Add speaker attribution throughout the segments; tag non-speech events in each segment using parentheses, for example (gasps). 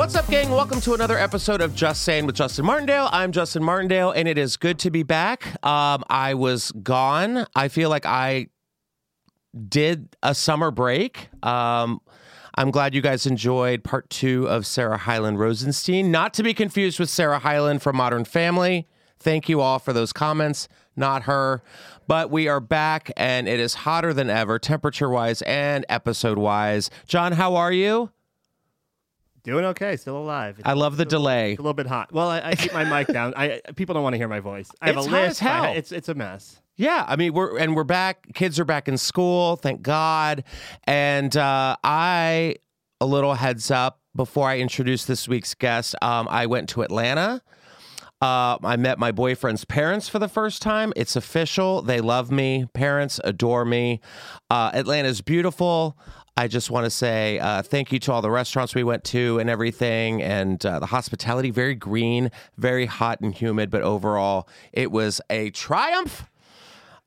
Speaker 1: welcome to another episode of Just Saying with Justin Martindale. I'm Justin Martindale, and it is good to be back. Um, I was gone. I feel like I did a summer break. Um, I'm glad you guys enjoyed part two of Sarah Hyland Rosenstein, not to be confused with Sarah Hyland from Modern Family. Thank you all for those comments, not her. But we are back, and it is hotter than ever, temperature wise and episode wise. John, how are you?
Speaker 2: Doing okay, still alive. It's
Speaker 1: I love the
Speaker 2: still-
Speaker 1: delay.
Speaker 2: It's a little bit hot. Well, I, I keep my mic down. (laughs) I people don't want to hear my voice. I have
Speaker 1: It's
Speaker 2: a
Speaker 1: hot as
Speaker 2: list.
Speaker 1: hell.
Speaker 2: it's it's a mess.
Speaker 1: Yeah, I mean we're and we're back. Kids are back in school, thank God. And uh, I, a little heads up before I introduce this week's guest, um, I went to Atlanta. Uh, I met my boyfriend's parents for the first time. It's official. They love me. Parents adore me. Uh, Atlanta's beautiful. I just want to say uh, thank you to all the restaurants we went to and everything, and uh, the hospitality. Very green, very hot and humid, but overall, it was a triumph.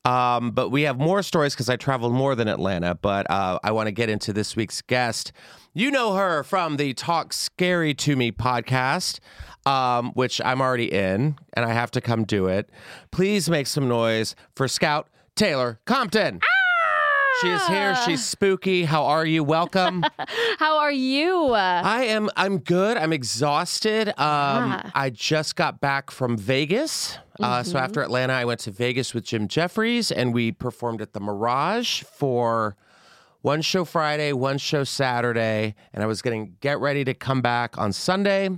Speaker 1: Um, but we have more stories because I traveled more than Atlanta. But uh, I want to get into this week's guest. You know her from the Talk Scary to Me podcast, um, which I'm already in and I have to come do it. Please make some noise for Scout Taylor Compton. She is here. She's spooky. How are you? Welcome.
Speaker 3: How are you?
Speaker 1: I am. I'm good. I'm exhausted. Um,
Speaker 3: Yeah. Mm-hmm.
Speaker 1: I just got back from Vegas. Uh, so after Atlanta, I went to Vegas with Jim Jeffries, and we performed at the Mirage for one show Friday, one show Saturday, and I was going to get ready to come back on Sunday.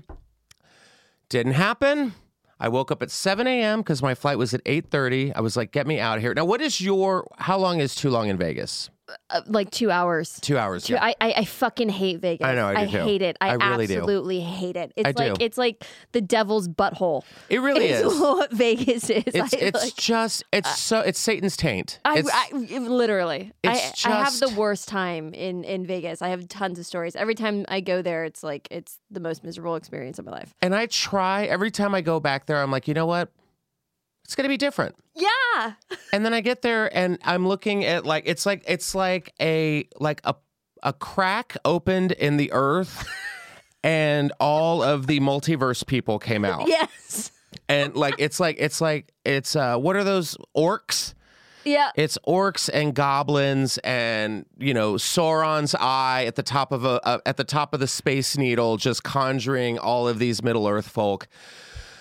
Speaker 1: Didn't happen. I woke up at 7 a.m. because my flight was at 8:30. I was like, "Get me out of here!" Now, what is your? How long is too long in Vegas?
Speaker 3: Uh, like two hours.
Speaker 1: Two hours.
Speaker 3: Two,
Speaker 1: yeah.
Speaker 3: I, I I fucking hate Vegas.
Speaker 1: I know, I do too.
Speaker 3: hate it. I,
Speaker 1: I really do.
Speaker 3: absolutely hate it. It's
Speaker 1: I
Speaker 3: like
Speaker 1: do.
Speaker 3: it's like the devil's butthole.
Speaker 1: it
Speaker 3: (laughs)
Speaker 1: really
Speaker 3: is,
Speaker 1: is.
Speaker 3: what Vegas is.
Speaker 1: (laughs) It's
Speaker 3: (laughs) I,
Speaker 1: it's
Speaker 3: like- uh,
Speaker 1: just it's so it's Satan's taint.
Speaker 3: I,
Speaker 1: It's-
Speaker 3: I- literally.
Speaker 1: it's
Speaker 3: I, I have the
Speaker 1: just-
Speaker 3: worst time in in Vegas. I have tons of stories. Every time I go there, it's like it's the most miserable experience of my life.
Speaker 1: and I try every time I go back there. I'm like, you know what? It's gonna be different.
Speaker 3: Yeah.
Speaker 1: And then I get there and I'm looking at like it's like it's like a like a a crack opened in the earth. (laughs) And all of the multiverse people came
Speaker 3: (laughs)
Speaker 1: out,
Speaker 3: (laughs) Yes.
Speaker 1: and like it's like it's like it's uh, what are those orcs?
Speaker 3: Yeah.
Speaker 1: It's orcs and goblins and you know Sauron's eye at the top of a, a at the top of the space needle just conjuring all of these Middle Earth folk.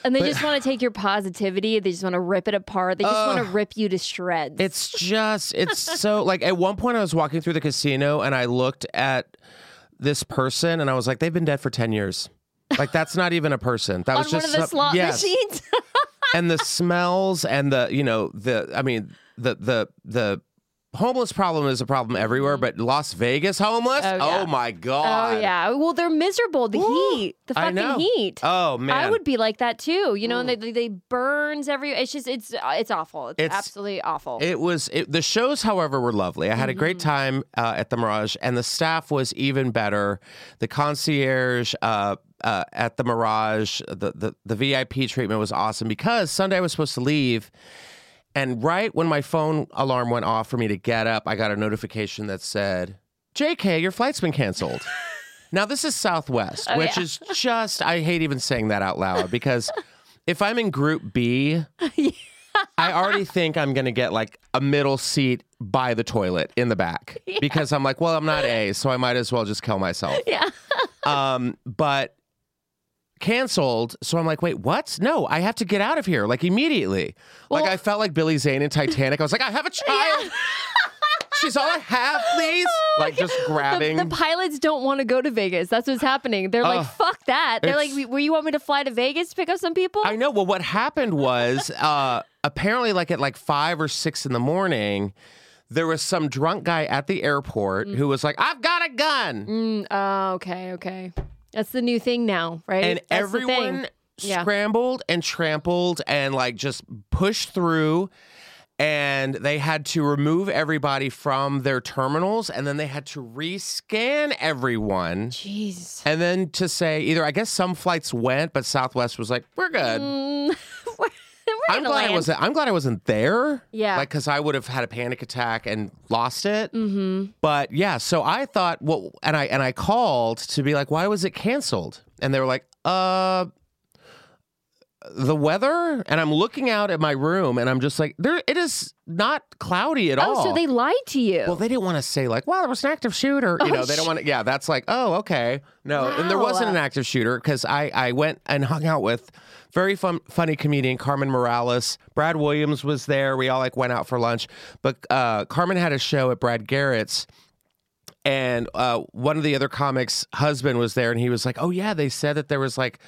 Speaker 3: And they just want to take your positivity. They just want to rip it apart. They just want to rip you to shreds.
Speaker 1: It's just it's
Speaker 3: (laughs)
Speaker 1: so like at one point I was walking through the casino and I looked at this person and I was like they've been dead for 10 years. Like that's not even a person. That
Speaker 3: on
Speaker 1: was
Speaker 3: one
Speaker 1: just
Speaker 3: of the
Speaker 1: some-
Speaker 3: slot (laughs)
Speaker 1: yes.
Speaker 3: machines.
Speaker 1: and the smells and the you know the I mean the the the homeless problem is a problem everywhere but Las Vegas homeless?
Speaker 3: Mm. Oh, yeah.
Speaker 1: my god.
Speaker 3: Oh yeah. Well, they're miserable. The
Speaker 1: Ooh,
Speaker 3: heat. The
Speaker 1: I
Speaker 3: fucking
Speaker 1: know.
Speaker 3: heat.
Speaker 1: Oh man.
Speaker 3: I would be like that too. You know, and they, they they burns every. It's just it's uh, it's awful. It's,
Speaker 1: It's-
Speaker 3: absolutely awful.
Speaker 1: It was it, the shows, however, were lovely. I had a
Speaker 3: Mm-hmm.
Speaker 1: great time uh, at the Mirage, and the staff was even better. The concierge uh, uh, at the Mirage, the, the the VIP treatment was awesome because Sunday I was supposed to leave, and right when my phone alarm went off for me to get up, I got a notification that said, "J.K., your flight's been
Speaker 3: (laughs)
Speaker 1: canceled." Now this is Southwest,
Speaker 3: Oh,
Speaker 1: which
Speaker 3: yeah.
Speaker 1: is just I hate even saying that out loud
Speaker 3: (laughs)
Speaker 1: because if I'm in group B, I already think I'm gonna get like a middle seat by the toilet in the
Speaker 3: (laughs)
Speaker 1: back because I'm like, well, I'm not A, so I might as well just kill myself.
Speaker 3: (laughs) (laughs) yeah.
Speaker 1: Um, but canceled, so I'm like, wait, what? No, I have to get out of here like immediately. like
Speaker 3: Well-
Speaker 1: I felt like Billy Zane in Titanic. I was like, I
Speaker 3: (laughs)
Speaker 1: have a child. She's all I have, please. like just
Speaker 3: Oh The,
Speaker 1: grabbing.
Speaker 3: the pilots don't want to go to Vegas. That's what's happening. They're like,
Speaker 1: Ugh.
Speaker 3: fuck that. They're like,
Speaker 1: It's-
Speaker 3: where you want me to fly to Vegas to pick up some people?
Speaker 1: I know. Well, what happened was uh, apparently, like at like five or six in the morning, there was some drunk guy at the airport who was like, "I've got a gun,"
Speaker 3: Mm, oh, okay, okay. That's the new thing now, right?
Speaker 1: and
Speaker 3: That's the thing.
Speaker 1: everyone
Speaker 3: Yeah.
Speaker 1: scrambled and trampled and like just pushed through. And they had to remove everybody from their terminals, and then they had to rescan everyone,
Speaker 3: Jeez.
Speaker 1: and then to say either I guess some flights went, but Southwest was like, "We're good."
Speaker 3: Mm, (laughs) we're we're
Speaker 1: I'm
Speaker 3: gonna
Speaker 1: glad
Speaker 3: land.
Speaker 1: I wasn't. I'm glad I wasn't there.
Speaker 3: Yeah.
Speaker 1: like because I would have had a panic attack and lost it.
Speaker 3: Mm-hmm.
Speaker 1: But yeah, so I thought, well, and I and I called to be like, why was it canceled? And they were like, uh, the weather, and I'm looking out at my room, and I'm just like, there. It is not cloudy at all.
Speaker 3: Oh, so they lied to you.
Speaker 1: Well, they didn't want to say like, "Well, there was an active shooter." You
Speaker 3: Oh,
Speaker 1: know, they don't
Speaker 3: sh-
Speaker 1: want to. Yeah, that's like, oh, okay, no, and there
Speaker 3: Wow.
Speaker 1: wasn't an active shooter because I I went and hung out with very fun funny comedian Carmen Morales. Brad Williams was there. We all like went out for lunch, but uh, Carmen had a show at Brad Garrett's. And uh, one of the other comics' husband was there, and he was like, "Oh yeah, they said that there was like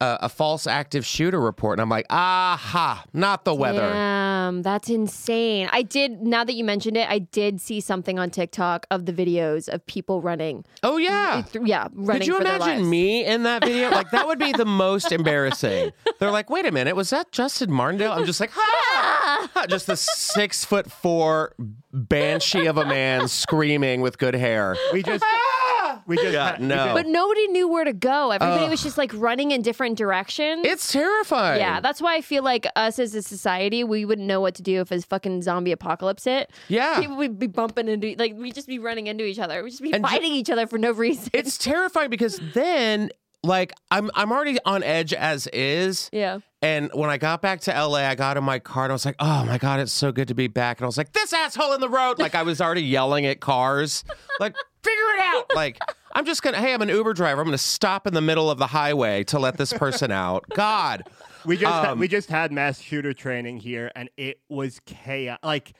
Speaker 1: a, a false active shooter report." And I'm like, "Aha, not the weather."
Speaker 3: Damn, that's insane. I did. Now that you mentioned it, I did see something on TikTok of the videos of people running.
Speaker 1: Oh yeah,
Speaker 3: th- yeah, running.
Speaker 1: Could you
Speaker 3: for their
Speaker 1: imagine
Speaker 3: lives.
Speaker 1: me in that video? Like that would be the most embarrassing. They're like, wait a minute, was that Justin Martindale? I'm just like,
Speaker 3: (laughs)
Speaker 1: ah! just the six foot four banshee of a man screaming with good hair.
Speaker 2: We (laughs) just we just
Speaker 1: Yeah,
Speaker 2: had- we
Speaker 1: no.
Speaker 2: just-
Speaker 3: But nobody knew where to go. Everybody was just like running in different directions.
Speaker 1: It's terrifying.
Speaker 3: yeah, that's why I feel like us as a society, we wouldn't know what to do if a fucking zombie apocalypse hit.
Speaker 1: Yeah.
Speaker 3: People would be bumping into, like, we'd just be running into each other. We'd just be
Speaker 1: And ju-
Speaker 3: fighting each other for no reason.
Speaker 1: it's terrifying because then, like, I'm I'm already on edge as is.
Speaker 3: (laughs) yeah.
Speaker 1: And when I got back to LA, I got in my car and I was like, oh my God, it's so good to be back. And I was like, this asshole in the road. Like, I was already yelling at cars, like, figure it out. Like, I'm just going to, hey, I'm an Uber driver. I'm going to stop in the middle of the highway to let this person out. God.
Speaker 2: We just had-
Speaker 1: Um,
Speaker 2: we just had mass shooter training here, and it was chaos. Like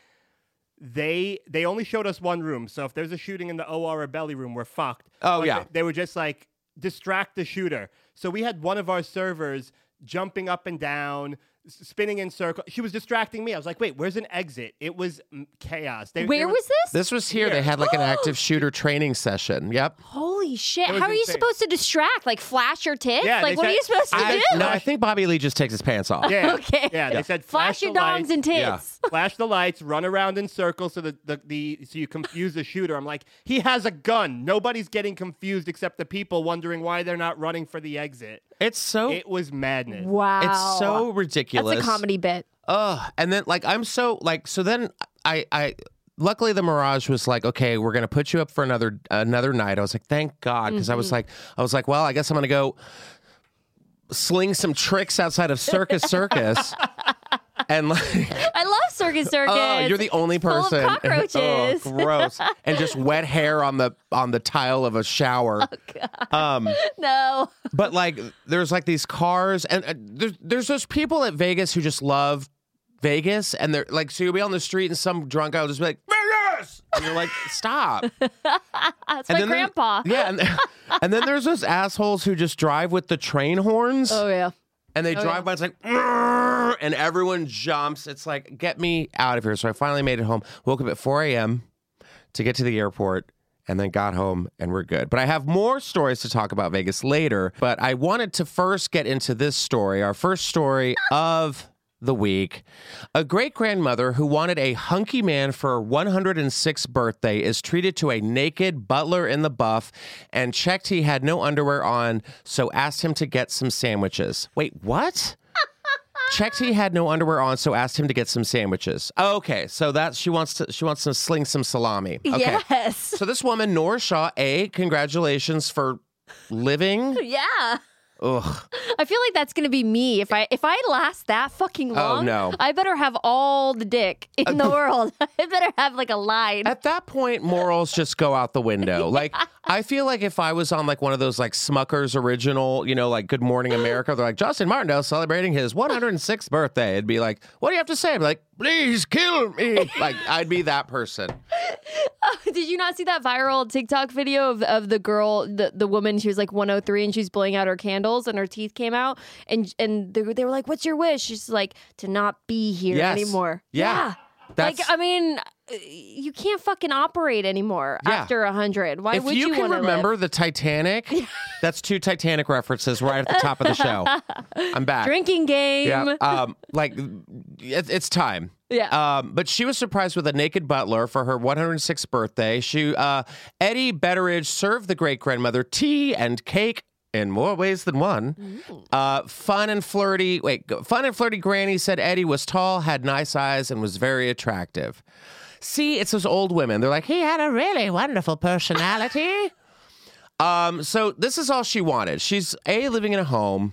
Speaker 2: they they only showed us one room, so if there's a shooting in the OR or belly room, we're fucked.
Speaker 1: Oh,
Speaker 2: But
Speaker 1: yeah.
Speaker 2: they, they were just like distract the shooter. So we had one of our servers jumping up and down, s- spinning in circles. She was distracting me. I was like, wait, where's an exit? It was mm, chaos. They, they
Speaker 3: Where
Speaker 2: were-
Speaker 3: was this?
Speaker 1: This was here. They had like an active shooter training session. Yep.
Speaker 3: Holy shit.
Speaker 2: was
Speaker 3: How are you
Speaker 2: insane.
Speaker 3: supposed to distract? Like, flash your tits?
Speaker 2: Yeah, they
Speaker 3: like, what are
Speaker 2: said-
Speaker 3: you supposed to
Speaker 1: I,
Speaker 3: do?
Speaker 1: no, I think Bobby Lee just takes his pants off.
Speaker 2: Yeah.
Speaker 3: (laughs) Okay.
Speaker 2: Yeah. They said
Speaker 3: Flash your
Speaker 2: the
Speaker 3: dongs
Speaker 2: lights."
Speaker 3: (laughs) and
Speaker 1: Yeah.
Speaker 3: tits.
Speaker 2: flash the lights, run around in circles so that the, the so you confuse the shooter. I'm like, he has a gun. Nobody's getting confused except the people wondering why they're not running for the exit.
Speaker 1: It's
Speaker 3: Oh.
Speaker 1: so.
Speaker 2: It was madness.
Speaker 3: Wow.
Speaker 1: it's so ridiculous.
Speaker 3: That's a comedy bit.
Speaker 1: Ugh. And then like I'm so like so then I I luckily the Mirage was like, okay, we're gonna put you up for another another night. I was like, thank God, because I
Speaker 3: Mm-hmm.
Speaker 1: was like I was like, well, I guess I'm gonna go sling some tricks outside of Circus
Speaker 3: (laughs)
Speaker 1: Circus. And like,
Speaker 3: I love Circus Circus.
Speaker 1: (laughs) oh, you're the only
Speaker 3: full of
Speaker 1: person. (laughs)
Speaker 3: cockroaches.
Speaker 1: oh, gross. And just wet hair on the on the tile of a shower.
Speaker 3: (laughs) Oh,
Speaker 1: Um,
Speaker 3: No.
Speaker 1: but like, there's like these cars, and uh, there's there's those people at Vegas who just love Vegas, and they're like, so you'll be on the street, and some drunk guy will just be like, Vegas, and you're like, stop. and
Speaker 3: (laughs) That's my
Speaker 1: then there-
Speaker 3: grandpa.
Speaker 1: yeah, and, (laughs) and then there's those assholes who just drive with the train horns,
Speaker 3: Oh, yeah.
Speaker 1: and they drive by, it's like, "Rrrr," and everyone jumps. It's like, get me out of here. So I finally made it home. Woke up at 4 a.m. to get to the airport and then got home and we're good. But I have more stories to talk about Vegas later. But I wanted to first get into this story, our first story of the week. A great grandmother who wanted a hunky man for her 106th birthday is treated to a naked butler in the buff and checked he had no underwear on, so asked him to get some sandwiches. Wait, what? checked he had no underwear on, so asked him to get some sandwiches. Okay, so that she wants to she wants to sling some salami. Okay.
Speaker 3: Yes.
Speaker 1: (laughs)
Speaker 3: (laughs)
Speaker 1: So this woman, Nora Shaw, A, congratulations for living.
Speaker 3: Yeah.
Speaker 1: Ugh.
Speaker 3: I feel like that's gonna be me if I if I last that fucking long.
Speaker 1: Oh, no. Uh,
Speaker 3: I better have all the dick in
Speaker 1: (laughs)
Speaker 3: the world. (laughs) I better have like a line.
Speaker 1: At that point, morals just go out the
Speaker 3: (laughs)
Speaker 1: window. Like I feel like if I was on like one of those like Smuckers original, you know, like Good Morning America, they're like Justin Martindale celebrating his 106th birthday. It'd be like, what do you have to say? I'd be like, please kill
Speaker 3: (laughs)
Speaker 1: me. Like I'd be that person.
Speaker 3: Did you not see that viral TikTok video of, of the girl, the, the woman? She was like 103 and she's blowing out her candles and her teeth came out. And and they, were- they were like, What's your wish? She's like, To not be here
Speaker 1: Yes.
Speaker 3: anymore.
Speaker 1: Yeah.
Speaker 3: Like,
Speaker 1: That's
Speaker 3: I mean, uh, you can't fucking operate anymore
Speaker 1: Yeah.
Speaker 3: after 100. Why
Speaker 1: if
Speaker 3: would
Speaker 1: you,
Speaker 3: you,
Speaker 1: can
Speaker 3: want to
Speaker 1: remember the
Speaker 3: (laughs)
Speaker 1: Titanic, that's two Titanic references right at the top of the show. I'm back.
Speaker 3: Drinking game.
Speaker 1: Yeah. Um, like, it, it's time.
Speaker 3: Yeah.
Speaker 1: Um, but she was surprised with a naked butler for her 106th birthday. She, uh, Eddie Betteridge served the great grandmother tea and cake. In more ways than one. Uh, fun and flirty. Wait, go- fun and flirty granny said Eddie was tall, had nice eyes, and was very attractive. See, it's those old women. They're like, he had a really wonderful personality. Um, so this is all she wanted. She's a living in a home,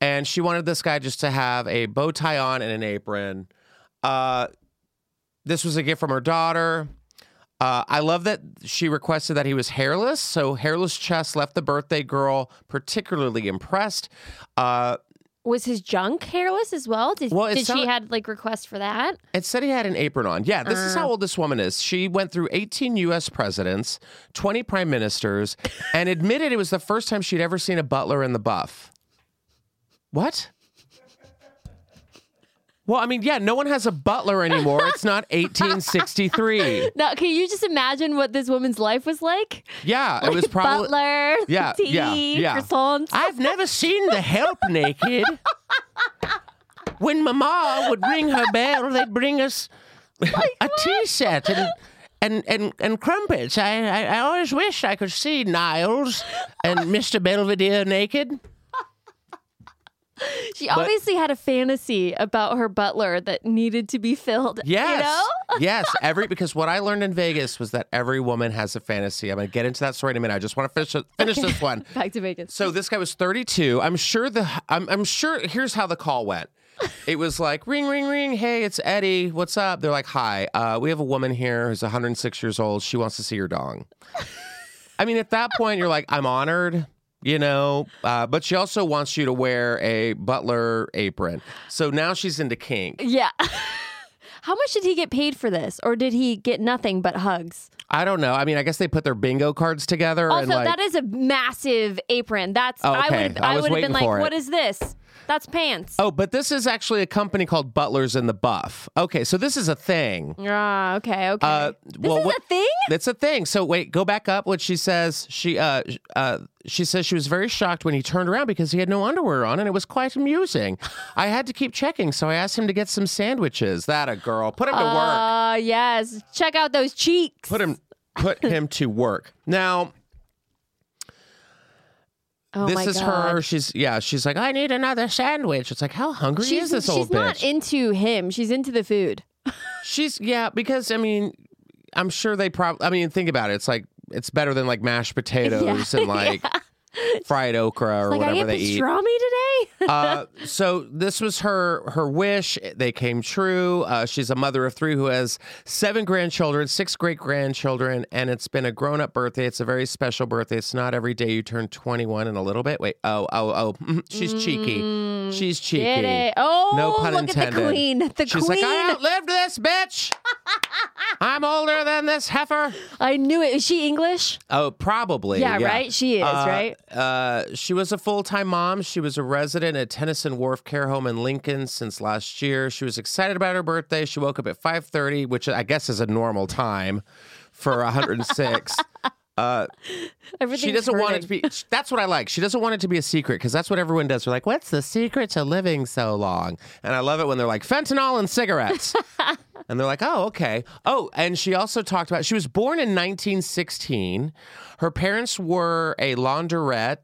Speaker 1: and she wanted this guy just to have a bow tie on and an apron. Uh, this was a gift from her daughter. Uh, I love that she requested that he was hairless. So hairless chest left the birthday girl particularly impressed. Uh,
Speaker 3: Was his junk hairless as well? Did,
Speaker 1: Well, it
Speaker 3: did she
Speaker 1: sound-
Speaker 3: had like requests for that?
Speaker 1: It said he had an apron on. Yeah, this is how old this woman is. She went through 18 US presidents, 20 prime ministers, and admitted it was the first time she'd ever seen a butler in the buff. What? Well, I mean, yeah, no one has a butler anymore. It's not 1863.
Speaker 3: Now, can you just imagine what this woman's life was like?
Speaker 1: Yeah, it
Speaker 3: (laughs)
Speaker 1: was probably.
Speaker 3: Butler,
Speaker 1: Yeah,
Speaker 3: tea,
Speaker 1: yeah, yeah.
Speaker 3: croissants.
Speaker 1: I've never seen the help naked. When Mama would ring her bell, they'd bring us a tea set and and and, and crumpets. I, I I always wish I could see Niles and Mr. Belvedere naked.
Speaker 3: she obviously had a fantasy about her butler that needed to be filled.
Speaker 1: Yes,
Speaker 3: You know?
Speaker 1: yes. Every because what I learned in Vegas was that every woman has a fantasy. I'm gonna get into that story in a minute. I just want to finish finish this one.
Speaker 3: Back to Vegas.
Speaker 1: So this guy was 32. I'm sure the I'm I'm sure here's how the call went. It was like ring ring ring. Hey, it's Eddie. What's up? They're like, "Hi. Uh, we have a woman here who's 106 years old. She wants to see your dong." I mean, at that point you're like, "I'm honored." You know, uh, but she also wants you to wear a butler apron. So now she's into kink.
Speaker 3: Yeah. (laughs) How much did he get paid for this? Or did he get nothing but hugs?
Speaker 1: I don't know. I mean, I guess they put their bingo cards together
Speaker 3: Also,
Speaker 1: and like
Speaker 3: that is a massive apron. That's
Speaker 1: Oh,
Speaker 3: I
Speaker 1: okay.
Speaker 3: would
Speaker 1: I
Speaker 3: I,
Speaker 1: was
Speaker 3: would have
Speaker 1: waiting
Speaker 3: been like,
Speaker 1: for it.
Speaker 3: what is this? That's pants.
Speaker 1: Oh, but this is actually a company called Butlers in the Buff. Okay, so this is a thing.
Speaker 3: Ah, okay, okay.
Speaker 1: Uh,
Speaker 3: this
Speaker 1: well,
Speaker 3: is
Speaker 1: what-
Speaker 3: a thing?
Speaker 1: That's a thing. So wait, go back up. What she says, she uh, uh, she says she was very shocked when he turned around because he had no underwear on, and it was quite amusing. I had to keep checking, so I asked him to get some sandwiches. That a girl. Put him to work.
Speaker 3: Uh yes. Check out those cheeks.
Speaker 1: Put him. Put him to work. Now
Speaker 3: oh my
Speaker 1: this is
Speaker 3: God.
Speaker 1: her. She's yeah. She's like, I need another sandwich. It's like, how hungry is
Speaker 3: She's,
Speaker 1: this
Speaker 3: she's
Speaker 1: old
Speaker 3: not
Speaker 1: bitch?
Speaker 3: into him. She's into the food.
Speaker 1: She's yeah, because I mean, I'm sure they probably. I mean, think about it. It's like it's better than like mashed potatoes
Speaker 3: (laughs)
Speaker 1: and like fried okra or
Speaker 3: Like I
Speaker 1: whatever
Speaker 3: get
Speaker 1: they eat.
Speaker 3: pastrami today.
Speaker 1: Uh, so this was her her wish. They came true. Uh, she's a mother of three who has seven grandchildren, six great grandchildren, and it's been a grown up birthday. It's a very special birthday. It's not every day you turn twenty one in a little bit. Wait, oh oh oh, (laughs) mhm, she's cheeky. She's cheeky.
Speaker 3: Mm, Get it? Oh,
Speaker 1: No pun
Speaker 3: look at the
Speaker 1: intended.
Speaker 3: queen. The
Speaker 1: She's
Speaker 3: queen.
Speaker 1: like, I outlived this (laughs) bitch. I'm older than this heifer.
Speaker 3: I knew it. Is she English?
Speaker 1: Oh, probably.
Speaker 3: Yeah, right? She is,
Speaker 1: Uh,
Speaker 3: right?
Speaker 1: Uh, she was a full time mom. She was a resident at Tennyson Wharf Care Home in Lincoln since last year. She was excited about her birthday. She woke up at five thirty, which I guess is a normal time for 106.
Speaker 3: Everything
Speaker 1: she doesn't want it to be. That's what I like. She doesn't want it to be a secret because that's what everyone does. They're like, "What's the secret to living so long?" And I love it when they're like, "Fentanyl and cigarettes."
Speaker 3: (laughs)
Speaker 1: And they're like, oh, okay. Oh, and she also talked about she was born in 1916. Her parents were a laundrette,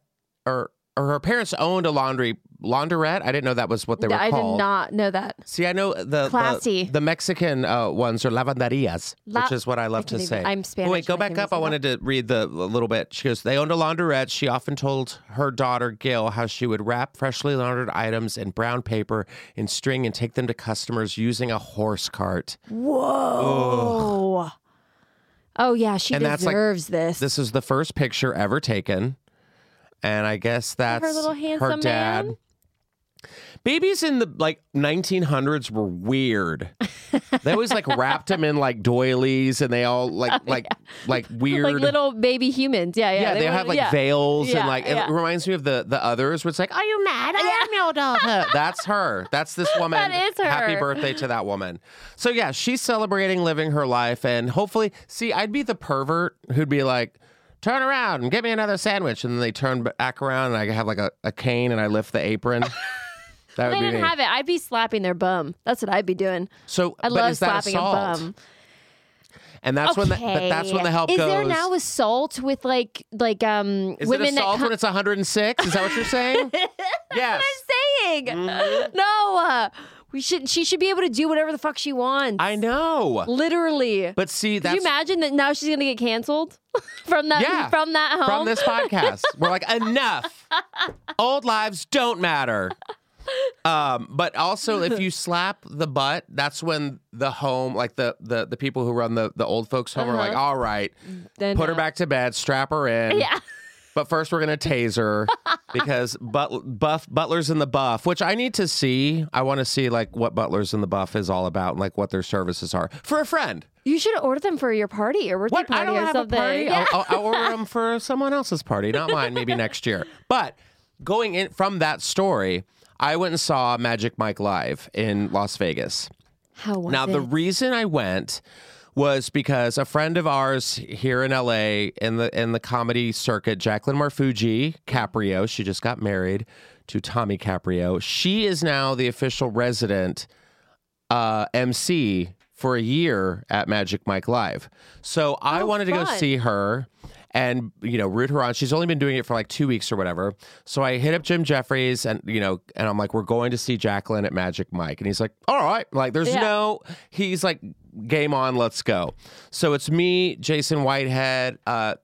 Speaker 1: or or her parents owned a laundry laundrette. I didn't know that was what they were
Speaker 3: I
Speaker 1: called.
Speaker 3: did not know that.
Speaker 1: See, I know the
Speaker 3: Classy.
Speaker 1: the, the Mexican uh, ones are lavanderias,
Speaker 3: La-
Speaker 1: which is what I love to
Speaker 3: can't
Speaker 1: say. Oh,
Speaker 3: even- I'm Spanish,
Speaker 1: wait, go
Speaker 3: I can't
Speaker 1: back
Speaker 3: even
Speaker 1: up. I
Speaker 3: say
Speaker 1: wanted to read the a little bit. She goes, they owned a laundrette. She often told her daughter Gail how she would wrap freshly laundered items in brown paper in string and take them to customers using a horse cart.
Speaker 3: Whoa. Oh yeah, she
Speaker 1: And that's like-
Speaker 3: deserves this.
Speaker 1: This is the first picture ever taken. And I guess that's
Speaker 3: little handsome
Speaker 1: dad.
Speaker 3: man?
Speaker 1: Babies in the like 1900s were
Speaker 3: (laughs)
Speaker 1: weird. they always like wrapped them in like doilies, and they all like like like weird.
Speaker 3: Oh, (laughs) Like little baby humans. Yeah, yeah.
Speaker 1: yeah, they,
Speaker 3: were-
Speaker 1: have like
Speaker 3: yeah.
Speaker 1: veils
Speaker 3: Yeah,
Speaker 1: and like
Speaker 3: yeah.
Speaker 1: it reminds me of the the others where it's like, are you mad? I am your daughter. That's her. That's this woman.
Speaker 3: (laughs) That is her.
Speaker 1: Happy birthday to that woman. So yeah, she's celebrating living her life and hopefully see I'd be the pervert who'd be like, turn around and get me another sandwich. And then they turn back around and I have like a, a cane and I lift the
Speaker 3: (laughs)
Speaker 1: apron. That would
Speaker 3: They
Speaker 1: be me.
Speaker 3: didn't have it. I'd be slapping their bum. That's what I'd be doing.
Speaker 1: so
Speaker 3: I
Speaker 1: but
Speaker 3: love
Speaker 1: is that
Speaker 3: slapping
Speaker 1: assault?
Speaker 3: a bum.
Speaker 1: And that's when the, but that's when the help
Speaker 3: is
Speaker 1: goes.
Speaker 3: there now assault with like like um
Speaker 1: is it
Speaker 3: women that
Speaker 1: assault
Speaker 3: come
Speaker 1: when it's
Speaker 3: (laughs)
Speaker 1: 106? Is that what you're saying? yes.
Speaker 3: saying? No. uh, We should. She should be able to do whatever the fuck she wants.
Speaker 1: I know.
Speaker 3: Literally.
Speaker 1: But see,
Speaker 3: Could
Speaker 1: that's
Speaker 3: you imagine that now she's gonna get canceled (laughs) from that
Speaker 1: Yeah.
Speaker 3: from that home?
Speaker 1: from this podcast. We're like,
Speaker 3: (laughs)
Speaker 1: enough. Old lives don't matter. Um, but also
Speaker 3: (laughs)
Speaker 1: if you slap the butt, that's when the home, like the the, the people who run the, the old folks home are like, all right,
Speaker 3: Then,
Speaker 1: put her
Speaker 3: uh,
Speaker 1: back to bed, strap her in.
Speaker 3: Uh-huh. Yeah.
Speaker 1: But first we're gonna tase her
Speaker 3: (laughs)
Speaker 1: because but, buff butlers in the buff, which I need to see. I wanna see like what butlers in the buff is all about and like what their services are. For a friend.
Speaker 3: You should order them for your party or birthday
Speaker 1: What?
Speaker 3: party
Speaker 1: I don't
Speaker 3: or
Speaker 1: have
Speaker 3: something.
Speaker 1: a party.
Speaker 3: Yeah.
Speaker 1: I'll, I'll, I'll order them for someone else's party, not mine. Maybe next
Speaker 3: (laughs)
Speaker 1: year. But going in from that story, I went and saw Magic Mike live in Las Vegas.
Speaker 3: How was
Speaker 1: Oh. Now,
Speaker 3: it?
Speaker 1: the reason I went was because a friend of ours here in LA in the in the comedy circuit, Jacqueline Marfuji Caprio, she just got married to Tommy Caprio. She is now the official resident uh, MC for a year at Magic Mike Live. So I
Speaker 3: Oh,
Speaker 1: wanted to go
Speaker 3: fun.
Speaker 1: see her and you know root her on. She's only been doing it for like two weeks or whatever. So I hit up Jim Jeffries and you know and I'm like, we're going to see Jacqueline at Magic Mike, and he's like, all right, like there's
Speaker 3: Yeah.
Speaker 1: no. He's like, game on, let's go. So it's me, Jason Whitehead. Uh,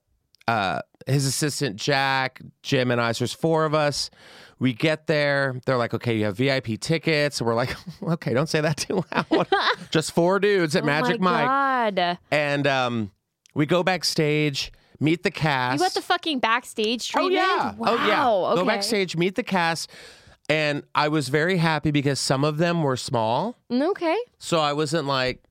Speaker 1: uh, his assistant Jack, Jim, and I. So there's four of us. We get there. They're like, okay, you have VIP tickets. And we're like, (laughs) okay, don't say that too loud.
Speaker 3: (laughs)
Speaker 1: Just four dudes at
Speaker 3: Oh
Speaker 1: Magic
Speaker 3: my
Speaker 1: Mike.
Speaker 3: God.
Speaker 1: And um, we go backstage, meet the cast.
Speaker 3: You got the fucking backstage
Speaker 1: Oh
Speaker 3: treatment.
Speaker 1: yeah.
Speaker 3: Wow.
Speaker 1: Oh yeah.
Speaker 3: Okay.
Speaker 1: Go backstage, meet the cast. And I was very happy because some of them were small.
Speaker 3: Mm, Okay.
Speaker 1: So I wasn't like,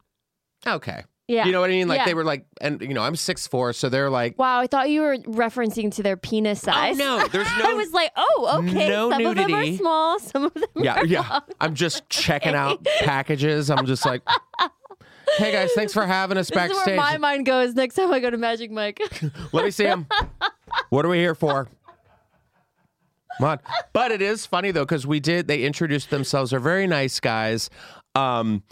Speaker 1: okay.
Speaker 3: Yeah.
Speaker 1: You know what I mean? Like
Speaker 3: Yeah.
Speaker 1: they were like, and you know, I'm six four, so they're like
Speaker 3: Wow, I thought you were referencing to their penis
Speaker 1: Oh
Speaker 3: size.
Speaker 1: no, there's
Speaker 3: (laughs) I
Speaker 1: no
Speaker 3: was like, oh, okay.
Speaker 1: No
Speaker 3: some of them are
Speaker 1: nudity.
Speaker 3: small, some of them
Speaker 1: Yeah,
Speaker 3: are
Speaker 1: yeah. I'm just checking out packages. I'm just
Speaker 3: (laughs)
Speaker 1: like, hey guys, thanks for having us
Speaker 3: (laughs) This is where
Speaker 1: backstage.
Speaker 3: my mind goes next time I go to Magic Mike. (laughs)
Speaker 1: Let me see them. What are we here for? Come on. But it is funny though, because we did, they introduced themselves. They're very nice guys. Um,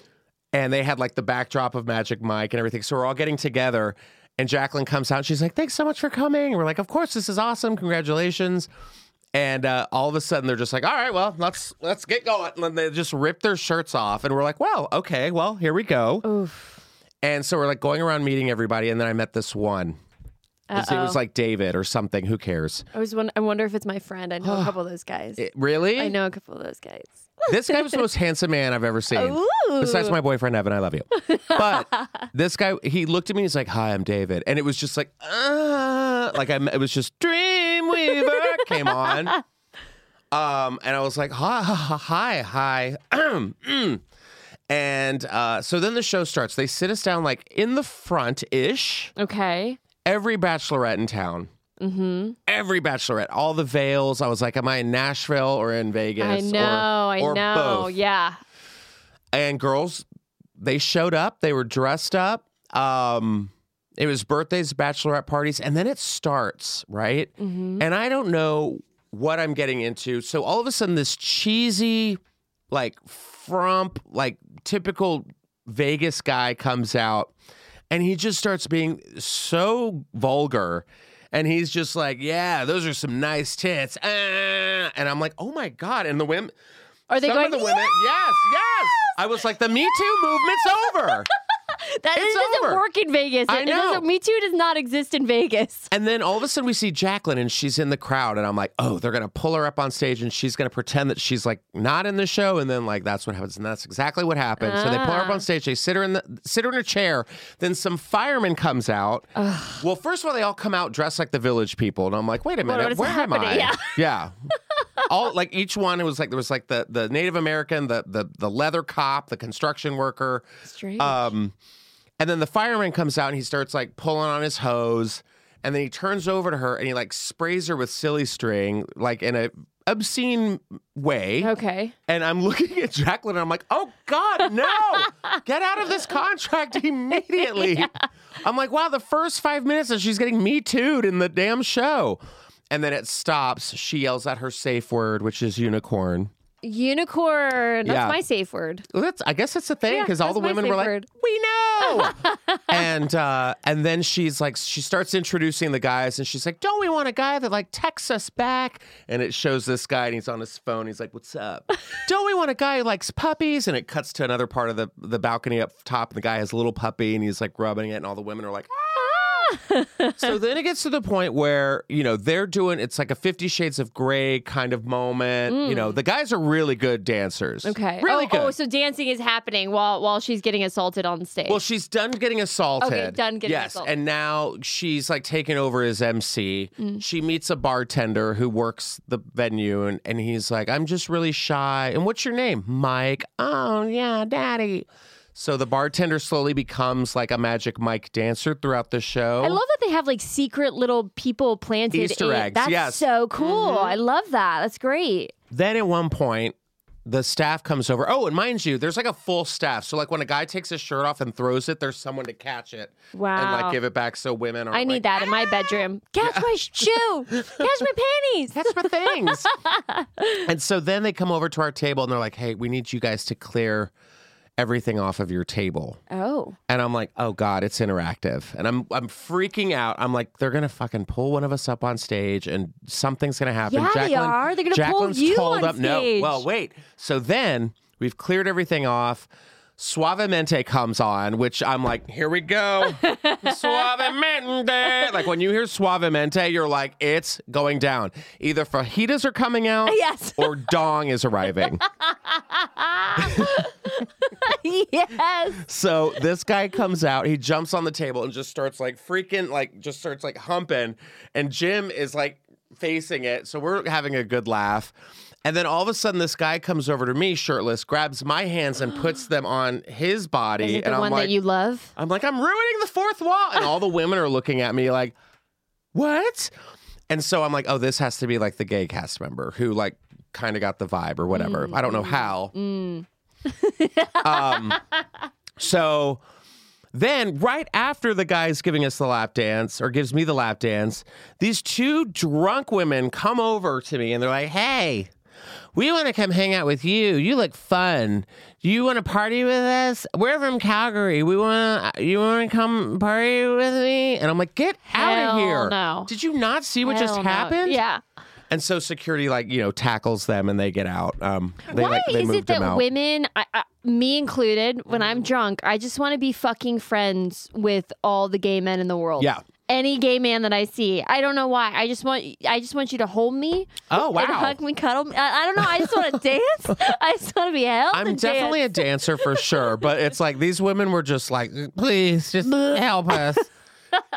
Speaker 1: and they had like the backdrop of Magic Mike and everything. So we're all getting together. And Jacqueline comes out and she's like, thanks so much for coming. And we're like, of course, this is awesome. Congratulations. And uh, all of a sudden they're just like, all right, well, let's let's get going. And they just rip their shirts off. And we're like, well, okay, well, here we go. And so we're like going around meeting everybody. And then I met this one. His name
Speaker 3: Uh-oh.
Speaker 1: was like David or something. Who cares?
Speaker 3: I was won- I wonder if it's my friend.
Speaker 1: (gasps)
Speaker 3: I know a couple of those guys.
Speaker 1: It- eh. really?
Speaker 3: I know a couple of those guys.
Speaker 1: This guy was the
Speaker 3: (laughs)
Speaker 1: most handsome man I've ever seen.
Speaker 3: Ooh.
Speaker 1: Besides my boyfriend Evan, I love you. But
Speaker 3: (laughs)
Speaker 1: this guy, he looked at me. He's like, "Hi, I'm David," and it was just like, ah, like I, it was just Dreamweaver came on, um, and I was like, "Hi, hi, hi." (clears throat) mm. and uh, so then the show starts. They sit us down like in the front ish.
Speaker 3: okay.
Speaker 1: Every bachelorette in town.
Speaker 3: Mm-hmm.
Speaker 1: every bachelorette, all the veils. I was like, am I in Nashville or in Vegas?
Speaker 3: I know.
Speaker 1: Or,
Speaker 3: I
Speaker 1: or
Speaker 3: know.
Speaker 1: Both.
Speaker 3: Yeah.
Speaker 1: And girls, they showed up. They were dressed up. Um, it was birthdays, bachelorette parties, and then it starts right.
Speaker 3: Mm-hmm.
Speaker 1: And I don't know what I'm getting into. So all of a sudden, this cheesy, like frump, like typical Vegas guy comes out and he just starts being so vulgar. And he's just like, yeah, those are some nice tits. Ah. And I'm like, oh my God. And the women,
Speaker 3: Are they
Speaker 1: some
Speaker 3: going?
Speaker 1: of the women, yes, yes. I was like, the Me Too movement's
Speaker 3: (laughs)
Speaker 1: over.
Speaker 3: That
Speaker 1: It's
Speaker 3: it doesn't
Speaker 1: over.
Speaker 3: work in Vegas.
Speaker 1: I
Speaker 3: It
Speaker 1: know.
Speaker 3: doesn't, Me Too does not exist in Vegas.
Speaker 1: And then all of a sudden we see Jacqueline and she's in the crowd and I'm like, oh, they're gonna pull her up on stage and she's gonna pretend that she's like not in the show and then like that's what happens and that's exactly what happened. So they pull her up
Speaker 3: Ah.
Speaker 1: on stage, they sit her in the sit her in her chair. Then some fireman comes out. Well, first of all, they all come out dressed like the village people and I'm like, wait a minute,
Speaker 3: what is
Speaker 1: where am I?
Speaker 3: happening? Yeah. (laughs)
Speaker 1: yeah. all like each one it was like there was like the the Native American, the the the leather cop, the construction worker.
Speaker 3: Strange.
Speaker 1: Um, and then the fireman comes out and he starts like pulling on his hose, and then he turns over to her and he like sprays her with silly string, like in a obscene way.
Speaker 3: okay.
Speaker 1: And I'm (laughs) looking at Jacqueline and I'm like, oh God, no! Get out of this contract (laughs) immediately. I'm like, wow, the first five minutes and she's getting me tooed in the damn show. And then it stops. She yells at her safe word, which is unicorn.
Speaker 3: Unicorn. That's
Speaker 1: Yeah.
Speaker 3: my safe word.
Speaker 1: Well, that's I guess that's the thing
Speaker 3: Yeah,
Speaker 1: because all
Speaker 3: that's
Speaker 1: the
Speaker 3: my
Speaker 1: women were like,
Speaker 3: favorite.
Speaker 1: "We
Speaker 3: (laughs)
Speaker 1: know," and uh, and then she's like, she starts introducing the guys, and she's like, "Don't we want a guy that like texts us back?" And it shows this guy, and he's on his phone. He's like, "What's
Speaker 3: (laughs)
Speaker 1: up?" Don't we want a guy who likes puppies? And it cuts to another part of the the balcony up top, and the guy has a little puppy, and he's like rubbing it, and all the women are like. "Ah." so then it gets to the point where you know they're doing it's like a 50 shades of gray kind of moment you know the guys are really good dancers
Speaker 3: Mm. Okay.
Speaker 1: really
Speaker 3: oh,
Speaker 1: good
Speaker 3: oh, so dancing is happening while while she's getting assaulted on stage.
Speaker 1: well, she's done getting assaulted.
Speaker 3: done getting
Speaker 1: yes,
Speaker 3: assaulted.
Speaker 1: and now she's like taking over as MC.
Speaker 3: Mm.
Speaker 1: She meets a bartender who works the venue, and, and he's like, "I'm just really shy." And what's your name, Mike? Oh yeah, Daddy. So the bartender slowly becomes like a Magic Mike dancer throughout the show.
Speaker 3: I love that they have like secret little people planted
Speaker 1: Easter
Speaker 3: in.
Speaker 1: eggs,
Speaker 3: That's
Speaker 1: yes. Mm-hmm.
Speaker 3: so cool. I love that. That's great.
Speaker 1: Then at one point, the staff comes over. Oh, and mind you, there's like a full staff. So like when a guy takes his shirt off and throws it, there's someone to catch it and
Speaker 3: Wow.
Speaker 1: like give it back. So women are.
Speaker 3: I need that in my bedroom. Catch my (laughs) shoe. Catch my panties.
Speaker 1: That's my things. (laughs) and so then they come over to our table and they're like, hey, we need you guys to clear everything off of your table.
Speaker 3: Oh.
Speaker 1: And I'm like, oh God, it's interactive. And I'm I'm freaking out. I'm like, they're gonna fucking pull one of us up on stage and something's gonna happen.
Speaker 3: Yeah, they are. They're gonna pull
Speaker 1: Jacqueline's
Speaker 3: you
Speaker 1: told
Speaker 3: on
Speaker 1: up. No.
Speaker 3: stage.
Speaker 1: Well, wait. So then we've cleared everything off. Suavemente comes on, which I'm like, here we go.
Speaker 3: (laughs)
Speaker 1: Suavemente. Like when you hear Suavemente, you're like, it's going down. Either fajitas are coming out
Speaker 3: (laughs) Yes.
Speaker 1: or dong is arriving.
Speaker 3: (laughs) yes.
Speaker 1: So this guy comes out, he jumps on the table and just starts like freaking, like just starts like humping. And Jim is like facing it. So we're having a good laugh. And then all of a sudden, this guy comes over to me shirtless, grabs my hands and
Speaker 3: (gasps)
Speaker 1: puts them on his
Speaker 3: Is
Speaker 1: body.
Speaker 3: it the
Speaker 1: and I'm
Speaker 3: one
Speaker 1: like,
Speaker 3: that you love?
Speaker 1: I'm like, I'm ruining the fourth wall. And all the women are looking at me like, what? And so I'm like, oh, this has to be like the gay cast member who like kind of got the vibe or whatever.
Speaker 3: Mm,
Speaker 1: I don't know how. (laughs) um, so then, right after the guy's giving us the lap dance or gives me the lap dance, these two drunk women come over to me and they're like, hey, we want to come hang out with you. You look fun. Do you want to party with us? We're from Calgary. We want to, you want to come party with me? And I'm like, get out
Speaker 3: Hell
Speaker 1: of here.
Speaker 3: no.
Speaker 1: Did you not see what just
Speaker 3: Hell no.
Speaker 1: happened?
Speaker 3: Yeah.
Speaker 1: And so security, like, you know, tackles them and they get out. Um, they,
Speaker 3: Why
Speaker 1: like, they
Speaker 3: is
Speaker 1: moved
Speaker 3: it that
Speaker 1: them out. Mm.
Speaker 3: women, I, I, me included, when I'm drunk, I just want to be fucking friends with all the gay men in the world?
Speaker 1: Yeah.
Speaker 3: Any gay man that I see, I don't know why. I just want, I just want you to hold me.
Speaker 1: Oh,
Speaker 3: and
Speaker 1: wow.
Speaker 3: hug me, cuddle me. I, I don't know. I just want
Speaker 1: (laughs)
Speaker 3: to dance. I just want to be held.
Speaker 1: I'm
Speaker 3: and
Speaker 1: definitely
Speaker 3: dance.
Speaker 1: a dancer for sure, but it's like these women were just like, please, just help
Speaker 3: (laughs)
Speaker 1: us.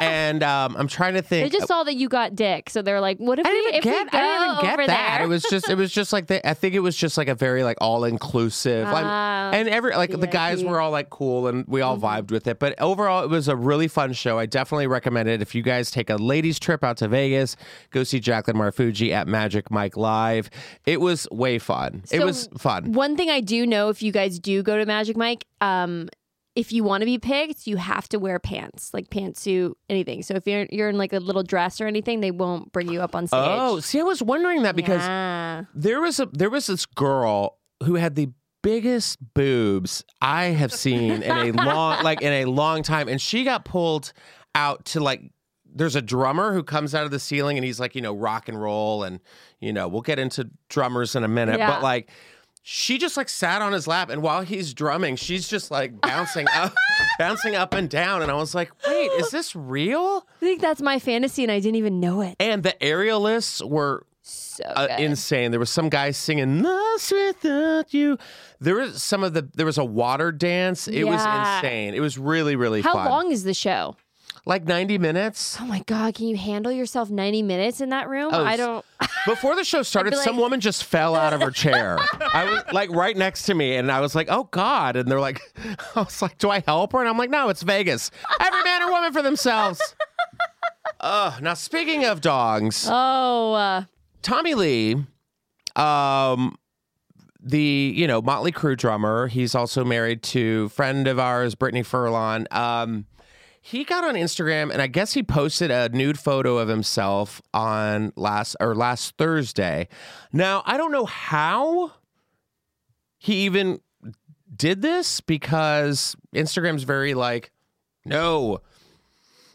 Speaker 1: And um, I'm trying to think.
Speaker 3: They just saw that you got dick, so they're like, "What if
Speaker 1: I
Speaker 3: we
Speaker 1: didn't even
Speaker 3: if we
Speaker 1: get. I didn't even
Speaker 3: go
Speaker 1: get
Speaker 3: over
Speaker 1: that.
Speaker 3: there?"
Speaker 1: It was just. It was just like the. I think it was just like a very like all inclusive. Like,
Speaker 3: Ah,
Speaker 1: and every like the
Speaker 3: VIP.
Speaker 1: guys were all like cool and we
Speaker 3: Mm-hmm.
Speaker 1: all vibed with it. But overall, it was a really fun show. I definitely recommend it if you guys take a ladies trip out to Vegas. Go see Jacqueline Marfuji at Magic Mike Live. It was way fun. it
Speaker 3: So,
Speaker 1: was fun.
Speaker 3: One thing I do know if you guys do go to Magic Mike, um, if you want to be picked, you have to wear pants, like pantsuit, anything. So if you're you're in like a little dress or anything, they won't bring you up on stage.
Speaker 1: Oh, see, I was wondering that because
Speaker 3: Yeah.
Speaker 1: there was a there was this girl who had the biggest boobs I have seen in a long like in a long time and she got pulled out to like there's a drummer who comes out of the ceiling and he's like you know rock and roll and you know we'll get into drummers in a minute
Speaker 3: Yeah.
Speaker 1: but like she just like sat on his lap and while he's drumming she's just like bouncing up bouncing up and down and I was like wait is this real
Speaker 3: I think that's my fantasy, and I didn't even know it.
Speaker 1: and the aerialists were
Speaker 3: So
Speaker 1: uh,
Speaker 3: good.
Speaker 1: insane. There was some guy singing "Lost Without You." There was some of the there was a water dance. It
Speaker 3: Yeah.
Speaker 1: was insane. It was really really
Speaker 3: How
Speaker 1: fun.
Speaker 3: long is the show?
Speaker 1: Like ninety minutes.
Speaker 3: Oh my god, can you handle yourself ninety minutes in that room?
Speaker 1: Oh,
Speaker 3: I
Speaker 1: s-
Speaker 3: don't. (laughs)
Speaker 1: Before the show started,
Speaker 3: like-
Speaker 1: some woman just fell out of her chair. I was like right next to me, and I was like, "Oh God!" And they're like, (laughs) "I was like, do I help her?" And I'm like, "No, it's Vegas. Every man or woman for
Speaker 3: (laughs)
Speaker 1: themselves." Oh, now speaking of dogs.
Speaker 3: Oh, uh,
Speaker 1: Tommy Lee, um, the you know Motley Crue drummer, he's also married to friend of ours Brittany Furlon. Um, he got on Instagram and I guess he posted a nude photo of himself on last or last Thursday. Now I don't know how he even did this because Instagram's very like, no.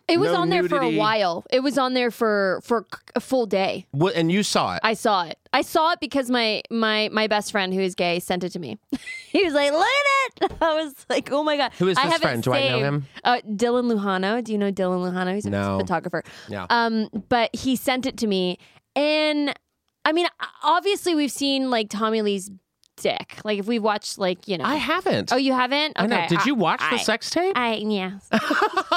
Speaker 3: It was
Speaker 1: No
Speaker 3: on there for a
Speaker 1: nudity.
Speaker 3: while. It was on there for for c- a full day.
Speaker 1: What, and you saw it.
Speaker 3: I saw it. I saw it because my my my best friend who is gay sent it to me. (laughs) he was like, "Look at it!" (laughs) I was like, "Oh my god!"
Speaker 1: Who is
Speaker 3: I
Speaker 1: this
Speaker 3: have it
Speaker 1: friend? Do I know
Speaker 3: saved.
Speaker 1: him?
Speaker 3: Uh, Dylan Lujano. Do you know Dylan Lujano? He's a
Speaker 1: No.
Speaker 3: photographer.
Speaker 1: Yeah.
Speaker 3: Um, but he sent it to me, and I mean, obviously, we've seen like Tommy Lee's dick. Like if we've watched, like you know,
Speaker 1: I haven't.
Speaker 3: oh, you haven't? Okay.
Speaker 1: I know. Did you watch
Speaker 3: I,
Speaker 1: the sex tape? (laughs)
Speaker 3: I yeah,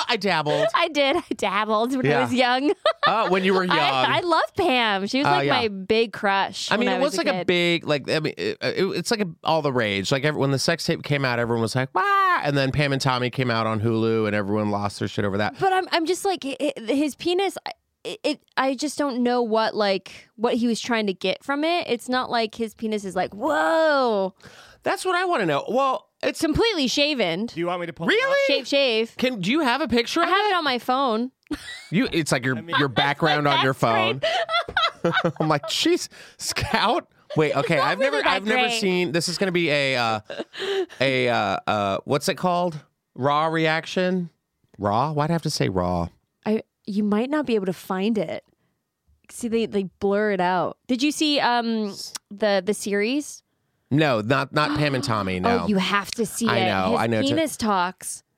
Speaker 1: I dabbled.
Speaker 3: I did. I dabbled when I
Speaker 1: Yeah.
Speaker 3: was young. (laughs)
Speaker 1: Oh, when you were young.
Speaker 3: I, I love Pam. She was
Speaker 1: Oh,
Speaker 3: like
Speaker 1: yeah.
Speaker 3: my big crush.
Speaker 1: I mean,
Speaker 3: when
Speaker 1: it was,
Speaker 3: was
Speaker 1: like
Speaker 3: kid.
Speaker 1: a big, like, I mean, it, it- it's like a, all the rage. Like, every, when the sex tape came out, everyone was like, wow. And then Pam and Tommy came out on Hulu, and everyone lost their shit over that.
Speaker 3: But I'm I'm just like i i- his penis. I- It, it I just don't know what like what he was trying to get from it. It's not like his penis is like whoa,
Speaker 1: That's what I want to know. Well, it's
Speaker 3: completely shaven,
Speaker 2: Do you want me to pull? it up?
Speaker 1: really.
Speaker 3: shave shave.
Speaker 1: Can do you have a picture?
Speaker 3: I
Speaker 1: Of
Speaker 3: have it on my phone.
Speaker 1: it? You, it's like your
Speaker 3: (laughs)
Speaker 1: your background on your phone. (laughs) I'm like, jeez, Scout. Wait, okay, I've
Speaker 3: really
Speaker 1: never,
Speaker 3: that
Speaker 1: I've never
Speaker 3: great.
Speaker 1: seen. This is going to be a, uh, a, uh, uh, what's it called? Raw reaction. Raw. Why'd I have to say raw?
Speaker 3: I you might not be able to find it. See they they blur it out. Did you see um the the series?
Speaker 1: No, not
Speaker 3: (gasps)
Speaker 1: not Pam and Tommy. No,
Speaker 3: Oh, you have to see
Speaker 1: I
Speaker 3: it.
Speaker 1: know,
Speaker 3: His
Speaker 1: I know, too.
Speaker 3: Penis talks.
Speaker 1: (sighs)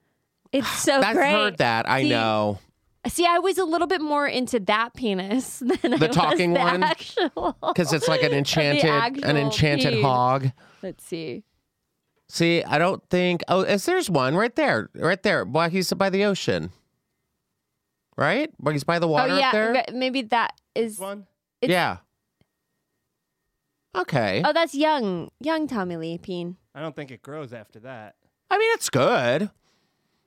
Speaker 3: It's so
Speaker 1: I've
Speaker 3: great.
Speaker 1: heard that. I
Speaker 3: See,
Speaker 1: know.
Speaker 3: See, I was a little bit more into that penis (laughs) than
Speaker 1: The
Speaker 3: I
Speaker 1: talking
Speaker 3: was the
Speaker 1: one?
Speaker 3: Actual.
Speaker 1: (laughs) because it's
Speaker 3: (laughs)
Speaker 1: like an enchanted an
Speaker 3: actual
Speaker 1: enchanted
Speaker 3: peen.
Speaker 1: hog.
Speaker 3: Let's see.
Speaker 1: See, I don't think. Oh, yes, there's one right there, right there. Why he's by the ocean, right? Why he's by the water
Speaker 3: oh
Speaker 1: up
Speaker 3: yeah,
Speaker 1: there.
Speaker 3: okay, maybe that is.
Speaker 2: This one.
Speaker 3: it's-
Speaker 1: yeah. Okay.
Speaker 3: Oh, that's young, young Tommy Lee Peen.
Speaker 2: I don't think it grows after that.
Speaker 1: I mean, it's good.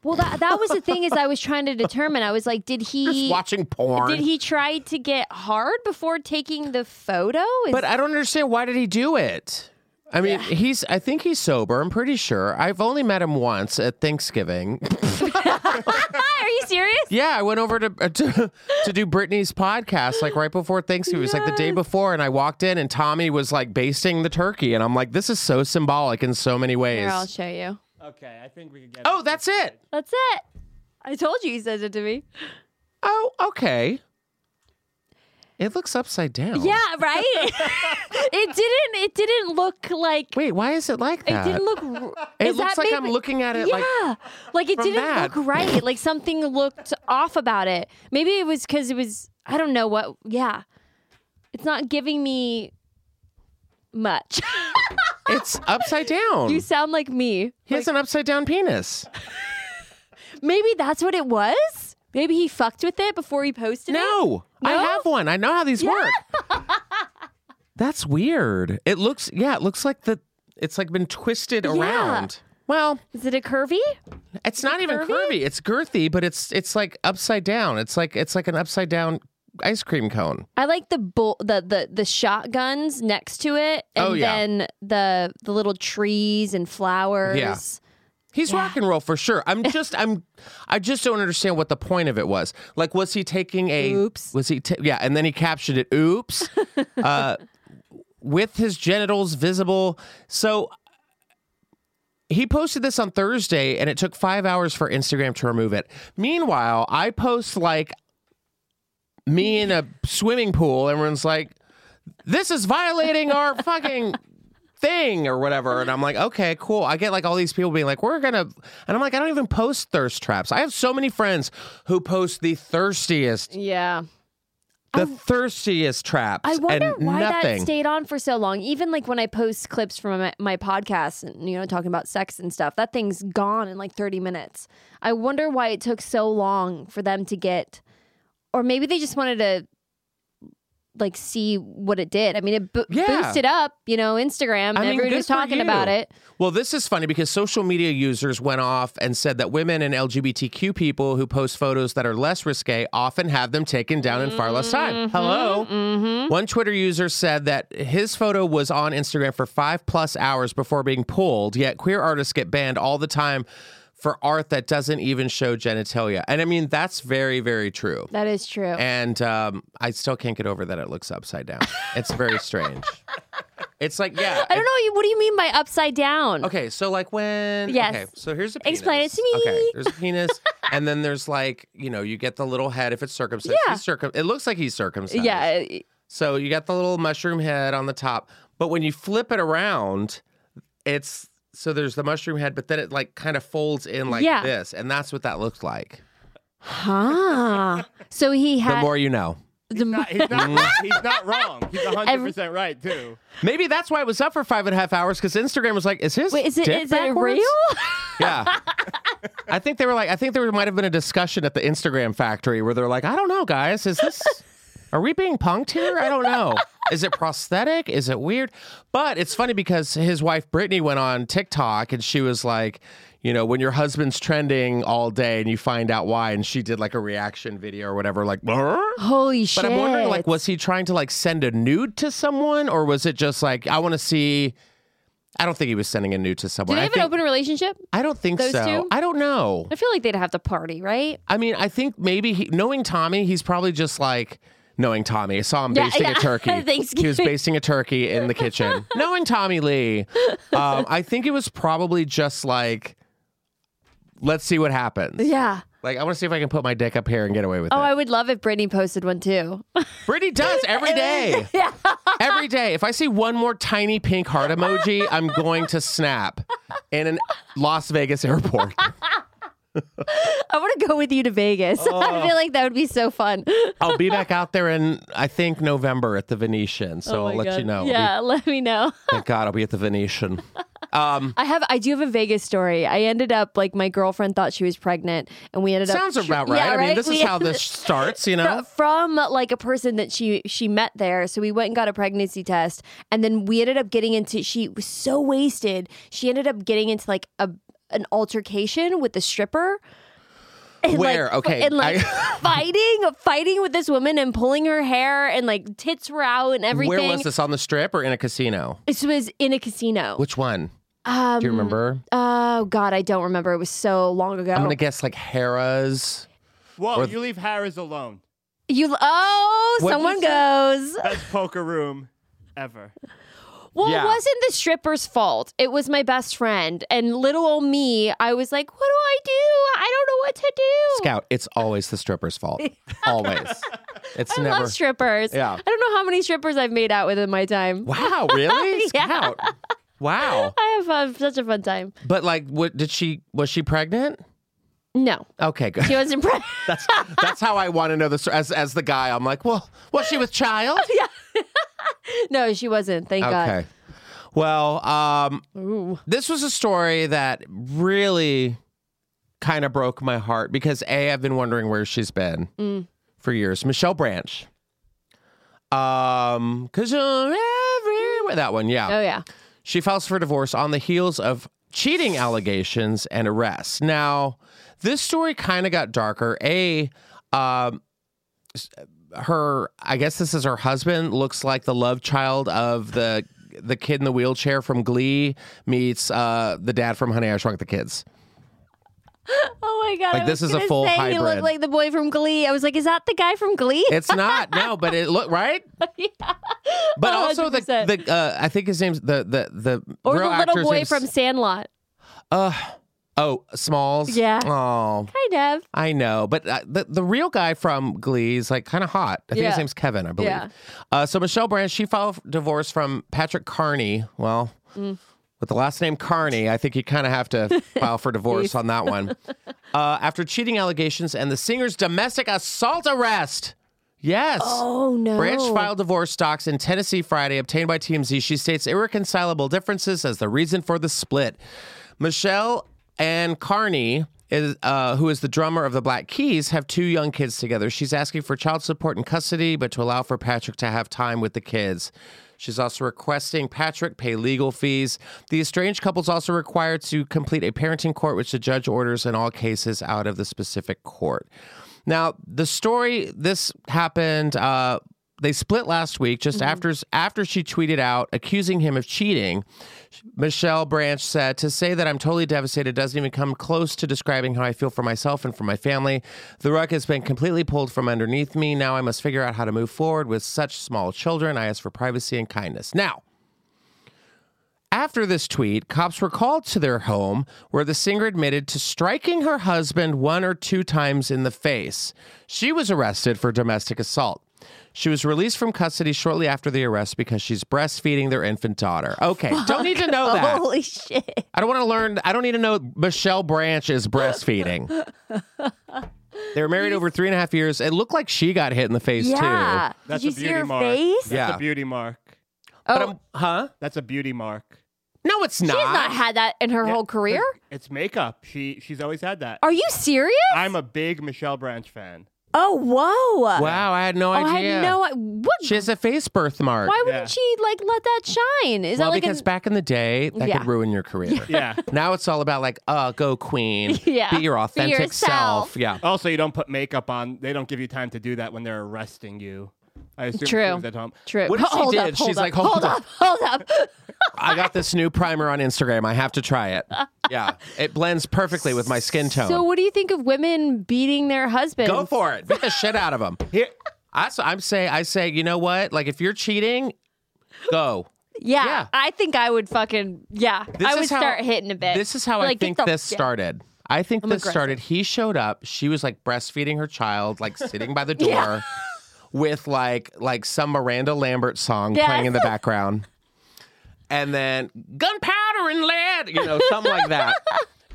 Speaker 3: Well, that that was the thing is I was trying to determine. I was like, did
Speaker 1: Just
Speaker 3: he
Speaker 1: watching porn.
Speaker 3: did he try to get hard before taking the photo? Is-
Speaker 1: But I don't understand why did he do it? I mean, he's I think he's sober, I'm pretty sure. I've only met him once at Thanksgiving.
Speaker 3: (laughs)
Speaker 1: (laughs)
Speaker 3: are you serious?
Speaker 1: yeah, I went over to uh, to, (laughs) to do Brittany's podcast like right before Thanksgiving. It was like the day before and I walked in and Tommy was like basting the turkey and I'm like this is so symbolic in so many ways.
Speaker 3: Here, I'll show you.
Speaker 2: Okay, I think we could get.
Speaker 1: oh, that's it.
Speaker 3: That's it. I told you he said it to me.
Speaker 1: Oh, okay. It looks upside down.
Speaker 3: Yeah,
Speaker 1: (laughs)
Speaker 3: right. it didn't. It didn't look like.
Speaker 1: Wait, why is it like
Speaker 3: It
Speaker 1: that?
Speaker 3: didn't look. r-
Speaker 1: It
Speaker 3: is
Speaker 1: looks
Speaker 3: that
Speaker 1: like
Speaker 3: maybe-
Speaker 1: I'm looking at it
Speaker 3: yeah,
Speaker 1: like
Speaker 3: like it
Speaker 1: from
Speaker 3: didn't
Speaker 1: that.
Speaker 3: look right. Like something looked off about it. Maybe it was because it was. I don't know what. Yeah, it's not giving me much. (laughs)
Speaker 1: it's upside down.
Speaker 3: you sound like me.
Speaker 1: he has an upside down penis.
Speaker 3: Maybe that's what it was. Maybe he fucked with it before he posted it.
Speaker 1: No, I
Speaker 3: No?
Speaker 1: have one. I know how these work.
Speaker 3: (laughs)
Speaker 1: That's weird. It looks, yeah, it looks like the, it's like been twisted around. Well,
Speaker 3: Is it a curvy?
Speaker 1: it's not even
Speaker 3: curvy?
Speaker 1: curvy. It's girthy, but it's it's like upside down. It's like it's like an upside down ice cream cone.
Speaker 3: I like the bull, the the the shotguns next to it, and
Speaker 1: Oh, yeah.
Speaker 3: then the the little trees and flowers.
Speaker 1: Yeah. He's rock and roll for sure. I'm just I'm I just don't understand what the point of it was. Like was he taking a
Speaker 3: Oops.
Speaker 1: Was he ta- yeah, and then he captioned it oops. uh with his genitals visible. So he posted this on Thursday and it took 5 hours for Instagram to remove it. Meanwhile, I post like me in a swimming pool everyone's like this is violating our fucking thing or whatever. And I'm like, okay, cool. I get like all these people being like, we're gonna, and I'm like, I don't even post thirst traps. I have so many friends who post the thirstiest,
Speaker 3: Yeah.
Speaker 1: the thirstiest traps.
Speaker 3: I wonder
Speaker 1: and
Speaker 3: why
Speaker 1: nothing.
Speaker 3: that stayed on for so long. Even like when I post clips from my, my podcast and, you know, talking about sex and stuff, that thing's gone in like 30 minutes. I wonder why it took so long for them to get, or maybe they just wanted to like see what it did. I mean, it bo-
Speaker 1: Yeah.
Speaker 3: boosted up, you know, Instagram.
Speaker 1: I mean,
Speaker 3: Everyone
Speaker 1: good
Speaker 3: was
Speaker 1: for
Speaker 3: talking about
Speaker 1: you.
Speaker 3: it.
Speaker 1: Well, this is funny because social media users went off and said that women and LGBTQ people who post photos that are less risque often have them taken down in far less time.
Speaker 3: Mm-hmm.
Speaker 1: Hello. One Twitter user said that his photo was on Instagram for five plus hours before being pulled, yet queer artists get banned all the time. for art that doesn't even show genitalia. And I mean, that's very, very true.
Speaker 3: That is true.
Speaker 1: And um, I still can't get over that it looks upside down. It's very
Speaker 3: (laughs)
Speaker 1: strange. it's like, yeah.
Speaker 3: I don't know. you- What do you mean by upside down?
Speaker 1: Okay, so like when
Speaker 3: Yes.
Speaker 1: okay, so here's a penis.
Speaker 3: Explain it to
Speaker 1: Okay,
Speaker 3: me.
Speaker 1: there's a penis, (laughs) and then there's like you know you get the little head if it's circumcised.
Speaker 3: Yeah.
Speaker 1: He's circum. It looks like he's circumcised.
Speaker 3: Yeah. it-
Speaker 1: So you got the little mushroom head on the top, but when you flip it around, it's so there's the mushroom head, but then it like kind of folds in like
Speaker 3: Yeah.
Speaker 1: this, and that's what that looks like.
Speaker 3: uh, Huh. so he
Speaker 1: The
Speaker 3: had
Speaker 1: more you know.
Speaker 3: the mo-
Speaker 2: Not- he's,
Speaker 3: (laughs)
Speaker 2: not, he's not wrong. He's 100% right, too.
Speaker 1: Maybe that's why it was up for five and a half hours because Instagram was like, "Is his
Speaker 3: Wait, is it
Speaker 1: dick
Speaker 3: is it
Speaker 1: backwards?
Speaker 3: real?
Speaker 1: Yeah. I think they were like, I think there might have been a discussion at the Instagram factory where they're like, I don't know, guys. Is this, are we being punked here? I don't know. Is it prosthetic? Is it weird? But it's funny because his wife, Brittany, went on TikTok and she was like, you know, when your husband's trending all day and you find out why, and she did like a reaction video or whatever, like, "Brr?"
Speaker 3: Holy shit.
Speaker 1: But I'm wondering, like, was he trying to like send a nude to someone, or was it just like I want to see? I don't think he was sending a nude to
Speaker 3: do
Speaker 1: someone.
Speaker 3: they
Speaker 1: I
Speaker 3: have
Speaker 1: think,
Speaker 3: an open relationship?
Speaker 1: I don't think
Speaker 3: those
Speaker 1: so.
Speaker 3: two?
Speaker 1: I don't know.
Speaker 3: I feel like they'd have to party, right?
Speaker 1: I mean, I think maybe he, knowing Tommy, he's probably just like knowing Tommy. I saw him
Speaker 3: Yeah,
Speaker 1: basting
Speaker 3: yeah.
Speaker 1: a turkey. he was
Speaker 3: (laughs) Thanksgiving.
Speaker 1: basting a turkey in the
Speaker 3: (laughs)
Speaker 1: kitchen. knowing Tommy Lee, um, I think it was probably just like, let's see what happens.
Speaker 3: Yeah.
Speaker 1: Like, I want to see if I can put my dick up here and get away with
Speaker 3: Oh,
Speaker 1: it.
Speaker 3: I would love if Brittany posted one too. (laughs)
Speaker 1: Brittany does every day.
Speaker 3: yeah.
Speaker 1: Every day, if I see one more tiny pink heart emoji, I'm going to snap in a Las Vegas
Speaker 3: (laughs)
Speaker 1: airport.
Speaker 3: I want to go with you to Vegas. (laughs)
Speaker 1: Oh.
Speaker 3: I feel like that would be so
Speaker 1: (laughs)
Speaker 3: fun. Oh
Speaker 1: I'll be back out there in, I think, November at the Venetian. So
Speaker 3: Oh my
Speaker 1: I'll let
Speaker 3: God.
Speaker 1: you know. I'll be-
Speaker 3: Yeah, (laughs) let me know.
Speaker 1: Thank God I'll be at the
Speaker 3: (laughs)
Speaker 1: Venetian. Um,
Speaker 3: I have I do have a Vegas story. I ended up like my girlfriend thought she was pregnant and we ended
Speaker 1: sounds
Speaker 3: up
Speaker 1: about right.
Speaker 3: Yeah,
Speaker 1: I mean, this
Speaker 3: We (laughs)
Speaker 1: is how
Speaker 3: ended-
Speaker 1: this starts, you know?
Speaker 3: fro- uh, from like a person that she she met there. So we went and got a pregnancy test, and then we ended up getting into. She was so wasted. She ended up getting into like a an altercation with the stripper. And
Speaker 1: Where?
Speaker 3: Like,
Speaker 1: Okay,
Speaker 3: And like
Speaker 1: (laughs)
Speaker 3: fighting, fighting with this woman and pulling her hair and like tits were out and everything.
Speaker 1: Where was this? On the strip or in a casino?
Speaker 3: This was in a casino.
Speaker 1: Which one?
Speaker 3: um,
Speaker 1: Do you remember?
Speaker 3: Oh God, I don't remember. It was so long ago.
Speaker 1: I'm going to guess like Harrah's.
Speaker 2: Whoa,
Speaker 1: Or-
Speaker 2: you leave Harris alone.
Speaker 3: you oh,
Speaker 1: What'd
Speaker 3: someone
Speaker 1: you
Speaker 3: goes.
Speaker 2: Best poker room
Speaker 3: (laughs)
Speaker 2: ever.
Speaker 3: Well,
Speaker 1: Yeah.
Speaker 3: it wasn't the stripper's fault. It was my best friend. And little old me, I was like, what do I do? I don't know what to do.
Speaker 1: Scout, it's always the stripper's
Speaker 3: (laughs)
Speaker 1: fault. always. It's
Speaker 3: I
Speaker 1: never.
Speaker 3: love strippers.
Speaker 1: Yeah.
Speaker 3: I don't know how many strippers I've made out with in my
Speaker 1: (laughs)
Speaker 3: time.
Speaker 1: wow, really?
Speaker 3: (laughs) Yeah.
Speaker 1: Scout. Wow.
Speaker 3: I have uh, such a fun time.
Speaker 1: But like, what did she? Was she pregnant?
Speaker 3: No,
Speaker 1: Okay, good.
Speaker 3: (laughs) she wasn't
Speaker 1: (laughs)
Speaker 3: pregnant.
Speaker 1: That's that's how I want to know this. As as the guy, I'm like, well, was she with child?
Speaker 3: no, she wasn't. Thank God.
Speaker 1: Okay. Well, um,
Speaker 3: Ooh.
Speaker 1: this was a story that really kind of broke my heart because a I've been wondering where she's been for years. Michelle Branch. Um, cause you're everywhere. That one, yeah.
Speaker 3: Oh, yeah.
Speaker 1: She files for divorce on the heels of cheating allegations and arrests. Now, this story kind of got darker. A, um, s- her, I guess this is her husband, looks like the love child of the the kid in the wheelchair from Glee meets uh, the dad from Honey I Shrunk the Kids.
Speaker 3: Oh, my God.
Speaker 1: Like,
Speaker 3: I
Speaker 1: this
Speaker 3: was
Speaker 1: is a
Speaker 3: gonna
Speaker 1: full
Speaker 3: say He
Speaker 1: hybrid.
Speaker 3: looked like the boy from Glee. I was like, is that the guy from Glee?
Speaker 1: It's not no, but it look
Speaker 3: (laughs)
Speaker 1: right.
Speaker 3: Oh,
Speaker 1: But also the
Speaker 3: 100%.
Speaker 1: the uh, I think his name's the the the
Speaker 3: or
Speaker 1: real
Speaker 3: the little
Speaker 1: actor's
Speaker 3: boy
Speaker 1: name's-
Speaker 3: from Sandlot.
Speaker 1: uh oh Smalls
Speaker 3: Yeah.
Speaker 1: oh
Speaker 3: Kind of.
Speaker 1: I know, but uh, the the real guy from Glee is like kind of hot. I think his
Speaker 3: Yeah.
Speaker 1: name's Kevin, I believe.
Speaker 3: Yeah.
Speaker 1: Uh, so Michelle Branch she filed divorce from Patrick Carney. Well,
Speaker 3: Mm.
Speaker 1: with the last name Carney, I think you kind of have
Speaker 3: (laughs)
Speaker 1: to file for divorce on that one. Uh, after cheating allegations and the singer's domestic assault arrest. Yes.
Speaker 3: Oh, no.
Speaker 1: Branch
Speaker 3: (laughs)
Speaker 1: filed divorce docs in Tennessee Friday, obtained by TMZ. She states irreconcilable differences as the reason for the split. Michelle and Carney, is, uh, who is the drummer of the Black Keys, have two young kids together. She's asking for child support and custody, but to allow for Patrick to have time with the kids. She's also requesting Patrick pay legal fees. The estranged couple's also required to complete a parenting court, which the judge orders in all cases out of the specific court. Now, the story this happened uh, They split last week, just after after she tweeted out accusing him of cheating. Michelle Branch said, "To say that I'm totally devastated doesn't even come close to describing how I feel for myself and for my family. The rug has been completely pulled from underneath me. Now I must figure out how to move forward with such small children. I ask for privacy and kindness." Now. After this tweet, cops were called to their home where the singer admitted to striking her husband one or two times in the face. She was arrested for domestic assault. She was released from custody shortly after the arrest because she's breastfeeding their infant daughter. Okay, don't need to know that.
Speaker 3: (laughs) Holy shit.
Speaker 1: I don't want to learn. I don't need to know Michelle Branch is
Speaker 3: (laughs)
Speaker 1: breastfeeding. they were married over three and a half years. It looked like she got hit in the face
Speaker 3: Yeah.
Speaker 1: too.
Speaker 2: That's
Speaker 3: Did you
Speaker 2: a
Speaker 3: see
Speaker 2: beauty
Speaker 3: her
Speaker 2: mark.
Speaker 3: face?
Speaker 2: That's
Speaker 1: Yeah.
Speaker 2: a beauty mark.
Speaker 1: But
Speaker 3: oh,
Speaker 1: I'm- huh?
Speaker 2: That's a beauty mark.
Speaker 1: No, it's
Speaker 3: she's
Speaker 1: not.
Speaker 3: not had that in her
Speaker 2: Yeah,
Speaker 3: whole career.
Speaker 2: It's makeup. She she's always had that.
Speaker 3: Are you serious?
Speaker 2: I'm a big Michelle Branch fan.
Speaker 3: oh, whoa.
Speaker 1: wow, I had no
Speaker 3: Oh, I
Speaker 1: idea.
Speaker 3: had no. What?
Speaker 1: she has a face birthmark.
Speaker 3: why
Speaker 2: Yeah.
Speaker 3: wouldn't she like let that shine? Is
Speaker 1: well,
Speaker 3: that like
Speaker 1: because
Speaker 3: an,
Speaker 1: back in the day, that
Speaker 3: Yeah.
Speaker 1: could ruin your career.
Speaker 3: (laughs)
Speaker 2: Yeah.
Speaker 1: Now it's all about like, uh, go queen,
Speaker 3: Yeah.
Speaker 1: be your
Speaker 3: Be
Speaker 1: authentic
Speaker 3: yourself.
Speaker 1: self. Yeah.
Speaker 2: also, you don't put makeup on. They don't give you time to do that when they're arresting you. I assume she
Speaker 3: True.
Speaker 2: was at home.
Speaker 3: True.
Speaker 1: What if she
Speaker 3: hold
Speaker 1: did?
Speaker 3: Up, hold
Speaker 1: She's
Speaker 3: up,
Speaker 1: like, hold
Speaker 3: hold
Speaker 1: up.
Speaker 3: up, hold up.
Speaker 1: I got this new primer on Instagram. I have to try
Speaker 3: (laughs)
Speaker 1: it. Yeah, it blends perfectly with my skin tone.
Speaker 3: So, what do you think of women beating their husbands?
Speaker 1: Go for it. Beat the shit out of them.
Speaker 2: Here,
Speaker 1: I, s- I'm say I say you know what? Like if you're cheating, go.
Speaker 3: Yeah,
Speaker 1: Yeah.
Speaker 3: I think I would fucking yeah.
Speaker 1: This
Speaker 3: I would
Speaker 1: is how-
Speaker 3: start hitting a bit.
Speaker 1: This is how
Speaker 3: Like,
Speaker 1: I
Speaker 3: get
Speaker 1: think
Speaker 3: the-
Speaker 1: this
Speaker 3: yeah.
Speaker 1: started. I think this
Speaker 3: aggressive.
Speaker 1: started. He showed up. She was like breastfeeding her child, like sitting
Speaker 3: (laughs)
Speaker 1: by the door, with like like some Miranda Lambert song
Speaker 3: Yes.
Speaker 1: playing in the background, and then gunpowder and lead, you know, something like
Speaker 3: (laughs)
Speaker 1: that.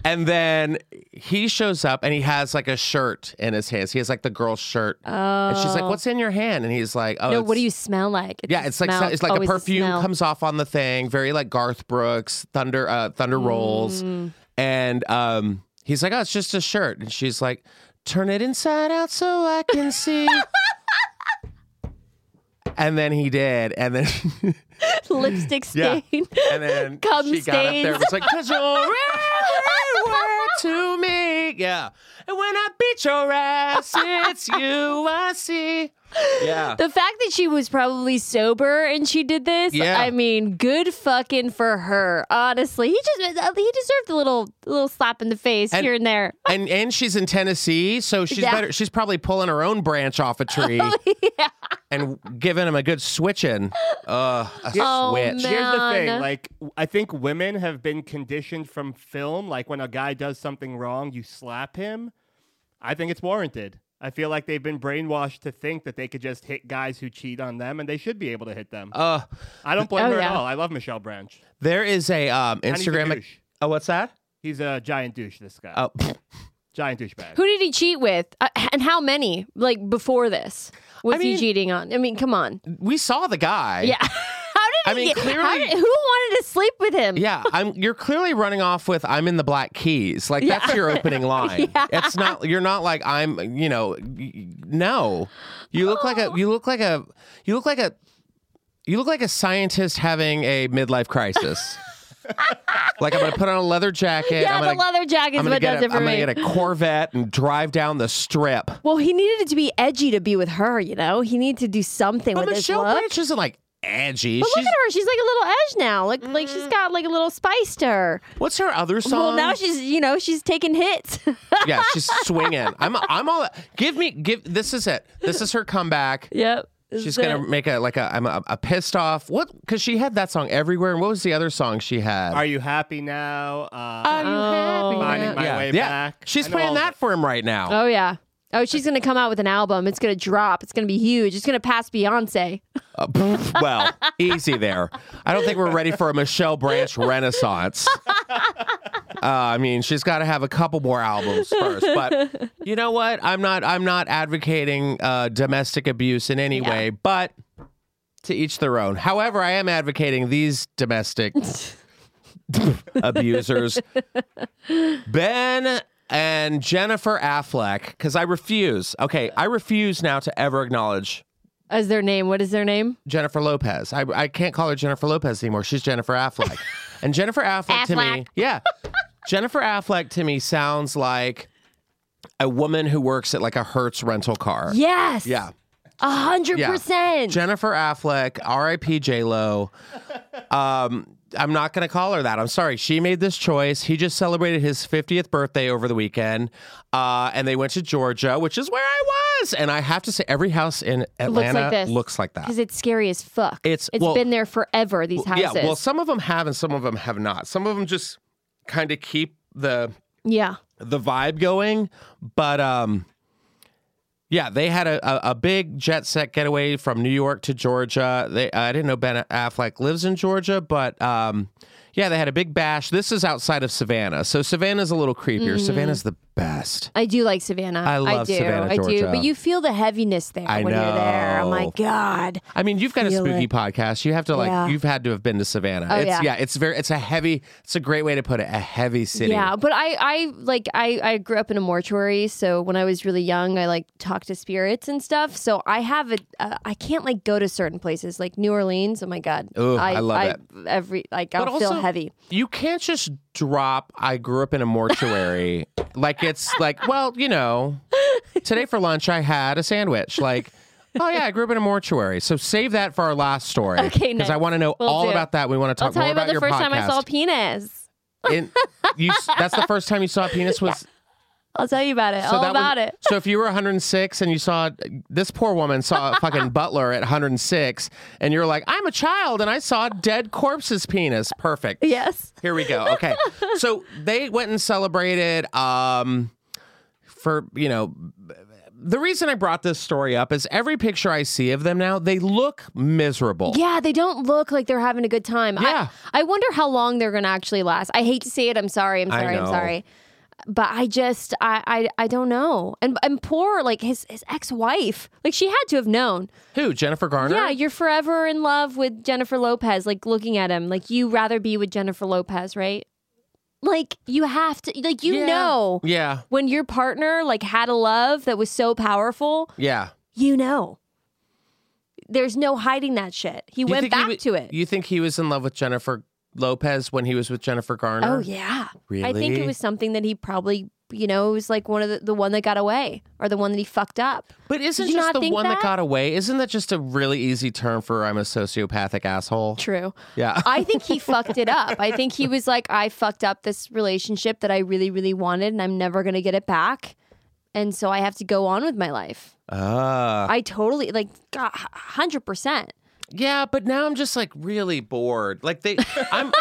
Speaker 1: And then he shows up and he has like a shirt in his hands. He has like the girl's shirt, and she's like, "What's in your hand?" And he's like, "Oh,
Speaker 3: Oh. No,
Speaker 1: it's-
Speaker 3: what do you smell like?
Speaker 1: Yeah, it's like it's like a perfume comes off on the thing, very like Garth Brooks, Thunder uh, Thunder Rolls, and um, he's like, "Oh, it's just a shirt," and she's like, "Turn it inside out so I can see." and then he did, and then (laughs)
Speaker 3: lipstick
Speaker 1: Yeah.
Speaker 3: stain.
Speaker 1: and then
Speaker 3: Cum
Speaker 1: she got up there. and
Speaker 3: stains.
Speaker 1: was like, "Cause you're everywhere to me, yeah." And when I beat your ass, it's you I see. Yeah,
Speaker 3: The fact that she was probably sober and she did this,
Speaker 1: Yeah.
Speaker 3: I mean, good fucking for her. Honestly, he just uh, he deserved a little little slap in the face
Speaker 1: And-
Speaker 3: here and there.
Speaker 1: and and she's in Tennessee, so she's
Speaker 3: Yeah. Oh,
Speaker 1: better. She's probably pulling her own branch off a
Speaker 3: (laughs)
Speaker 1: tree and giving him a good switch in. Uh, a
Speaker 3: Oh,
Speaker 1: switch.
Speaker 3: man.
Speaker 2: here's the thing.
Speaker 3: Man.
Speaker 2: Like, I think women have been conditioned from film. Like, when a guy does something wrong, you slap him. I think it's warranted. I feel like they've been brainwashed to think that they could just hit guys who cheat on them, and they should be able to hit them.
Speaker 1: Uh,
Speaker 2: I don't blame
Speaker 3: Oh,
Speaker 2: her
Speaker 3: yeah.
Speaker 2: at all. I love Michelle Branch.
Speaker 1: there is a um,
Speaker 2: And he's a
Speaker 1: Instagram.
Speaker 2: douche.
Speaker 1: Oh, what's that?
Speaker 2: He's a giant douche. This guy,
Speaker 1: Oh, (laughs)
Speaker 2: giant douchebag.
Speaker 3: Who did he cheat with, uh, and how many? Like before this, was
Speaker 1: mean-
Speaker 3: he cheating on? I mean, come on.
Speaker 1: we saw the guy.
Speaker 3: Yeah. (laughs) How did
Speaker 1: I
Speaker 3: he
Speaker 1: mean,
Speaker 3: get,
Speaker 1: clearly-
Speaker 3: how did- who wanted to sleep with him?
Speaker 1: Yeah, I'm. You're clearly running off with "I'm in the Black Keys." Like that's your
Speaker 3: (laughs)
Speaker 1: opening line. It's not. You're not like I'm. You know, y- y- no. You look
Speaker 3: Oh.
Speaker 1: like a. You look like a. You look like a. You look like a scientist having a midlife
Speaker 3: (laughs)
Speaker 1: crisis. like I'm gonna put on a leather jacket.
Speaker 3: Yeah,
Speaker 1: I'm
Speaker 3: the
Speaker 1: gonna,
Speaker 3: leather jacket's
Speaker 1: I'm gonna
Speaker 3: what
Speaker 1: get
Speaker 3: does
Speaker 1: a,
Speaker 3: it for
Speaker 1: I'm
Speaker 3: me.
Speaker 1: gonna get a Corvette and drive down the strip.
Speaker 3: well, he needed it to be edgy to be with her, you know? He needed to do something
Speaker 1: But
Speaker 3: with
Speaker 1: Michelle
Speaker 3: his look.
Speaker 1: Branch isn't like edgy.
Speaker 3: But look
Speaker 1: She's, Mm.
Speaker 3: at her. She's like a little edge now. Like, like she's got like a little spice to her.
Speaker 1: what's her other song?
Speaker 3: well, now she's, you know, she's taking hits. (laughs)
Speaker 1: yeah, she's swinging. I'm. I'm all. Give me. Give. This is it. This is her comeback.
Speaker 3: yep.
Speaker 1: She's gonna make a like a I'm a, a pissed off what because she had that song everywhere and what was the other song she had?
Speaker 2: Are you happy now? Uh,
Speaker 3: Oh,
Speaker 2: Finding my
Speaker 1: yeah,
Speaker 2: way
Speaker 1: yeah.
Speaker 2: back.
Speaker 1: She's
Speaker 2: I know all
Speaker 1: playing that
Speaker 2: the-
Speaker 1: for him right now.
Speaker 3: Oh, yeah. Oh, she's going to come out with an album. It's going to drop. It's going to be huge. It's going to pass Beyonce.
Speaker 1: Uh, pff, well, easy there. I don't think we're ready for a Michelle Branch renaissance. Uh, I mean, she's got to have a couple more albums first. But you know what? I'm not. I'm not advocating uh, domestic abuse in any way. But to each their own. However, I am advocating these domestic abusers, Ben and Jennifer Affleck, because I refuse. Okay, I refuse now to ever acknowledge
Speaker 3: As their name. What is their name?
Speaker 1: Jennifer Lopez. I, I can't call her Jennifer Lopez anymore. She's Jennifer
Speaker 3: (laughs)
Speaker 1: Affleck. and Jennifer Affleck, to me,
Speaker 3: Affleck.
Speaker 1: yeah. Jennifer Affleck to me sounds like a woman who works at like a Hertz rental car.
Speaker 3: Yes.
Speaker 1: Yeah.
Speaker 3: A hundred
Speaker 1: Yeah.
Speaker 3: percent.
Speaker 1: Jennifer Affleck, R.I.P. J Lo. Um, I'm not going to call her that. I'm sorry. She made this choice. He just celebrated his 50th birthday over the weekend, uh, and they went to Georgia, which is where I was. And I have to say, every house in
Speaker 3: looks
Speaker 1: Atlanta
Speaker 3: like this.
Speaker 1: that.
Speaker 3: because it's scary as fuck.
Speaker 1: It's-
Speaker 3: it's
Speaker 1: well-
Speaker 3: been there forever. These houses.
Speaker 1: Yeah. Well, some of them have, and some of them have not. Some of them just kind of keep the
Speaker 3: yeah.
Speaker 1: the vibe going. But um yeah, they had a, a, a big jet set getaway from New York to Georgia. They uh, I didn't know Ben Affleck lives in Georgia, but um yeah, they had a big bash. This is outside of Savannah. So Savannah's a little
Speaker 3: Mm-hmm.
Speaker 1: creepier. Savannah's the best.
Speaker 3: I do like Savannah.
Speaker 1: I love
Speaker 3: do.
Speaker 1: Savannah,
Speaker 3: I do.
Speaker 1: Georgia.
Speaker 3: But you feel the heaviness there
Speaker 1: I
Speaker 3: when you're there. I'm
Speaker 1: know.
Speaker 3: like, God.
Speaker 1: I mean, you've got a
Speaker 3: Feel
Speaker 1: spooky
Speaker 3: it.
Speaker 1: podcast. You have to like
Speaker 3: Yeah.
Speaker 1: you've had to have been to Savannah.
Speaker 3: Oh,
Speaker 1: it's
Speaker 3: yeah.
Speaker 1: it's very it's a heavy it's a great way to put it, a heavy city.
Speaker 3: Yeah, but I, I like I, I grew up in a mortuary, so when I was really young, I like talked to spirits and stuff. So I have a, uh, I can't like go to certain places like New Orleans. Oh my god,
Speaker 1: Ooh, I love it.
Speaker 3: Every like
Speaker 1: But
Speaker 3: I'll feel
Speaker 1: also-
Speaker 3: heavy.
Speaker 1: You can't just drop I grew up in a
Speaker 3: (laughs)
Speaker 1: mortuary. like it's like, well, you know, today for lunch I had a sandwich. Like, oh yeah, I grew up in a mortuary. So save that for our last story.
Speaker 3: Okay,
Speaker 1: Because I
Speaker 3: nice.
Speaker 1: want to know
Speaker 3: Will
Speaker 1: all
Speaker 3: do.
Speaker 1: about that. We want to
Speaker 3: I'll
Speaker 1: talk
Speaker 3: tell
Speaker 1: more
Speaker 3: you about, the
Speaker 1: your
Speaker 3: first
Speaker 1: podcast.
Speaker 3: time I saw a penis.
Speaker 1: And you, s- that's
Speaker 3: (laughs)
Speaker 1: the first time you saw a penis was
Speaker 3: I'll tell you about it. all
Speaker 1: that was-
Speaker 3: about it.
Speaker 1: So if you were 106 and you saw this poor woman saw a fucking butler at 106 and you're like, I'm a child and I saw a dead corpse's penis. Perfect.
Speaker 3: Yes.
Speaker 1: Here we go.
Speaker 3: (laughs)
Speaker 1: Okay. so they went and celebrated um for, you know, the reason I brought this story up is every picture I see of them now, they look miserable.
Speaker 3: Yeah, they don't look like they're having a good time.
Speaker 1: Yeah.
Speaker 3: I, I wonder how long they're going to actually last. I hate to say it. I'm sorry. I'm
Speaker 1: I
Speaker 3: sorry. I'm
Speaker 1: know.
Speaker 3: sorry. But I just, I, I, I don't know. And and poor, like his his ex wife. Like she had to have known.
Speaker 1: Who? Jennifer Garner?
Speaker 3: Yeah, you're forever in love with Jennifer Lopez. Like looking at him, like you rather be with Jennifer Lopez, right? Like you have to. Like you
Speaker 1: Yeah.
Speaker 3: know
Speaker 1: Yeah.
Speaker 3: when your partner like had a love that was so powerful.
Speaker 1: Yeah.
Speaker 3: You know. There's no hiding that shit. He
Speaker 1: You
Speaker 3: went
Speaker 1: think he
Speaker 3: back
Speaker 1: wa-
Speaker 3: to it.
Speaker 1: You think he was in love with Jennifer Lopez when he was with Jennifer Garner?
Speaker 3: Oh yeah.
Speaker 1: Really?
Speaker 3: I think it was something that he probably, you know, it was like one of the, the one that got away or the one that he fucked up.
Speaker 1: But isn't
Speaker 3: you
Speaker 1: just
Speaker 3: not
Speaker 1: the
Speaker 3: think
Speaker 1: one that?
Speaker 3: that?
Speaker 1: got away? Isn't that just a really easy term for I'm a sociopathic asshole?
Speaker 3: True. (laughs)
Speaker 1: Yeah.
Speaker 3: I think he fucked it up. I think he was like, I fucked up this relationship that I really, really wanted and I'm never going to get it back. And so I have to go on with my life.
Speaker 1: Ah.
Speaker 3: I totally, like, God, 100%.
Speaker 1: yeah, but now I'm just like really bored. Like they
Speaker 3: (laughs)
Speaker 1: I'm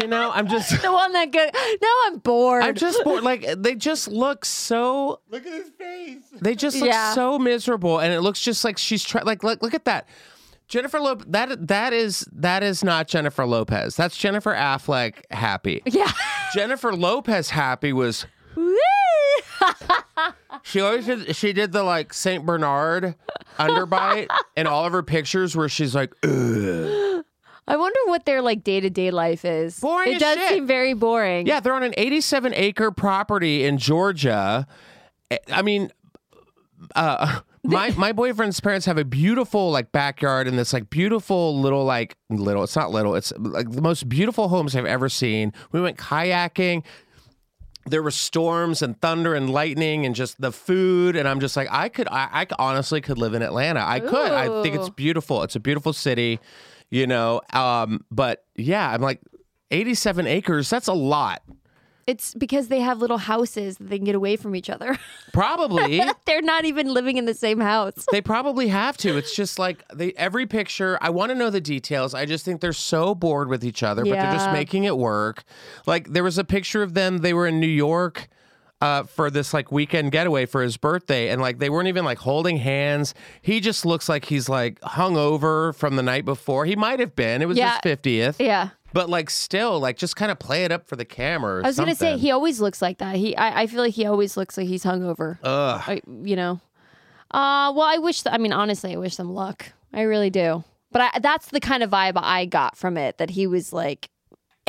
Speaker 1: you know, I'm just
Speaker 3: The one that go, now I'm bored.
Speaker 1: I'm just bored. Like they just look so
Speaker 2: Look at his face.
Speaker 1: they just look
Speaker 3: Yeah.
Speaker 1: so miserable and it looks just like she's trying like look look at that. Jennifer Lopez that that is that is not Jennifer Lopez. That's Jennifer Affleck happy.
Speaker 3: (laughs) yeah.
Speaker 1: Jennifer Lopez happy was
Speaker 3: Woo!
Speaker 1: She always did, she did the like Saint Bernard underbite in all of her pictures where she's like, Ugh.
Speaker 3: I wonder what their like day to day life is.
Speaker 1: Boring
Speaker 3: It
Speaker 1: as
Speaker 3: does
Speaker 1: shit.
Speaker 3: seem very boring.
Speaker 1: yeah, they're on an 87 acre property in Georgia. I- I mean, uh, my my boyfriend's parents have a beautiful like backyard and this like beautiful little like little. It's not little. It's like the most beautiful homes I've ever seen. We went kayaking. there were storms and thunder and lightning and just the food and i'm just like i could i, I honestly could live in atlanta i could i think it's
Speaker 3: Ooh.
Speaker 1: beautiful it's a beautiful city you know um but yeah i'm like 87 acres that's a lot
Speaker 3: It's because they have little houses that they can get away from each other.
Speaker 1: probably
Speaker 3: (laughs) They're not even living in the same house.
Speaker 1: they probably have to it's just like they every picture i want to know the details i just think they're so bored with each other but they're just
Speaker 3: Yeah.
Speaker 1: making it work like there was a picture of them they were in new york uh, for this like weekend getaway for his birthday and like they weren't even like holding hands he just looks like he's like hung over from the night before he might have been it was
Speaker 3: Yeah.
Speaker 1: his 50th
Speaker 3: Yeah.
Speaker 1: but like still like just kind of play it up for the camera or
Speaker 3: I was gonna say
Speaker 1: something.
Speaker 3: he always looks like that. He I, I feel like he always looks like he's hungover.
Speaker 1: Ugh.
Speaker 3: I, you know. Uh well I wish th- I mean honestly I wish them luck. I really do. But I, that's the kind of vibe I got from it that he was like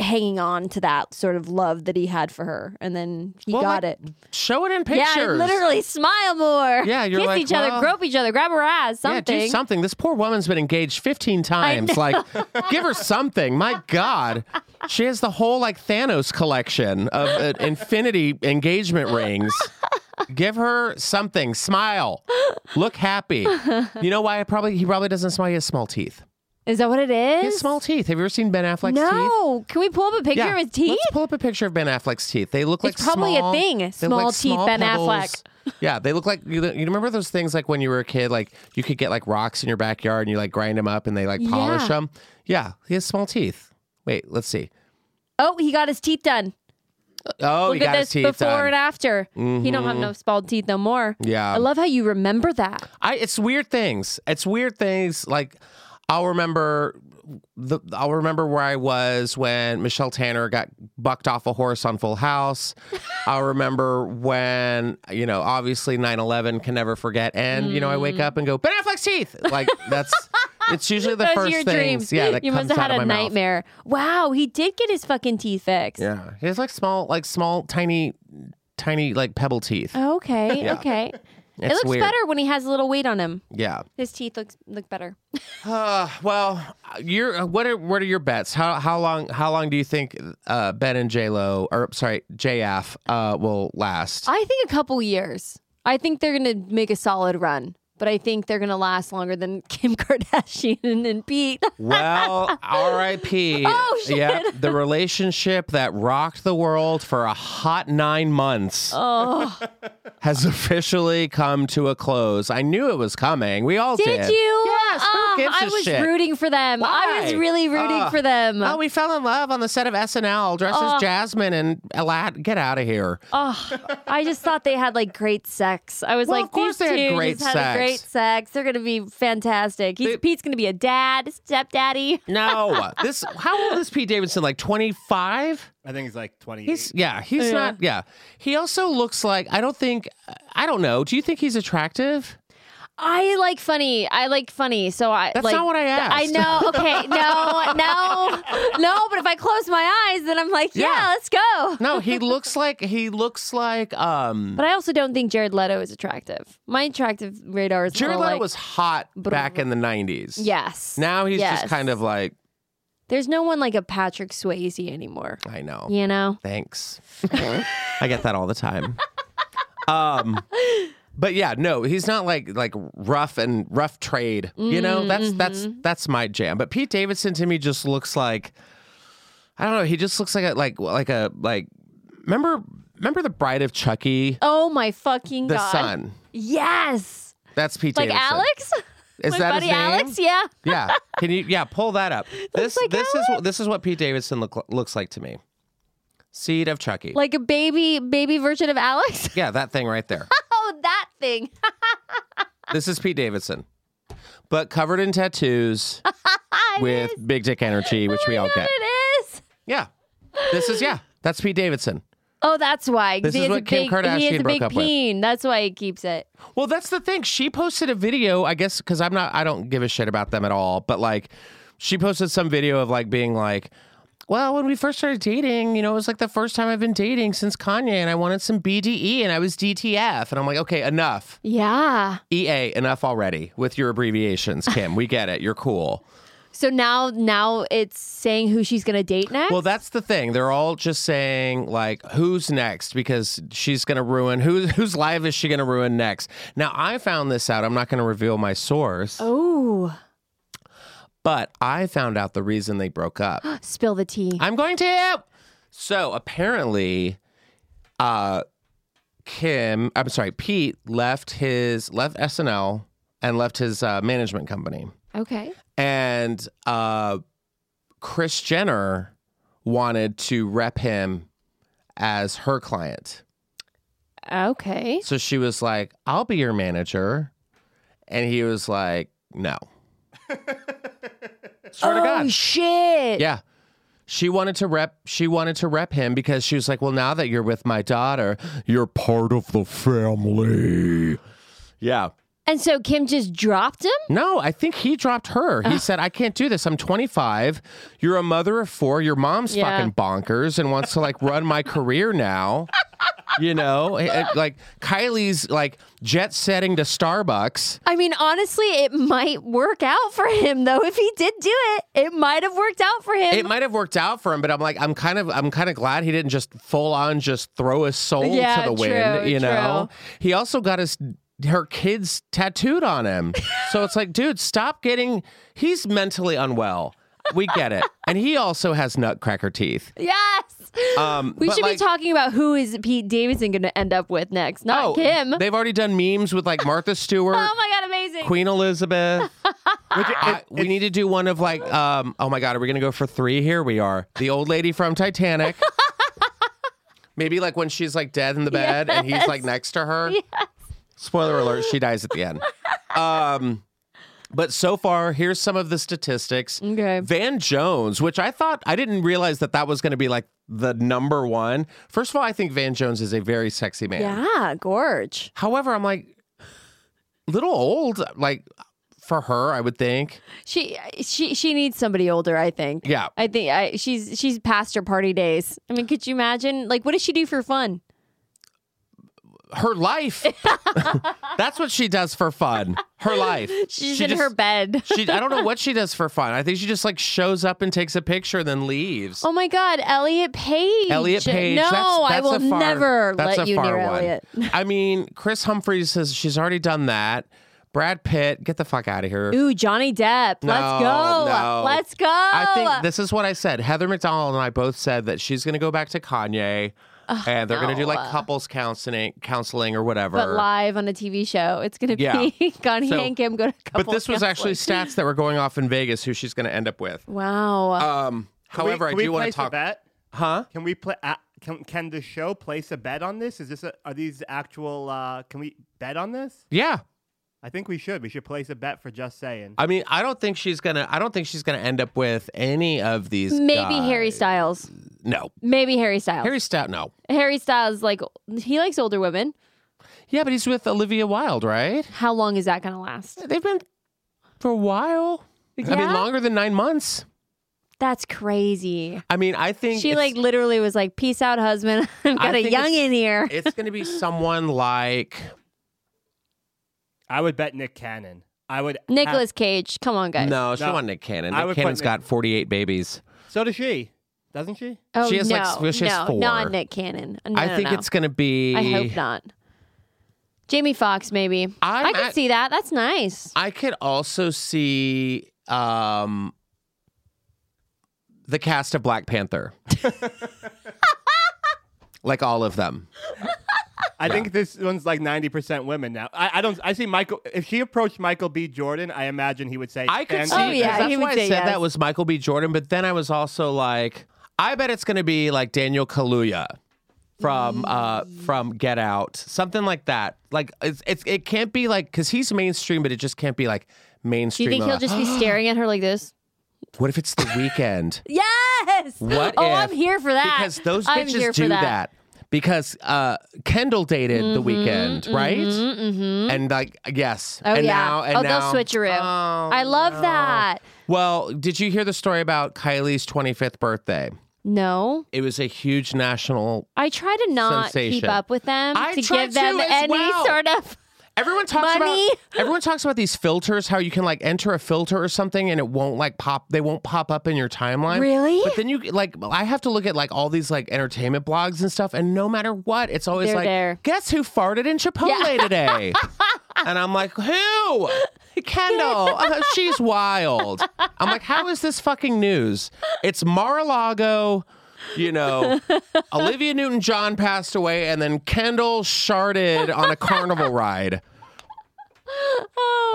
Speaker 3: hanging on to that sort of love that he had for her and then he
Speaker 1: Well,
Speaker 3: got
Speaker 1: like,
Speaker 3: it.
Speaker 1: show it in pictures
Speaker 3: Yeah, literally smile more.
Speaker 1: Yeah, you're
Speaker 3: kiss
Speaker 1: like,
Speaker 3: each other,
Speaker 1: well-
Speaker 3: grope each other, grab her ass, something.
Speaker 1: Yeah, do something. This poor woman's been engaged 15 times. Like, give her something.
Speaker 3: (laughs)
Speaker 1: My God. She has the whole, like, Thanos collection of uh, infinity engagement rings. Give her something. Smile. Look happy. You know why? I probably he probably doesn't smile. He has small teeth.
Speaker 3: Is that what it is?
Speaker 1: He has small teeth. Have you ever seen Ben Affleck's teeth?
Speaker 3: no. Can we pull up a picture of his teeth?
Speaker 1: Let's pull up a picture of Ben Affleck's teeth. They look
Speaker 3: It's
Speaker 1: like
Speaker 3: probably a
Speaker 1: small-
Speaker 3: thing.
Speaker 1: they look
Speaker 3: Small
Speaker 1: like
Speaker 3: teeth, Ben Affleck.
Speaker 1: Yeah, they look like you. You remember those things like when you were a kid, like you could get like rocks in your backyard and you like grind them up and they like polish
Speaker 3: Yeah.
Speaker 1: them. Yeah, he has small teeth. Wait, let's see.
Speaker 3: Oh, he got his teeth done.
Speaker 1: Oh, he
Speaker 3: Look
Speaker 1: got
Speaker 3: at
Speaker 1: his
Speaker 3: this
Speaker 1: teeth
Speaker 3: before
Speaker 1: done. Mm-hmm.
Speaker 3: and after. He don't have no spalled teeth no more.
Speaker 1: Yeah.
Speaker 3: I love how you remember that.
Speaker 1: I it's weird things. It's weird things like I'll remember the I'll remember where I was when Michelle Tanner got bucked off a horse on Full House. I'll remember when, you know, obviously 9/11 can never forget and you know I wake up and go Ben Affleck's teeth. Like
Speaker 3: (laughs)
Speaker 1: that's it's usually the
Speaker 3: Those
Speaker 1: first
Speaker 3: are your
Speaker 1: things
Speaker 3: dreams. (laughs)
Speaker 1: yeah that
Speaker 3: you
Speaker 1: comes
Speaker 3: must have
Speaker 1: out
Speaker 3: had
Speaker 1: of
Speaker 3: a
Speaker 1: my mouth.
Speaker 3: nightmare. Wow, he did get his fucking teeth fixed.
Speaker 1: Yeah. He has like small like small tiny tiny like pebble teeth. (laughs)
Speaker 3: Okay, okay. Uh, it
Speaker 1: It's
Speaker 3: looks
Speaker 1: weird.
Speaker 3: better when he has a little weight on him.
Speaker 1: Yeah.
Speaker 3: His teeth looks look better.
Speaker 1: Uh, well, you're uh, what are what are your bets? How how long how long do you think uh, Ben and J Lo or sorry JF uh, will
Speaker 3: (laughs)
Speaker 1: last?
Speaker 3: I think a couple years. I think they're gonna make a solid run, but I think they're gonna last longer than (laughs) Kim Kardashian and Pete.
Speaker 1: well, R.I.P.
Speaker 3: (laughs) Oh, shit.
Speaker 1: Yep, the relationship that rocked the world for a hot nine months
Speaker 3: Oh,
Speaker 1: (laughs) has officially come to a close. I knew it was coming. We all did.
Speaker 3: did you?
Speaker 1: Yes. Who
Speaker 3: Ah,
Speaker 1: gives
Speaker 3: I
Speaker 1: a
Speaker 3: was
Speaker 1: shit?
Speaker 3: rooting for them. I was
Speaker 1: Why?
Speaker 3: really rooting
Speaker 1: Ah.
Speaker 3: for them.
Speaker 1: Oh, we fell in love on the set of SNL, dressed as Jasmine and Aladdin. Get out of here.
Speaker 3: Oh, I just thought they had like great sex. I was
Speaker 1: Well,
Speaker 3: like,
Speaker 1: of course
Speaker 3: these
Speaker 1: they had
Speaker 3: two
Speaker 1: great
Speaker 3: just
Speaker 1: sex.
Speaker 3: had great sex. They're gonna be fantastic. He's,
Speaker 1: They-
Speaker 3: Pete's gonna be a dad, stepdaddy.
Speaker 1: No, this. How old is Pete Davidson? Like twenty five.
Speaker 2: I think he's like 28.
Speaker 1: He's yeah. He's
Speaker 3: Yeah.
Speaker 1: not yeah. He also looks like I don't think I don't know. Do you think he's attractive?
Speaker 3: I like funny. I like funny. So I
Speaker 1: That's
Speaker 3: like,
Speaker 1: not what I asked.
Speaker 3: I
Speaker 1: (laughs)
Speaker 3: know. Okay, no, no, no. But if I close my eyes, then I'm like, yeah,
Speaker 1: Yeah.
Speaker 3: let's go.
Speaker 1: No, he looks like he looks like um.
Speaker 3: But I also don't think Jared Leto is attractive. My attractive radar is
Speaker 1: Jared
Speaker 3: more
Speaker 1: Leto
Speaker 3: like,
Speaker 1: was hot back in the nineties.
Speaker 3: yes.
Speaker 1: Now he's
Speaker 3: Yes.
Speaker 1: just kind of like
Speaker 3: There's no one like a Patrick Swayze anymore.
Speaker 1: I know.
Speaker 3: You know.
Speaker 1: Thanks. I get that all the time. Um. But yeah, no, he's not like like rough and rough trade. You know,
Speaker 3: Mm-hmm.
Speaker 1: that's that's that's my jam. But Pete Davidson to me just looks like I don't know. He just looks like a like like a like. Remember remember the Bride of Chucky,
Speaker 3: Oh my fucking
Speaker 1: the
Speaker 3: god.
Speaker 1: son.
Speaker 3: Yes.
Speaker 1: That's Pete
Speaker 3: Like
Speaker 1: Davidson.
Speaker 3: Alex?
Speaker 1: Is
Speaker 3: My
Speaker 1: that
Speaker 3: buddy
Speaker 1: his name?
Speaker 3: Alex? Yeah.
Speaker 1: Yeah. Can you? Yeah. Pull that
Speaker 3: (laughs)
Speaker 1: up. this
Speaker 3: like
Speaker 1: this is what this is what Pete Davidson look, looks like to me. Seed of Chucky.
Speaker 3: Like a baby baby version of Alex? (laughs)
Speaker 1: yeah, that thing right there.
Speaker 3: Oh, that thing.
Speaker 1: This is Pete Davidson, but covered in
Speaker 3: (laughs)
Speaker 1: tattoos
Speaker 3: It
Speaker 1: with
Speaker 3: is.
Speaker 1: big dick energy, which we
Speaker 3: Oh my
Speaker 1: all
Speaker 3: God,
Speaker 1: get.
Speaker 3: It is.
Speaker 1: Yeah. This is, yeah, that's Pete Davidson.
Speaker 3: Oh, that's why. 'cause
Speaker 1: This
Speaker 3: he
Speaker 1: is
Speaker 3: has a
Speaker 1: what Kim
Speaker 3: big, He has
Speaker 1: Kardashian
Speaker 3: a
Speaker 1: broke
Speaker 3: big
Speaker 1: up with.
Speaker 3: peen. That's why he keeps it.
Speaker 1: Well, that's the thing. She posted a video, I guess, because I'm not, I don't give a shit about them at all, but like, she posted some video of like being like, well, when we first started dating, you know, it was like the first time I've been dating since Kanye, and I wanted some BDE, and I was DTF. And I'm like, okay, enough.
Speaker 3: Yeah.
Speaker 1: EA, enough already with your abbreviations, Kim. We get it. You're cool.
Speaker 3: So now now it's saying who she's gonna date next.
Speaker 1: Well, that's the thing. They're all just saying like, "Who's next?" Because she's going to ruin who's whose life is she going to ruin next? Now, I found this out. I'm not going to reveal my source,
Speaker 3: oh.
Speaker 1: but I found out the reason they broke up.
Speaker 3: Spill the tea.
Speaker 1: I'm going to. So apparently, uh, Kim, I'm sorry, Pete left his left SNL and left his uh, management company.
Speaker 3: okay.
Speaker 1: and uh Chris Jenner wanted to rep him as her client.
Speaker 3: Okay.
Speaker 1: So she was like, "I'll be your manager." And he was like, "No." Swear to
Speaker 3: oh
Speaker 1: God.
Speaker 3: shit.
Speaker 1: Yeah. She wanted to rep she wanted to rep him because she was like, "Well, now that you're with my daughter, you're part of the family." Yeah.
Speaker 3: And so Kim just dropped him? Ah.
Speaker 1: No, I think he dropped her. He said, I can't do this. I'm 25. You're a mother of four. Your mom's
Speaker 3: Yeah.
Speaker 1: fucking bonkers and wants to like run my career now. you know, It- it- like Kylie's like jet setting to Starbucks.
Speaker 3: I mean, honestly, it might work out for him though. If he did do it, it might have worked out for him.
Speaker 1: It might have worked out for him, but I'm like, I'm kind of, I'm kind of glad he didn't just full on just throw his soul
Speaker 3: Yeah,
Speaker 1: to the wind.
Speaker 3: true,
Speaker 1: You know, he also got his her kids tattooed on him, so it's like, dude, stop getting. He's mentally unwell. We get it, and he also has nutcracker teeth.
Speaker 3: yes.
Speaker 1: Um,
Speaker 3: we
Speaker 1: but,
Speaker 3: should
Speaker 1: like-
Speaker 3: be talking about who is Pete Davidson going to end up with next, not
Speaker 1: Oh,
Speaker 3: Kim.
Speaker 1: They've already done memes with like Martha Stewart,
Speaker 3: (laughs) oh my god, amazing.
Speaker 1: Queen Elizabeth. I- we need to do one of like, um, oh my God, are we going to go for three? Here we are. The old lady from Titanic. Maybe like when she's like dead in the bed and he's like next to her. Spoiler alert, she dies at the end. Um, but so far, here's some of the statistics.
Speaker 3: Okay.
Speaker 1: Van Jones, which I thought I didn't realize that that was going to be like the number one. First of all, I think Van Jones is a very sexy man.
Speaker 3: Yeah, gorge.
Speaker 1: However, I'm like little old, like for her, I would think.
Speaker 3: She she she needs somebody older, I think.
Speaker 1: Yeah.
Speaker 3: I think I, she's she's past her party days. I mean, could you imagine? Like, what does she do for fun?
Speaker 1: Her life. (laughs) That's what she does for fun. Her life.
Speaker 3: (laughs) She's
Speaker 1: She
Speaker 3: in
Speaker 1: just-
Speaker 3: her bed.
Speaker 1: She I don't know what she does for fun. I think she just like shows up and takes a picture and then leaves.
Speaker 3: Oh my God, Elliot Page.
Speaker 1: Elliot Page.
Speaker 3: No,
Speaker 1: that's,
Speaker 3: I
Speaker 1: that's
Speaker 3: will
Speaker 1: a far,
Speaker 3: never
Speaker 1: that's
Speaker 3: let
Speaker 1: a
Speaker 3: you
Speaker 1: far
Speaker 3: near
Speaker 1: one.
Speaker 3: Elliot. (laughs)
Speaker 1: I mean, Chris Humphries says she's already done that. Brad Pitt, get the fuck out of here.
Speaker 3: Ooh, Johnny Depp. Let's
Speaker 1: No,
Speaker 3: go.
Speaker 1: no.
Speaker 3: Let's go.
Speaker 1: I
Speaker 3: Oh.
Speaker 1: think this is what I said. Heather McDonald and I both said that she's going to go back to Kanye, and they're going to do like
Speaker 3: no.
Speaker 1: couples counseling, counseling or whatever.
Speaker 3: but live on a TV show, it's gonna
Speaker 1: Yeah.
Speaker 3: be (laughs) Kanye
Speaker 1: So-
Speaker 3: and Kim go to couple.
Speaker 1: But this was actually
Speaker 3: counseling.
Speaker 1: stats that were going off in Vegas, who she's going to end up with.
Speaker 3: Wow.
Speaker 1: Um,
Speaker 2: Can we-
Speaker 1: however,
Speaker 2: can
Speaker 1: I
Speaker 2: we
Speaker 1: do want to
Speaker 2: place a
Speaker 1: talk.
Speaker 2: bet?
Speaker 1: Huh?
Speaker 2: Can we play? Uh, can can the show place a bet on this? Is this a, are these actual? Uh, can we bet on this?
Speaker 1: Yeah.
Speaker 2: I think we should. We should place a bet for just saying.
Speaker 1: I mean, I don't think she's gonna. I don't think she's gonna end up with any of these.
Speaker 3: Maybe
Speaker 1: guys.
Speaker 3: Harry Styles.
Speaker 1: No.
Speaker 3: Maybe Harry Styles.
Speaker 1: Harry
Speaker 3: Harry,
Speaker 1: Stout. No.
Speaker 3: Styles like he likes older women.
Speaker 1: Yeah, but he's with Olivia Wilde, right?
Speaker 3: How long is that gonna last?
Speaker 1: They've been for a while. I mean,
Speaker 3: Yeah?
Speaker 1: longer than nine months.
Speaker 3: That's crazy.
Speaker 1: I mean, I think
Speaker 3: She
Speaker 1: it's-
Speaker 3: like literally was like, "Peace out, husband. (laughs) I've
Speaker 1: I
Speaker 3: got a
Speaker 1: think
Speaker 3: young
Speaker 1: it's-
Speaker 3: in here."
Speaker 1: it's going to be someone
Speaker 3: (laughs)
Speaker 1: like
Speaker 2: I would bet Nick Cannon. I would. ha-
Speaker 3: Nicholas Cage. Come on, guys.
Speaker 1: no, she
Speaker 2: No.
Speaker 1: won't Nick Cannon.
Speaker 2: I
Speaker 1: Nick
Speaker 2: would put
Speaker 1: Cannon's
Speaker 2: Nick-
Speaker 1: got forty eight babies.
Speaker 2: so does she? Doesn't she?
Speaker 3: Oh
Speaker 1: she has,
Speaker 3: no,
Speaker 1: like, she has
Speaker 3: no,
Speaker 1: four.
Speaker 3: not Nick Cannon. No,
Speaker 1: I
Speaker 3: no,
Speaker 1: think
Speaker 3: no.
Speaker 1: it's going to be.
Speaker 3: I hope not. Jamie Foxx, maybe.
Speaker 1: I'm
Speaker 3: I could
Speaker 1: at-
Speaker 3: see that. That's nice.
Speaker 1: I could also see um, the cast of Black
Speaker 2: (laughs)
Speaker 1: Panther, like all of them.
Speaker 2: I think this one's like ninety percent women now. I, I don't. I see Michael. If she approached Michael B. Jordan, I imagine he would say,
Speaker 1: I could
Speaker 2: "Thank
Speaker 1: see.
Speaker 3: Oh,
Speaker 2: you."
Speaker 3: yeah,
Speaker 1: that's
Speaker 3: he would
Speaker 1: why I
Speaker 3: say
Speaker 1: said
Speaker 3: yes.
Speaker 1: that was Michael B. Jordan, but then I was also like, I bet it's going to be like Daniel Kaluuya from uh from Get Out, something like that. Like it's, it's it can't be like because he's mainstream, but it just can't be like
Speaker 3: Do
Speaker 1: mainstream.
Speaker 3: you think he'll
Speaker 1: of,
Speaker 3: just be staring at her like this?
Speaker 1: (gasps) what if it's the
Speaker 3: (laughs)
Speaker 1: weekend?
Speaker 3: Yes.
Speaker 1: What
Speaker 3: Oh,
Speaker 1: if-
Speaker 3: I'm here for that.
Speaker 1: because those
Speaker 3: I'm
Speaker 1: bitches
Speaker 3: here
Speaker 1: do
Speaker 3: for
Speaker 1: that. Because uh, Kendall dated the weekend, right?
Speaker 3: Mm-hmm.
Speaker 1: And like, yes.
Speaker 3: Oh
Speaker 1: and
Speaker 3: yeah.
Speaker 1: Now, and
Speaker 3: oh,
Speaker 1: now,
Speaker 3: they'll switcheroo.
Speaker 1: Oh,
Speaker 3: I love
Speaker 1: no.
Speaker 3: that.
Speaker 1: Well, did you hear the story about Kylie's 25th birthday?
Speaker 3: No,
Speaker 1: It was a huge national.
Speaker 3: I try to not
Speaker 1: Sensation.
Speaker 3: keep up with them
Speaker 1: I
Speaker 3: to
Speaker 1: try
Speaker 3: give them
Speaker 1: to as
Speaker 3: any
Speaker 1: well.
Speaker 3: sort of.
Speaker 1: Everyone talks
Speaker 3: Money. (gasps)
Speaker 1: about everyone talks about these filters, how you can like enter a filter or something and it won't like pop. They won't pop up in your timeline.
Speaker 3: Really?
Speaker 1: But then you like, I have to look at like all these like entertainment blogs and stuff, and no matter what, it's always
Speaker 3: They're
Speaker 1: like,
Speaker 3: there.
Speaker 1: guess who farted in Chipotle
Speaker 3: (laughs)
Speaker 1: today? and I'm like, who? Kendall. Uh, she's wild. I'm like, how is this fucking news? It's Mar-a-Lago. You
Speaker 3: (laughs)
Speaker 1: know, Olivia Newton John passed away, and then Kendall sharded on a carnival ride.
Speaker 3: Oh,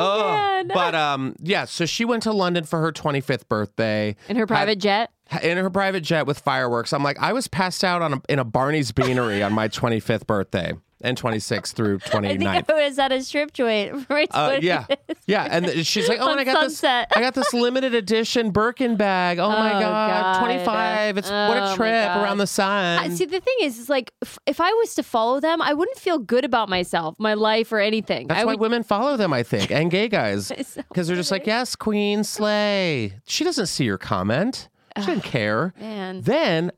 Speaker 1: Ugh.
Speaker 3: man.
Speaker 1: But um, yeah. So she went to London for her 25th birthday
Speaker 3: in her private jet.
Speaker 1: in her private jet with fireworks. I'm like, I was passed out on a, in a Barney's Beanery on my 25th birthday and 26th through
Speaker 3: (laughs) I think
Speaker 1: 29th.
Speaker 3: I was at a strip joint. (laughs) Right.
Speaker 1: Uh,
Speaker 3: what it
Speaker 1: yeah,
Speaker 3: is.
Speaker 1: yeah, and th- she's like, "Oh,
Speaker 3: (laughs) On
Speaker 1: and I got
Speaker 3: Sunset.
Speaker 1: this, I got this limited edition Birkin bag. Oh my
Speaker 3: Oh,
Speaker 1: god,
Speaker 3: God.
Speaker 1: twenty five! It's what
Speaker 3: Oh, my
Speaker 1: a trip
Speaker 3: God.
Speaker 1: around the sun."
Speaker 3: I- See, the thing is, is like if, if I was to follow them, I wouldn't feel good about myself, my life, or anything.
Speaker 1: That's
Speaker 3: I
Speaker 1: why
Speaker 3: would.
Speaker 1: women follow them, I think, and gay
Speaker 3: (laughs)
Speaker 1: guys,
Speaker 3: It's so
Speaker 1: because they're just like, "Yes, queen, slay." She doesn't see your comment. She doesn't care.
Speaker 3: Man.
Speaker 1: Then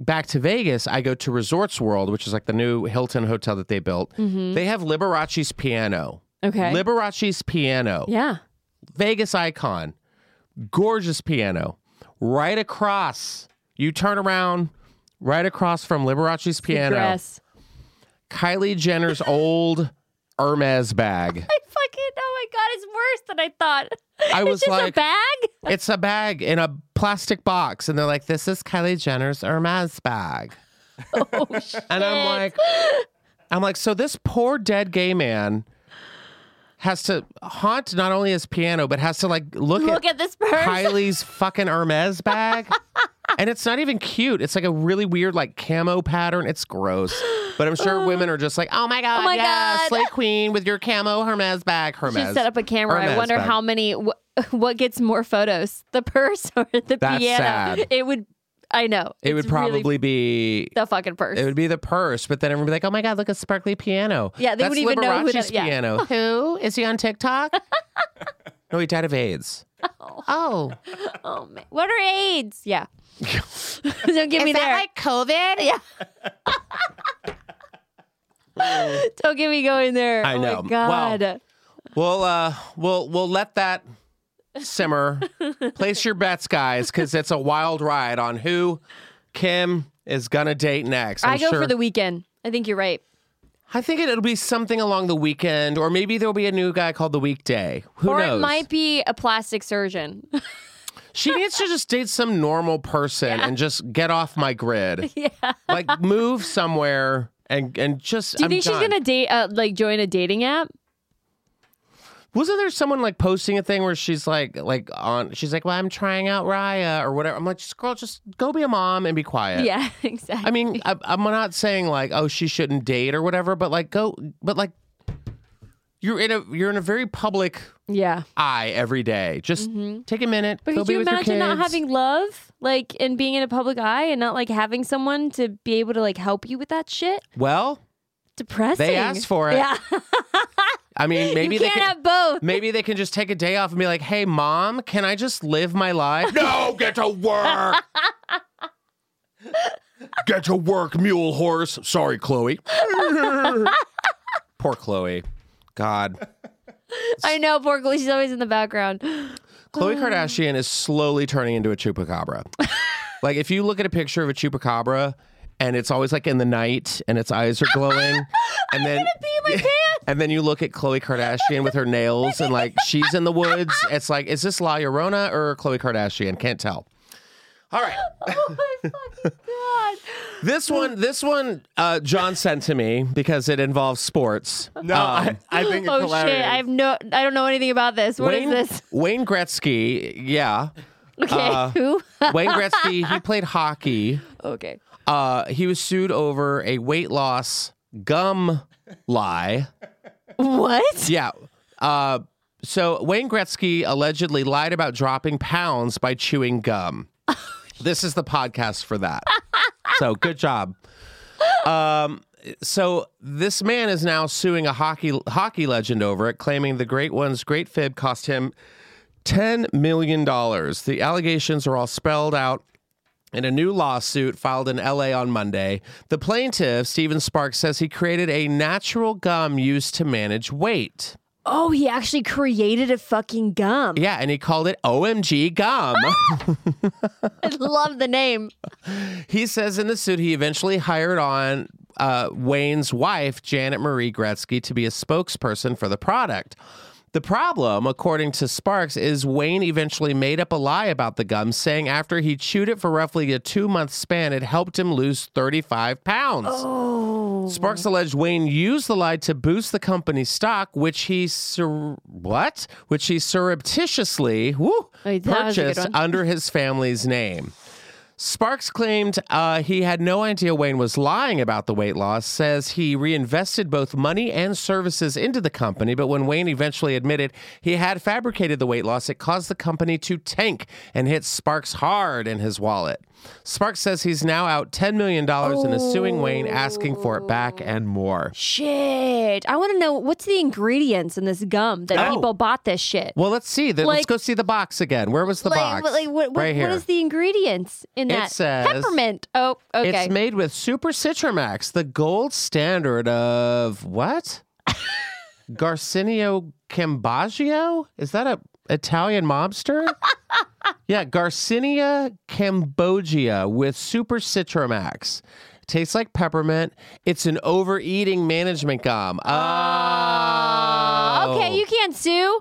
Speaker 1: back to Vegas, I go to Resorts World, which is like the new Hilton hotel that they built. They have Liberace's piano.
Speaker 3: Mm-hmm. Okay.
Speaker 1: Liberace's piano.
Speaker 3: yeah.
Speaker 1: Vegas icon, gorgeous piano, right across. You turn around, right across from Liberace's piano,
Speaker 3: Dress. (laughs)
Speaker 1: Kylie Jenner's old Hermes bag.
Speaker 3: I fucking oh my god, it's worse than I thought.
Speaker 1: I
Speaker 3: it's
Speaker 1: was
Speaker 3: just a
Speaker 1: like-
Speaker 3: bag.
Speaker 1: It's a bag in a plastic box, and they're like, "This is Kylie Jenner's Hermes bag,"
Speaker 3: (laughs) Oh shit.
Speaker 1: and I'm like, "I'm like, so this poor dead gay man." Has to haunt not only his piano, but has to like look,
Speaker 3: Look at this purse.
Speaker 1: Kylie's fucking Hermes
Speaker 3: (laughs)
Speaker 1: bag. and it's not even cute. It's like a really weird like camo pattern. It's gross. But I'm sure women are just like, oh my god,
Speaker 3: my
Speaker 1: yeah,
Speaker 3: God."
Speaker 1: slay queen with your camo Hermes bag.
Speaker 3: (laughs) She
Speaker 1: Hermes.
Speaker 3: set up a camera. I
Speaker 1: Hermes
Speaker 3: wonder
Speaker 1: bag.
Speaker 3: how many. Wh- (laughs) what gets more photos, the purse (laughs) or the
Speaker 1: That's
Speaker 3: piano?
Speaker 1: sad.
Speaker 3: It would. I know.
Speaker 1: it would
Speaker 3: It's really
Speaker 1: probably be
Speaker 3: the fucking purse.
Speaker 1: it would be the purse, but then everyone would be like, oh my god, look at sparkly piano.
Speaker 3: Yeah, they
Speaker 1: That's
Speaker 3: wouldn't even know who
Speaker 1: Liberace's
Speaker 3: that- yeah.
Speaker 1: piano.
Speaker 3: (laughs)
Speaker 1: who is he on TikTok? (laughs) no, he died of AIDS. Oh,
Speaker 3: (laughs) oh man, what are AIDS?
Speaker 1: (laughs)
Speaker 3: Yeah. Don't get me there.
Speaker 1: COVID? Yeah.
Speaker 3: Don't get me going there.
Speaker 1: I
Speaker 3: oh
Speaker 1: know.
Speaker 3: My
Speaker 1: Wow.
Speaker 3: God.
Speaker 1: We'll uh we'll we'll let that
Speaker 3: (laughs)
Speaker 1: simmer. Place your bets, guys, because it's a wild ride on who Kim is gonna date next. I'm
Speaker 3: I go
Speaker 1: sure.
Speaker 3: for the weekend. I think you're right.
Speaker 1: I think it, it'll be something along the weekend, or maybe there'll be a new guy called the weekday. Who
Speaker 3: or
Speaker 1: knows?
Speaker 3: it might be a plastic surgeon. (laughs)
Speaker 1: She needs to just date some normal person and just get off my grid.
Speaker 3: (laughs) yeah.
Speaker 1: Like move somewhere and and just.
Speaker 3: Do you
Speaker 1: I'm
Speaker 3: think
Speaker 1: done.
Speaker 3: she's gonna date? Uh, like join a dating app?
Speaker 1: Wasn't there someone like posting a thing where she's like, like on, she's like, well, I'm trying out Raya or whatever. I'm like, just girl, just go be a mom and be quiet.
Speaker 3: Yeah. (laughs) Exactly.
Speaker 1: I mean, I, I'm not saying like, oh, she shouldn't date or whatever, but like, go, but like, you're in a you're in a very public
Speaker 3: yeah.
Speaker 1: eye every day. Just take a minute.
Speaker 3: Mm-hmm. But
Speaker 1: go
Speaker 3: could
Speaker 1: be
Speaker 3: you
Speaker 1: with your
Speaker 3: imagine not
Speaker 1: kids.
Speaker 3: having love, like, and being in a public eye and not like having someone to be able to like help you with that shit?
Speaker 1: Well,
Speaker 3: Depressing.
Speaker 1: They asked for it.
Speaker 3: Yeah,
Speaker 1: I mean, (laughs) maybe
Speaker 3: (laughs) you
Speaker 1: they
Speaker 3: can't
Speaker 1: can.
Speaker 3: have both.
Speaker 1: Maybe they can just take a day off and be like, "Hey, mom, can I just live my life?" no, get to
Speaker 2: Um,
Speaker 1: work. get to work, mule horse. Sorry, (laughs) Chloe. Poor Chloe. God.
Speaker 3: I know, poor Glee. She's always in the background. (gasps) Oh
Speaker 1: Chloe Kardashian is slowly turning into a chupacabra. like if you look at a picture of a chupacabra and it's always like in the night and its eyes are glowing and then (laughs) and then you look at Chloe Kardashian with her nails and like she's in the woods. It's like is this La Llorona or Chloe Kardashian? Can't tell. All right.
Speaker 3: Oh my
Speaker 1: (laughs)
Speaker 3: fucking god!
Speaker 1: This one this one uh, John sent to me because it involves sports.
Speaker 2: No, I, I think it's
Speaker 3: oh
Speaker 2: hilarious.
Speaker 3: shit! I have no, I don't know anything about this. What is
Speaker 1: Wayne,
Speaker 3: this? (laughs)
Speaker 1: Wayne Gretzky, yeah.
Speaker 3: Okay,
Speaker 1: Uh,
Speaker 3: who? (laughs)
Speaker 1: Wayne Gretzky, he played hockey.
Speaker 3: okay,
Speaker 1: Uh, he was sued over a weight loss gum lie.
Speaker 3: what?
Speaker 1: Yeah. Uh, so Wayne Gretzky allegedly lied about dropping pounds by chewing gum. this is the podcast for that. So good job. Um, so this man is now suing a hockey hockey legend over it, claiming the great one's great fib cost him $10 million. The allegations are all spelled out in a new lawsuit filed in LA on Monday. The plaintiff, Steven Sparks, says he created a natural gum used to manage weight.
Speaker 3: Oh, he actually created a fucking gum.
Speaker 1: Yeah, and he called it OMG gum.
Speaker 3: (laughs)
Speaker 1: (laughs)
Speaker 3: I love the name.
Speaker 1: he says in the suit he eventually hired on uh, Wayne's wife, Janet Marie Gretzky, to be a spokesperson for the product. The problem, according to Sparks, is Wayne eventually made up a lie about the gum, saying after he chewed it for roughly a two month span, it helped him lose 35 pounds.
Speaker 3: Oh.
Speaker 1: Sparks alleged Wayne used the lie to boost the company's stock, which he sur- what? Which he surreptitiously woo,
Speaker 3: Wait, Oh, that was a good
Speaker 1: purchased
Speaker 3: one.
Speaker 1: under his family's name. Sparks claimed uh, he had no idea Wayne was lying about the weight loss, says he reinvested both money and services into the company. But when Wayne eventually admitted he had fabricated the weight loss, it caused the company to tank and hit Sparks hard in his wallet. Sparks says he's now out $10 million and is suing Wayne, asking for it back and more.
Speaker 3: Shit! I want to know what's the ingredients in this gum that
Speaker 1: Oh.
Speaker 3: people bought this shit.
Speaker 1: Well, let's see. Then Let's
Speaker 3: Like-
Speaker 1: go see the box again. Where was the
Speaker 3: like,
Speaker 1: box?
Speaker 3: like what, what,
Speaker 1: right here.
Speaker 3: what is the ingredients in in
Speaker 1: It
Speaker 3: that
Speaker 1: says-
Speaker 3: peppermint. Oh, okay.
Speaker 1: It's made with Super Citrimax, the gold standard of
Speaker 3: (laughs)
Speaker 1: what? Garcinio Cambaggio? Is that a Italian
Speaker 3: (laughs)
Speaker 1: mobster? yeah, Garcinia Cambogia with Super Citrimax. Tastes like peppermint. It's an overeating management gum. Oh.
Speaker 3: Aw, Ah. okay, you can't sue.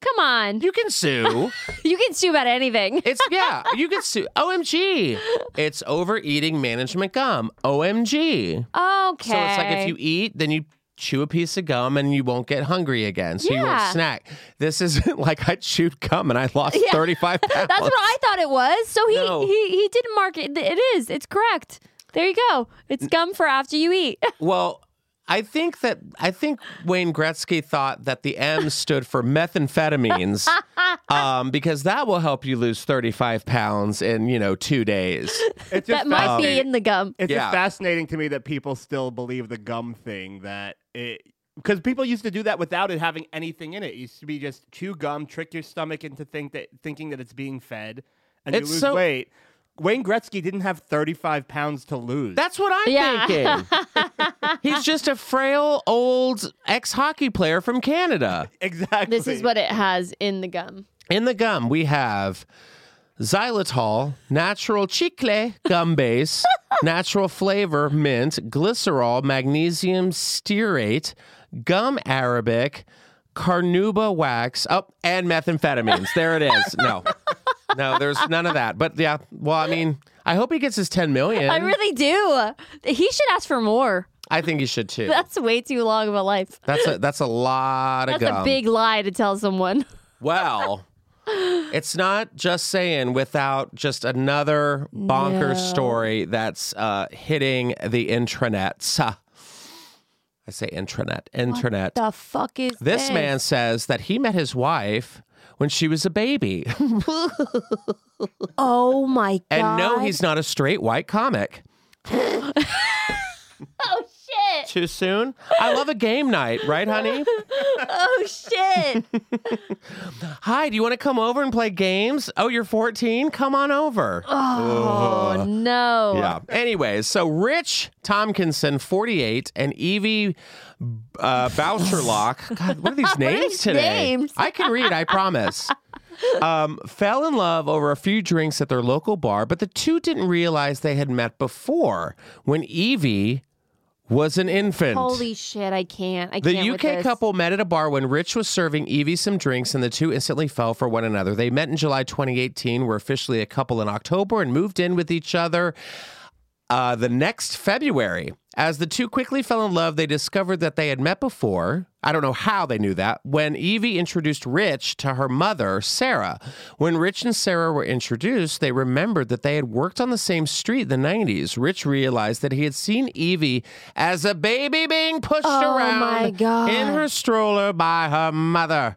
Speaker 3: Come on,
Speaker 1: you can sue.
Speaker 3: (laughs) you can sue about anything. (laughs)
Speaker 1: It's yeah, you can sue. OMG. It's overeating management gum. OMG. (laughs)
Speaker 3: Okay.
Speaker 1: So it's like if you eat, then you chew a piece of gum and you won't get hungry again. So you
Speaker 3: Yeah.
Speaker 1: won't snack. This isn't (laughs) like I chewed gum and I lost
Speaker 3: Yeah.
Speaker 1: 35 pounds.
Speaker 3: (laughs) That's what I thought it was. So he
Speaker 1: No.
Speaker 3: he he didn't mark it. It is. It's correct. There you go. It's gum for after you eat. (laughs)
Speaker 1: Well, I think that I think Wayne Gretzky thought that the M stood for
Speaker 3: (laughs)
Speaker 1: methamphetamines, um, because that will help you lose 35 pounds in you know two days.
Speaker 2: It's just
Speaker 3: that might be
Speaker 2: fascinating-
Speaker 3: in the gum.
Speaker 2: It's
Speaker 1: Yeah.
Speaker 2: just fascinating to me that people still believe the gum thing that it because people used to do that without it having anything in it. It used to be just chew gum, trick your stomach into think that thinking that it's being fed, and
Speaker 1: It's
Speaker 2: you lose
Speaker 1: so-
Speaker 2: weight. Wayne Gretzky didn't have 35 pounds to lose.
Speaker 1: That's what I'm
Speaker 3: Yeah. (laughs)
Speaker 1: thinking. He's just a frail old ex hockey player from Canada.
Speaker 2: exactly.
Speaker 3: This is what it has in the gum.
Speaker 1: In the gum, we have xylitol, natural chicle gum
Speaker 3: (laughs)
Speaker 1: base, natural flavor, mint, glycerol, magnesium stearate, gum arabic, carnauba wax, oh, and methamphetamines. There it is. No, no, there's none of that. But yeah, well, I mean, I hope he gets his 10 million.
Speaker 3: I really do. He should ask
Speaker 1: (laughs)
Speaker 3: for more.
Speaker 1: I think he should
Speaker 3: (laughs)
Speaker 1: too.
Speaker 3: That's way too long of a life.
Speaker 1: That's a that's a lot of
Speaker 3: That's
Speaker 1: gum.
Speaker 3: a big lie to tell someone. (laughs)
Speaker 1: Well, it's not just saying without just another bonker
Speaker 3: No.
Speaker 1: story that's uh, hitting the intranets. Huh. (laughs) I say intranet, internet.
Speaker 3: The fuck is
Speaker 1: This
Speaker 3: this?
Speaker 1: man says that he met his wife when she was a baby.
Speaker 3: Oh my god.
Speaker 1: and no, he's not a straight white comic.
Speaker 3: Oh shit.
Speaker 1: Too soon? I love a game night, right,
Speaker 3: (laughs)
Speaker 1: honey?
Speaker 3: Oh shit.
Speaker 1: Hi, do you want to come over and play games? Oh, you're 14? Come on over.
Speaker 3: (laughs) oh no.
Speaker 1: Uh, Yeah. Anyways, so Rich Tomkinson, 48, and Evie uh,
Speaker 3: (laughs)
Speaker 1: Boucherlock. God, what are these names
Speaker 3: these
Speaker 1: today?
Speaker 3: names?
Speaker 1: I can read, I promise. Um, fell in love over a few drinks at their local bar, but the two didn't realize they had met before when Evie was an infant.
Speaker 3: Holy shit, I can't. I
Speaker 1: The
Speaker 3: can't with
Speaker 1: UK
Speaker 3: this.
Speaker 1: couple met at a bar when Rich was serving Evie some drinks, and the two instantly fell for one another. They met in July 2018, were officially a couple in October, and moved in with each other uh, the next February. As the two quickly fell in love, they discovered that they had met before. I don't know how they knew that. When Evie introduced Rich to her mother, Sarah. When Rich and Sarah were introduced, they remembered that they had worked on the same street in the 90s. Rich realized that he had seen Evie as a baby being pushed
Speaker 3: Oh,
Speaker 1: around
Speaker 3: my God.
Speaker 1: in her stroller by her mother.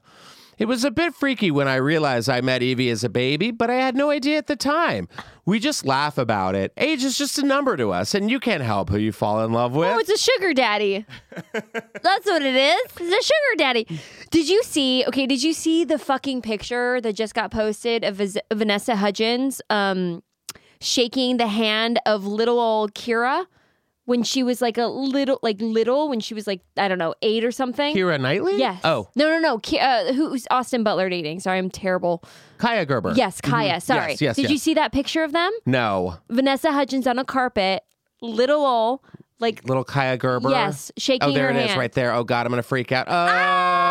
Speaker 1: It was a bit freaky when I realized I met Evie as a baby, but I had no idea at the time. We just laugh about it. Age is just a number to us, and you can't help who you fall in love with.
Speaker 3: Oh, it's a
Speaker 1: (laughs)
Speaker 3: sugar daddy. That's what it is. It's a sugar daddy. Did you see? Okay, did you see the fucking picture that just got posted of Vas- Vanessa Hudgens um, shaking the hand of little old Kira when she was like a little, like little when she was like I don't know eight or something.
Speaker 1: Kira Knightley?
Speaker 3: Yes.
Speaker 1: Oh,
Speaker 3: no, no, no. Ki- Uh, who's Austin Butler dating? Sorry, I'm terrible.
Speaker 1: Kaya Gerber.
Speaker 3: Yes, Kaya. Sorry.
Speaker 1: Mm-hmm. Yes, yes,
Speaker 3: Did you
Speaker 1: yes.
Speaker 3: see that picture of them?
Speaker 1: No.
Speaker 3: Vanessa Hudgens on a carpet, little old, like
Speaker 1: Little Kaya Gerber.
Speaker 3: yes, shaking
Speaker 1: Oh, there
Speaker 3: her
Speaker 1: it is,
Speaker 3: hand.
Speaker 1: right there. Oh God, I'm gonna freak out. Oh,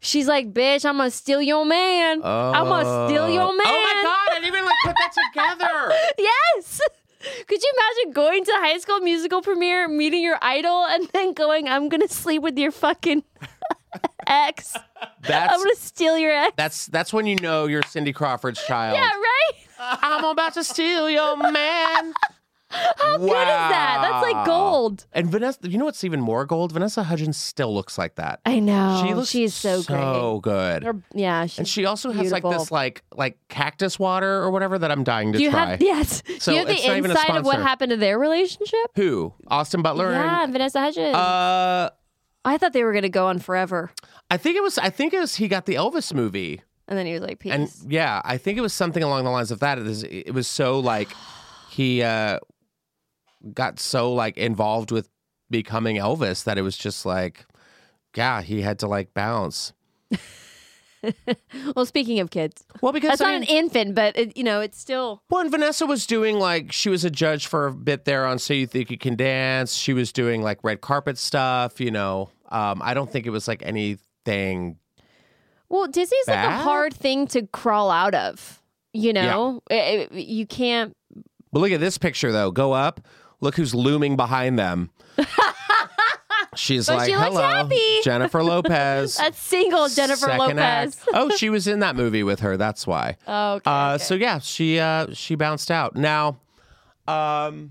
Speaker 3: She's like, bitch, I'm gonna steal your man. Ah! I'm gonna steal your man.
Speaker 1: Oh my God, I didn't even like put that together.
Speaker 3: (laughs) Yes. (laughs) Could you imagine going to high school musical premiere, meeting your idol, and (laughs) then going, I'm gonna sleep with your fucking (laughs) ex. I'm
Speaker 1: That's
Speaker 3: gonna steal your ex.
Speaker 1: that's that's when you know you're Cindy Crawford's child.
Speaker 3: Yeah, right?
Speaker 1: I'm about to steal your man. How
Speaker 3: Good as that. That's like gold.
Speaker 1: And Vanessa, you know what's even more gold? Vanessa Hudgens still looks like that.
Speaker 3: I know.
Speaker 1: she looks
Speaker 3: Oh, she's so,
Speaker 1: so good.
Speaker 3: great. Her- yeah, she's
Speaker 1: and she also has like
Speaker 3: beautiful.
Speaker 1: this like like cactus water or whatever that I'm dying to
Speaker 3: Do you
Speaker 1: try. (laughs)
Speaker 3: have yes.
Speaker 1: So
Speaker 3: Do you have
Speaker 1: it's not
Speaker 3: the
Speaker 1: even a
Speaker 3: inside of what
Speaker 1: sponsor.
Speaker 3: happened to their relationship?
Speaker 1: Who? Austin Butler
Speaker 3: Yeah,
Speaker 1: and
Speaker 3: Vanessa Hudgens.
Speaker 1: uh
Speaker 3: I thought they were gonna go on forever,
Speaker 1: I think it was I think it was he got the Elvis movie.
Speaker 3: and then he was like, "Peace."
Speaker 1: And yeah, I think it was something along the lines of that. It was, it was so like he uh, got so like involved with becoming Elvis that it was just like, yeah, he had to like bounce.
Speaker 3: Well, speaking of kids,
Speaker 1: Well, because
Speaker 3: that's
Speaker 1: I
Speaker 3: not an
Speaker 1: mean-
Speaker 3: infant, but it, you know, it's still
Speaker 1: Well, and Vanessa was doing like she was a judge for a bit there on So You Think You Can Dance. She was doing like red carpet stuff, you know. Um, I don't think it was like anything.
Speaker 3: well. Disney's like a
Speaker 1: Bad?
Speaker 3: hard thing to crawl out of. You know, It- it- you can't.
Speaker 1: But look at this picture though. Go up. Look who's looming behind
Speaker 3: (laughs)
Speaker 1: them. She's
Speaker 3: But
Speaker 1: like,
Speaker 3: she looks
Speaker 1: "Hello,
Speaker 3: happy." (laughs)
Speaker 1: Jennifer Lopez."
Speaker 3: That's single Jennifer
Speaker 1: Second
Speaker 3: Lopez.
Speaker 1: act. Oh, she was in that movie with her. That's why.
Speaker 3: Oh, (laughs) okay.
Speaker 1: Uh,
Speaker 3: okay.
Speaker 1: So yeah, she uh, she bounced out. Now, um,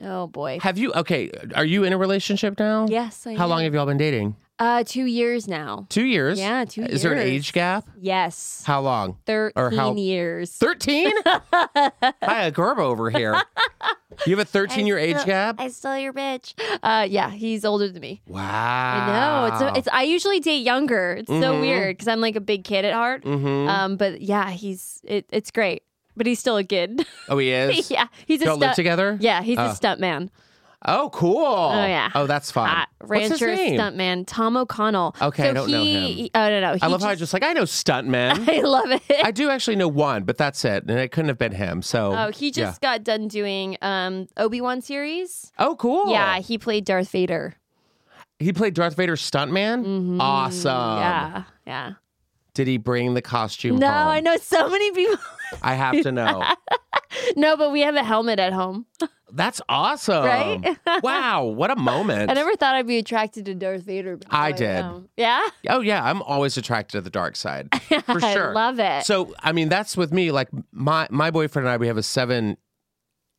Speaker 3: oh boy.
Speaker 1: have you? Okay, are you in a relationship now?
Speaker 3: Yes. I
Speaker 1: How
Speaker 3: am.
Speaker 1: long have y'all been dating?
Speaker 3: Uh, two years now.
Speaker 1: Two years.
Speaker 3: Yeah, two
Speaker 1: Is there an
Speaker 3: years.
Speaker 1: age gap?
Speaker 3: Yes.
Speaker 1: How long? Or
Speaker 3: Thirteen
Speaker 1: how-
Speaker 3: years. (laughs)
Speaker 1: Thirteen. Hi, a Gerba over here. You have a thirteen-year age gap.
Speaker 3: I still your bitch. Uh, yeah, he's older than me.
Speaker 1: Wow.
Speaker 3: I know. It's, a, it's I usually date younger. It's so
Speaker 1: Mhm.
Speaker 3: weird because I'm like a big kid at heart.
Speaker 1: Mm-hmm.
Speaker 3: Um, but yeah, he's it, it's great. But he's still a kid. (laughs)
Speaker 1: oh, he is.
Speaker 3: yeah, he's a
Speaker 1: Y'all live
Speaker 3: stunt.
Speaker 1: together.
Speaker 3: Yeah, he's
Speaker 1: Oh.
Speaker 3: a stunt man.
Speaker 1: Oh, cool. Oh
Speaker 3: yeah.
Speaker 1: Oh, that's fun.
Speaker 3: Uh,
Speaker 1: What's his
Speaker 3: rancher
Speaker 1: name?
Speaker 3: stunt man, Tom O'Connell.
Speaker 1: Okay,
Speaker 3: so
Speaker 1: I don't
Speaker 3: he,
Speaker 1: know him.
Speaker 3: He, oh no, no. He
Speaker 1: I love how I
Speaker 3: just-
Speaker 1: just like I know stuntman.
Speaker 3: (laughs) I love it. (laughs)
Speaker 1: I do actually know one, but that's it, and it couldn't have been him. So,
Speaker 3: oh, he just got done doing um Obi Wan series.
Speaker 1: yeah. oh, cool.
Speaker 3: Yeah, he played Darth Vader.
Speaker 1: he played Darth Vader's stuntman.
Speaker 3: Mhm.
Speaker 1: Awesome.
Speaker 3: Yeah, yeah.
Speaker 1: Did he bring the costume?
Speaker 3: No,
Speaker 1: home?
Speaker 3: I know so many people. (laughs)
Speaker 1: I have to know.
Speaker 3: no, but we have a helmet at home.
Speaker 1: That's awesome.
Speaker 3: Right? (laughs)
Speaker 1: wow, what a moment.
Speaker 3: I never thought I'd be attracted to Darth Vader. but now
Speaker 1: I did.
Speaker 3: am. Yeah,
Speaker 1: oh yeah, I'm always attracted to the dark
Speaker 3: (laughs)
Speaker 1: side. For
Speaker 3: I
Speaker 1: sure.
Speaker 3: love it.
Speaker 1: So, I mean, that's with me like my my boyfriend and I we have a 7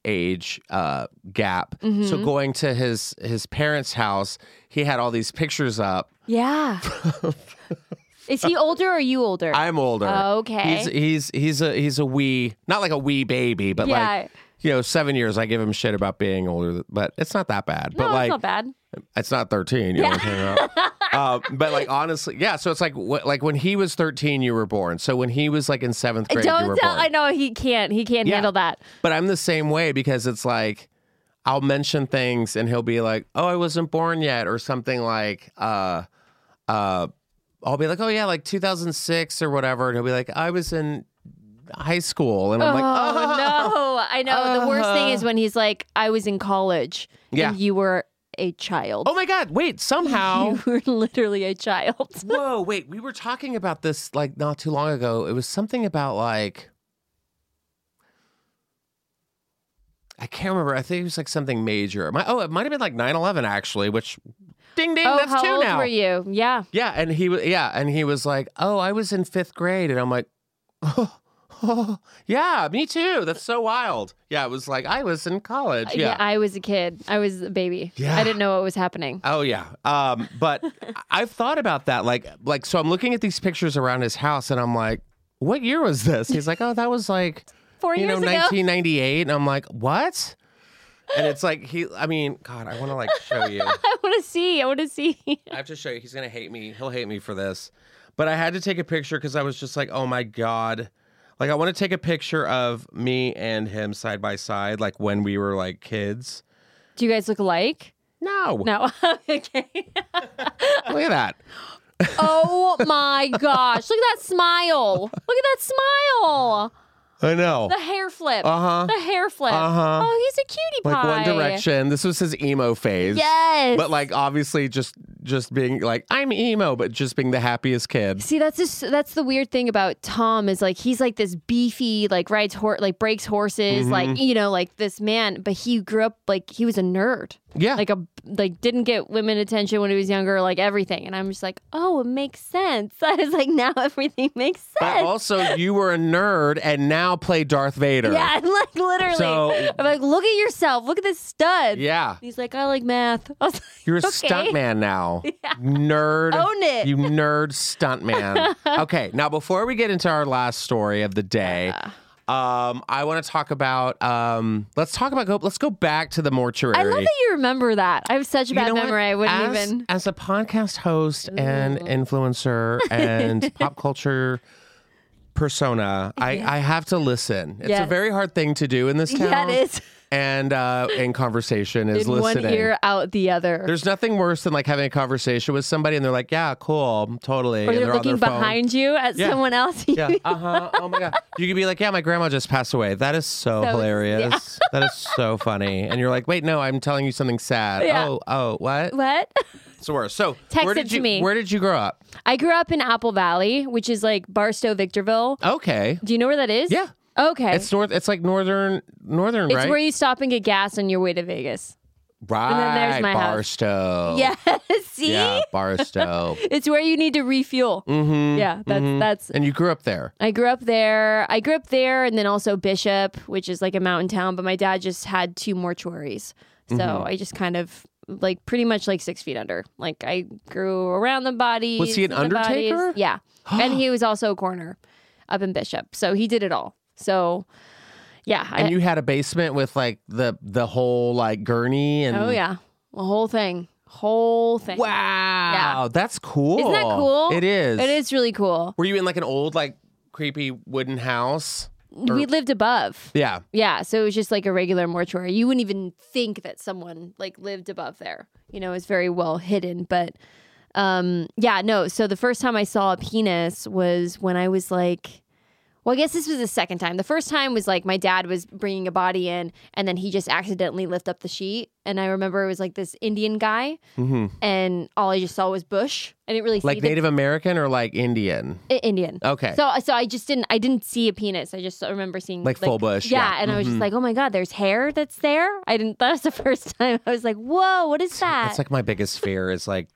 Speaker 1: age uh gap. So
Speaker 3: Mhm.
Speaker 1: going to his his parents' house, he had all these pictures up. (laughs)
Speaker 3: yeah. Is he older or you older?
Speaker 1: I'm older.
Speaker 3: Okay.
Speaker 1: He's he's he's a he's a wee, not like a wee baby, but
Speaker 3: yeah.
Speaker 1: like you know, seven years. I give him shit about being older, th- but it's not that bad.
Speaker 3: no,
Speaker 1: but like,
Speaker 3: that's not bad.
Speaker 1: it's not thirteen. You know what I'm talking about? Uh, but like, honestly, yeah. So it's like, wh- like when he was thirteen, you were born. So when he was like in seventh grade, you
Speaker 3: Don't
Speaker 1: were
Speaker 3: tell.
Speaker 1: born.
Speaker 3: I know he can't. He can't
Speaker 1: Yeah.
Speaker 3: handle that.
Speaker 1: But I'm the same way because it's like I'll mention things and he'll be like, "Oh, I wasn't born yet," or something like, uh, uh, I'll be like, "Oh yeah, like 2006 or whatever," and he'll be like, "I was in high school," and I'm like, "Oh
Speaker 3: no! I know. the worst thing
Speaker 1: Uh-huh.
Speaker 3: is when he's like, "I was in college,
Speaker 1: Yeah.
Speaker 3: and you were a child.
Speaker 1: (laughs) Oh my God! Wait, somehow."
Speaker 3: (laughs) You were literally a child."
Speaker 1: (laughs) Whoa, wait, we were talking about this like not too long ago. It was something about like I can't remember. I think it was like something major. My, oh, it might have been like 9/11 actually, which ding ding,
Speaker 3: oh,
Speaker 1: that's
Speaker 3: how
Speaker 1: two
Speaker 3: old
Speaker 1: now.
Speaker 3: were you? Yeah.
Speaker 1: Yeah, and he was yeah, and he was like, "Oh, I was in 5th grade." And I'm like, (laughs) oh, (laughs) yeah, me too. That's so wild." Yeah, it was like I was in college.
Speaker 3: yeah, I was a kid. I was a baby.
Speaker 1: Yeah.
Speaker 3: I didn't know what was happening.
Speaker 1: Oh yeah. Um, but (laughs) I've thought about that. Like, like so I'm looking at these pictures around his house, and I'm like, what year was this? He's like, oh, that was like
Speaker 3: (laughs) Four
Speaker 1: you know
Speaker 3: years ago.
Speaker 1: 1998, and I'm like, what? And it's like he. I mean, God, I want to like show you.
Speaker 3: I want to see. I want to see. (laughs)
Speaker 1: I have to show you. He's gonna hate me. He'll hate me for this. But I had to take a picture because I was just like, oh my God. Like I want to take a picture of me and him side by side, like when we were like kids.
Speaker 3: Do you guys look alike?
Speaker 1: No.
Speaker 3: No. okay.
Speaker 1: Look at that.
Speaker 3: oh my gosh! Look at that smile. Look at that smile.
Speaker 1: I know.
Speaker 3: (laughs) The hair flip.
Speaker 1: Uh-huh.
Speaker 3: The hair flip.
Speaker 1: Uh-huh.
Speaker 3: Oh, he's a cutie
Speaker 1: like
Speaker 3: pie.
Speaker 1: One Direction. This was his emo phase.
Speaker 3: Yes.
Speaker 1: But like obviously just just being like I'm emo, but just being the happiest kid.
Speaker 3: See, that's just that's the weird thing about Tom is like he's like this beefy, like rides horse, like breaks horses, like
Speaker 1: Mm-hmm.
Speaker 3: you know, like this man. But he grew up like he was a nerd,
Speaker 1: Yeah.
Speaker 3: like a like didn't get women attention when he was younger, like everything. And I'm just like, oh, it makes sense. (laughs) I was like, now everything makes
Speaker 1: but
Speaker 3: sense.
Speaker 1: also you were a nerd and now play Darth Vader.
Speaker 3: Yeah, and, like literally,
Speaker 1: So-
Speaker 3: I'm like, look at yourself, look at this stud.
Speaker 1: Yeah.
Speaker 3: And he's like, I like math. (laughs) I was like,
Speaker 1: You're a
Speaker 3: Okay.
Speaker 1: stuntman
Speaker 3: (laughs)
Speaker 1: now. Nerd.
Speaker 3: Own it.
Speaker 1: You nerd
Speaker 3: (laughs)
Speaker 1: stuntman. okay, now before we get into our last story of the day,
Speaker 3: Uh.
Speaker 1: um, I want to talk about um, let's talk about go let's go back to the mortuary.
Speaker 3: I love that you remember that. I have such a
Speaker 1: You
Speaker 3: bad
Speaker 1: know what?
Speaker 3: memory. I wouldn't
Speaker 1: as,
Speaker 3: even.
Speaker 1: As a
Speaker 3: (laughs)
Speaker 1: podcast host and influencer and pop culture persona. I, I have to listen. It's a
Speaker 3: Yes.
Speaker 1: very hard thing to do in this town.
Speaker 3: Yeah, it is.
Speaker 1: And uh, in conversation is
Speaker 3: In
Speaker 1: listening.
Speaker 3: one ear, out the other.
Speaker 1: There's nothing worse than like having a conversation with somebody and they're like, "Yeah, cool, totally."
Speaker 3: or
Speaker 1: and
Speaker 3: they're,
Speaker 1: they're on
Speaker 3: looking
Speaker 1: their phone.
Speaker 3: behind you at
Speaker 1: Yeah.
Speaker 3: someone else. (laughs)
Speaker 1: Yeah. Uh huh. Oh my god. You could be like, "Yeah, my grandma just passed away." That is so,
Speaker 3: So-
Speaker 1: hilarious. That is so funny. And you're like, "Wait, no, I'm telling you something sad."
Speaker 3: Yeah.
Speaker 1: Oh, oh, what?
Speaker 3: what?
Speaker 1: It's the worst. So,
Speaker 3: Text
Speaker 1: where
Speaker 3: it
Speaker 1: did
Speaker 3: to
Speaker 1: you
Speaker 3: me.
Speaker 1: where did you grow up?
Speaker 3: I grew up in Apple Valley, which is like Barstow, Victorville.
Speaker 1: Okay.
Speaker 3: Do you know where that is?
Speaker 1: Yeah.
Speaker 3: Okay.
Speaker 1: It's north. It's like northern, northern,
Speaker 3: It's
Speaker 1: right?
Speaker 3: where you stop and get gas on your way to Vegas.
Speaker 1: right.
Speaker 3: then there's my house.
Speaker 1: Barstow.
Speaker 3: (laughs) Yeah. See?
Speaker 1: Oh. Yeah.
Speaker 3: (laughs)
Speaker 1: Barstow.
Speaker 3: It's where you need to refuel.
Speaker 1: mm-hmm.
Speaker 3: Yeah. That's that's
Speaker 1: And you grew up there.
Speaker 3: I grew up there. I grew up there and then also Bishop, which is like a mountain town, but my dad just had two mortuaries. So
Speaker 1: Mm-hmm.
Speaker 3: I just kind of like pretty much like six feet under. Like I grew around the body.
Speaker 1: Was he an undertaker?
Speaker 3: Yeah.
Speaker 1: (gasps)
Speaker 3: and he was also a coroner up in Bishop. So he did it all. So yeah. I-
Speaker 1: And you had a basement with like the the whole like gurney and
Speaker 3: oh yeah. The whole thing. Whole thing.
Speaker 1: Wow, that's cool.
Speaker 3: Isn't that cool?
Speaker 1: It is.
Speaker 3: It is really cool.
Speaker 1: Were you in like an old like creepy wooden house?
Speaker 3: we lived above.
Speaker 1: Yeah.
Speaker 3: Yeah, so it was just like a regular mortuary. You wouldn't even think that someone like lived above there. You know, it's very well hidden, but um yeah, no. So the first time I saw a penis was when I was like well, I guess this was the second time. The first time was like my dad was bringing a body in and then he just accidentally lifted up the sheet and I remember it was like this Indian guy and all I just saw was bush. I didn't really see
Speaker 1: Like
Speaker 3: the-
Speaker 1: Native American or like Indian?
Speaker 3: I- Indian.
Speaker 1: Okay.
Speaker 3: So so I just didn't I didn't see a penis. I just remember seeing
Speaker 1: Like full bush,
Speaker 3: Yeah,
Speaker 1: yeah. Mm-hmm.
Speaker 3: and I was just like, oh my god, there's hair that's there. I didn't. That was the (laughs) first time I was like, whoa, what is that?
Speaker 1: That's like my biggest fear is
Speaker 3: (laughs)
Speaker 1: like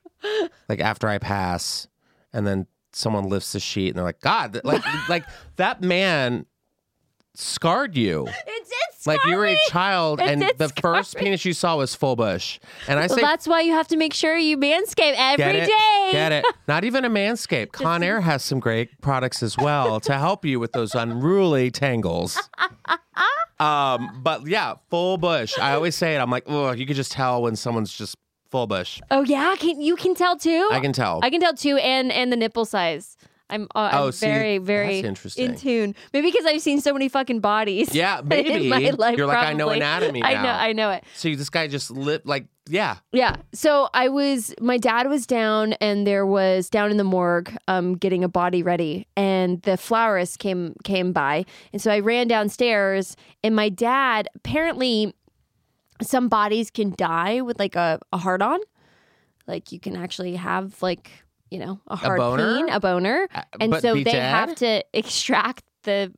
Speaker 1: like after I pass and then someone lifts the sheet and they're like, God, th-
Speaker 3: (laughs)
Speaker 1: like like that man scarred you.
Speaker 3: it's it's
Speaker 1: Like you were a child
Speaker 3: It
Speaker 1: and
Speaker 3: did
Speaker 1: the
Speaker 3: scar
Speaker 1: first penis you saw was full bush. And I
Speaker 3: Well,
Speaker 1: say
Speaker 3: that's why you have to make sure you manscape every
Speaker 1: Get
Speaker 3: day.
Speaker 1: it? Get
Speaker 3: (laughs)
Speaker 1: it? Not even a manscape. Conair has some great products as well to help you with those unruly
Speaker 3: (laughs)
Speaker 1: tangles. Um, but yeah, full bush. I always say it. I'm like, oh, you could just tell when someone's just full bush.
Speaker 3: Oh yeah, can you can tell too?
Speaker 1: I can tell.
Speaker 3: I can tell too, and and the nipple size. I'm uh, I'm
Speaker 1: Oh, see,
Speaker 3: very very
Speaker 1: that's interesting.
Speaker 3: in tune. Maybe because I've seen so many fucking bodies.
Speaker 1: yeah,
Speaker 3: (laughs) in
Speaker 1: maybe.
Speaker 3: my life,
Speaker 1: You're like, I know
Speaker 3: probably.
Speaker 1: anatomy now.
Speaker 3: I know I know it.
Speaker 1: so this guy just lit like, yeah.
Speaker 3: Yeah. So I was, my dad was down and there was down in the morgue, um, getting a body ready and the florist came, came by. And so I ran downstairs and my dad, apparently some bodies can die with like a, a heart on. Like you can actually have like, you know, a hard
Speaker 1: boner? Uh,
Speaker 3: pain, a boner. And
Speaker 1: but
Speaker 3: so
Speaker 1: be
Speaker 3: they
Speaker 1: dead?
Speaker 3: have to (laughs) extract the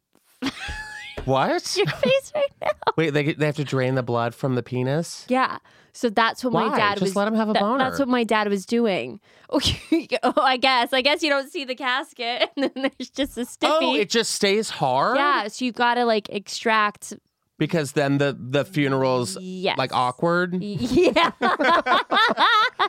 Speaker 1: (laughs)
Speaker 3: (laughs)
Speaker 1: What?
Speaker 3: your face right now.
Speaker 1: Wait, they they have to drain the blood from the penis?
Speaker 3: Yeah. So that's what
Speaker 1: Why?
Speaker 3: my dad
Speaker 1: Just
Speaker 3: was.
Speaker 1: let him have a
Speaker 3: that-
Speaker 1: boner.
Speaker 3: That's what my dad was doing. (laughs) Okay. oh, I guess. I guess you don't see the casket, (laughs) and then there's just a stiffy.
Speaker 1: Oh, it just stays hard?
Speaker 3: yeah. So you gotta like extract.
Speaker 1: Because then the the funeral's
Speaker 3: Yes.
Speaker 1: like awkward. (laughs)
Speaker 3: (laughs) Yeah.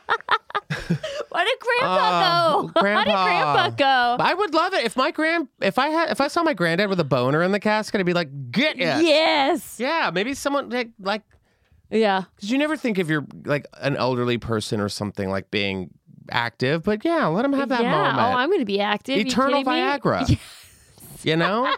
Speaker 3: Why did Grandpa
Speaker 1: Oh,
Speaker 3: go? (laughs) Why did
Speaker 1: Grandpa.
Speaker 3: Grandpa go?
Speaker 1: I would love it if my grand if I had if I saw my granddad with a boner in the casket, I'd be like, get it.
Speaker 3: Yes.
Speaker 1: Yeah, maybe someone like like
Speaker 3: Yeah.
Speaker 1: because you never think of your like an elderly person or something like being active, but yeah, let them have that
Speaker 3: yeah. Oh,
Speaker 1: moment.
Speaker 3: I'm gonna be active. You
Speaker 1: Eternal
Speaker 3: kidding me? (laughs)
Speaker 1: Viagra. You know,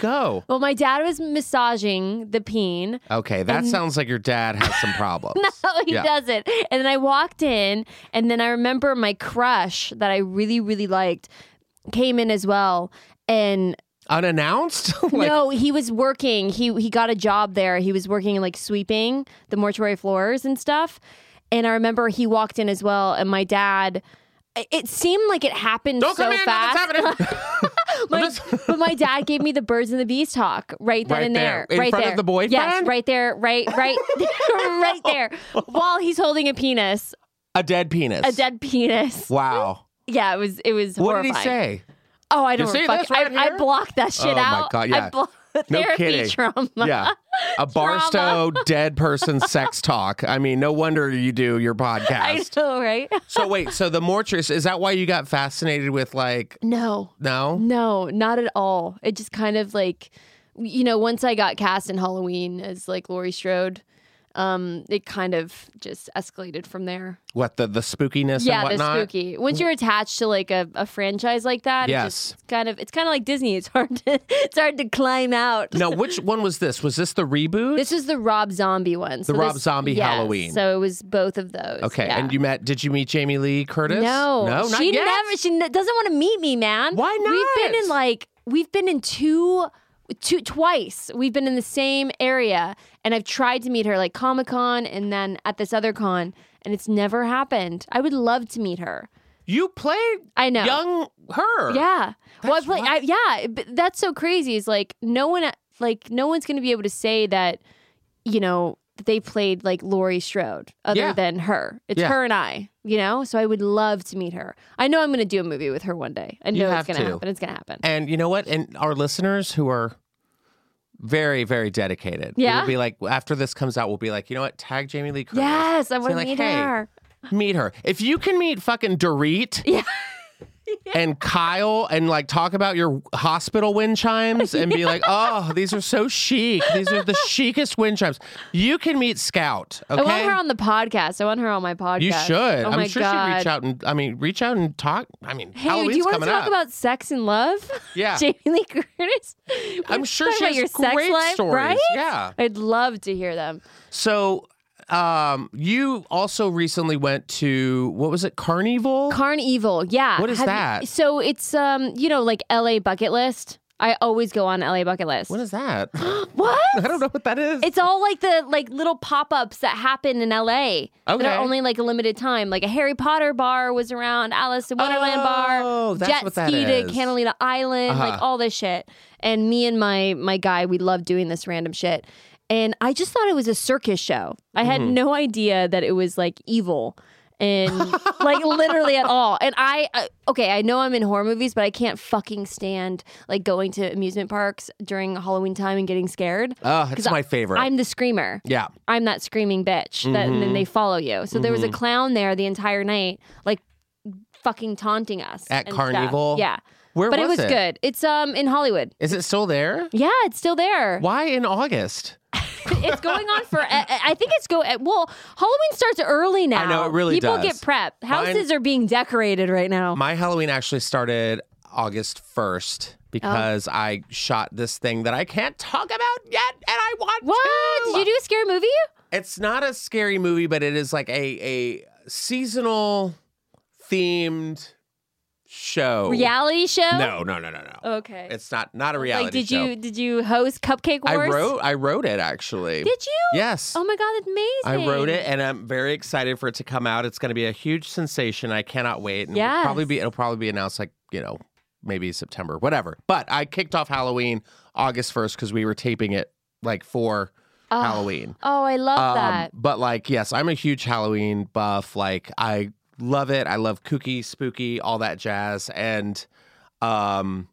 Speaker 1: go.
Speaker 3: Well, my dad was massaging the peen,
Speaker 1: Okay, that sounds like your dad has some problems.
Speaker 3: (laughs) No, Oh, he
Speaker 1: Yeah.
Speaker 3: doesn't. And then I walked in, and then I remember my crush that I really, really liked came in as well. And
Speaker 1: Unannounced. (laughs) like,
Speaker 3: no, he was working. He he got a job there. He was working like sweeping the mortuary floors and stuff. And I remember he walked in as well, and my dad. it- It seemed like it happened
Speaker 1: don't
Speaker 3: so
Speaker 1: come in.
Speaker 3: fast. (laughs)
Speaker 1: Nothing's happening. (laughs)
Speaker 3: My-
Speaker 1: just-
Speaker 3: but my dad gave me the birds and the bees talk right then
Speaker 1: Right
Speaker 3: and
Speaker 1: there.
Speaker 3: there,
Speaker 1: In
Speaker 3: right
Speaker 1: front of
Speaker 3: there.
Speaker 1: the boyfriend?
Speaker 3: Yes, right there, right, right, (laughs) right
Speaker 1: (laughs)
Speaker 3: there, while he's holding a penis,
Speaker 1: a dead penis.
Speaker 3: a dead
Speaker 1: (laughs)
Speaker 3: penis.
Speaker 1: Wow.
Speaker 3: Yeah, it was it was.
Speaker 1: What
Speaker 3: horrifying.
Speaker 1: did he
Speaker 3: (laughs)
Speaker 1: say?
Speaker 3: Oh, I don't
Speaker 1: see
Speaker 3: fuck-
Speaker 1: this right
Speaker 3: I,
Speaker 1: here?
Speaker 3: I blocked that shit
Speaker 1: Oh my
Speaker 3: out.
Speaker 1: God, yeah.
Speaker 3: I blocked
Speaker 1: No
Speaker 3: therapy
Speaker 1: kidding.
Speaker 3: trauma.
Speaker 1: Yeah. A Barstow dead person sex talk. I mean, no wonder you do your
Speaker 3: (laughs) I
Speaker 1: podcast.
Speaker 3: know, right?
Speaker 1: So wait, so the mortuary is that why you got fascinated with like
Speaker 3: No,
Speaker 1: no?
Speaker 3: no, not at all. It just kind of like, you know, once I got cast in Halloween as like Laurie Strode, um, it kind of just escalated from there.
Speaker 1: What the the spookiness
Speaker 3: yeah,
Speaker 1: and
Speaker 3: the
Speaker 1: whatnot.
Speaker 3: spooky. Once you're attached to like a, a franchise like that, it
Speaker 1: Yes.
Speaker 3: just kind of it's kind of like Disney. It's hard to (laughs) it's hard to climb out.
Speaker 1: Now, which one was this? Was this the reboot?
Speaker 3: This is the Rob Zombie one. So
Speaker 1: Rob
Speaker 3: this-
Speaker 1: Zombie
Speaker 3: yeah,
Speaker 1: Halloween.
Speaker 3: So it was both of those.
Speaker 1: okay,
Speaker 3: yeah.
Speaker 1: and you met? Did you meet Jamie Lee Curtis?
Speaker 3: No,
Speaker 1: no, not
Speaker 3: she
Speaker 1: yet.
Speaker 3: never. She n- doesn't want to meet me, man.
Speaker 1: Why
Speaker 3: We've been
Speaker 1: not?
Speaker 3: in like we've been in two, two twice. We've been in the same area, and I've tried to meet her like Comic Con and then at this other con, and it's never happened. I would love to meet her.
Speaker 1: you played
Speaker 3: I know.
Speaker 1: young her.
Speaker 3: Yeah. well, I
Speaker 1: That's
Speaker 3: play. I, yeah, but that's so crazy. It's like no one, like no one's gonna be able to say that, you know, that they played like Laurie Strode other
Speaker 1: Yeah.
Speaker 3: than her. It's
Speaker 1: Yeah.
Speaker 3: her and I. You know, so I would love to meet her. I know I'm gonna do a movie with her one day. I know
Speaker 1: have
Speaker 3: it's gonna
Speaker 1: to.
Speaker 3: happen. It's gonna happen.
Speaker 1: And you know what? And our listeners who are very, very dedicated.
Speaker 3: Yeah?
Speaker 1: We'll be like, after this comes out, we'll be like, you know what? Tag Jamie Lee Curtis.
Speaker 3: yes, I
Speaker 1: Say
Speaker 3: want to
Speaker 1: like,
Speaker 3: meet
Speaker 1: hey,
Speaker 3: her.
Speaker 1: Meet her. If you can meet fucking Dorit
Speaker 3: (laughs) Yeah.
Speaker 1: and Kyle and like talk about your hospital wind chimes and
Speaker 3: (laughs)
Speaker 1: be like, oh, these are so chic. These are the chicest wind chimes. You can meet Scout. Okay.
Speaker 3: I want her on the podcast. I want her on my podcast.
Speaker 1: you should.
Speaker 3: Oh my
Speaker 1: I'm sure
Speaker 3: god.
Speaker 1: she'd reach out and I mean reach out and talk. I mean,
Speaker 3: Hey,
Speaker 1: Halloween's
Speaker 3: do you want to
Speaker 1: coming
Speaker 3: talk
Speaker 1: up.
Speaker 3: about sex and love? (laughs)
Speaker 1: Yeah.
Speaker 3: Jamie Lee Curtis. We
Speaker 1: I'm
Speaker 3: have to
Speaker 1: sure
Speaker 3: talk
Speaker 1: she
Speaker 3: about
Speaker 1: has
Speaker 3: your sex
Speaker 1: great
Speaker 3: life,
Speaker 1: stories.
Speaker 3: right?
Speaker 1: Yeah.
Speaker 3: I'd love to hear them.
Speaker 1: So, um, you also recently went to what was it, Carnival?
Speaker 3: Carnival, yeah.
Speaker 1: What is that?
Speaker 3: so it's um, you know, like LA bucket list. I always go on LA bucket list.
Speaker 1: what is
Speaker 3: (gasps)
Speaker 1: that? I
Speaker 3: What?
Speaker 1: don't know what that is.
Speaker 3: It's all like the like little pop ups that happen in LA that
Speaker 1: Okay.
Speaker 3: are only like a limited time. Like a Harry Potter bar was around, Alice in Wonderland
Speaker 1: Oh,
Speaker 3: bar,
Speaker 1: that's
Speaker 3: jet
Speaker 1: what that
Speaker 3: ski
Speaker 1: is.
Speaker 3: to Catalina Island, like
Speaker 1: Uh-huh.
Speaker 3: all this shit. And me and my my guy, we love doing this random shit. And I just thought it was a circus show. I had
Speaker 1: Mm-hmm.
Speaker 3: no idea that it was like evil. And
Speaker 1: (laughs)
Speaker 3: like literally at all. And I, I okay, I know I'm in horror movies, but I can't fucking stand like going to amusement parks during Halloween time and getting scared.
Speaker 1: oh, it's
Speaker 3: 'Cause
Speaker 1: my favorite.
Speaker 3: I'm the screamer.
Speaker 1: yeah.
Speaker 3: I'm that screaming bitch. That, and
Speaker 1: Mm-hmm.
Speaker 3: then they follow you. So there was a clown there the entire night, like fucking taunting us
Speaker 1: At
Speaker 3: and stuff.
Speaker 1: Carnival?
Speaker 3: Yeah,
Speaker 1: Where
Speaker 3: but
Speaker 1: was
Speaker 3: it was good. It's um in Hollywood.
Speaker 1: Is it still there?
Speaker 3: Yeah, it's still there.
Speaker 1: Why in August?
Speaker 3: it's going on for. I I think it's go. e, Well, Halloween starts early now.
Speaker 1: know, it really
Speaker 3: People
Speaker 1: does.
Speaker 3: get prep. Houses are being decorated right now.
Speaker 1: My Halloween actually started August 1st because
Speaker 3: Oh.
Speaker 1: I shot this thing that I can't talk about yet and I want
Speaker 3: what
Speaker 1: to.
Speaker 3: did you do? A scary movie?
Speaker 1: it's not a scary movie, but it is like a a seasonal themed show.
Speaker 3: Reality show?
Speaker 1: No, no, no, no, no.
Speaker 3: Okay.
Speaker 1: It's not not a reality
Speaker 3: like, did
Speaker 1: show.
Speaker 3: you did you host Cupcake
Speaker 1: I
Speaker 3: Wars?
Speaker 1: wrote I wrote it actually.
Speaker 3: Did you?
Speaker 1: Yes.
Speaker 3: Oh my god, that's
Speaker 1: I
Speaker 3: amazing!
Speaker 1: wrote it and I'm very excited for it to come out. It's going to be a huge sensation. I cannot wait. And it'll
Speaker 3: Yes.
Speaker 1: probably be it'll probably be announced like, you know, maybe September, whatever. But I kicked off Halloween August 1st cuz we were taping it like for
Speaker 3: Oh.
Speaker 1: Halloween.
Speaker 3: Oh, I love
Speaker 1: Um,
Speaker 3: that.
Speaker 1: But like, yes, I'm a huge Halloween buff. Like, I love it. I love kooky, spooky, all that jazz. And um,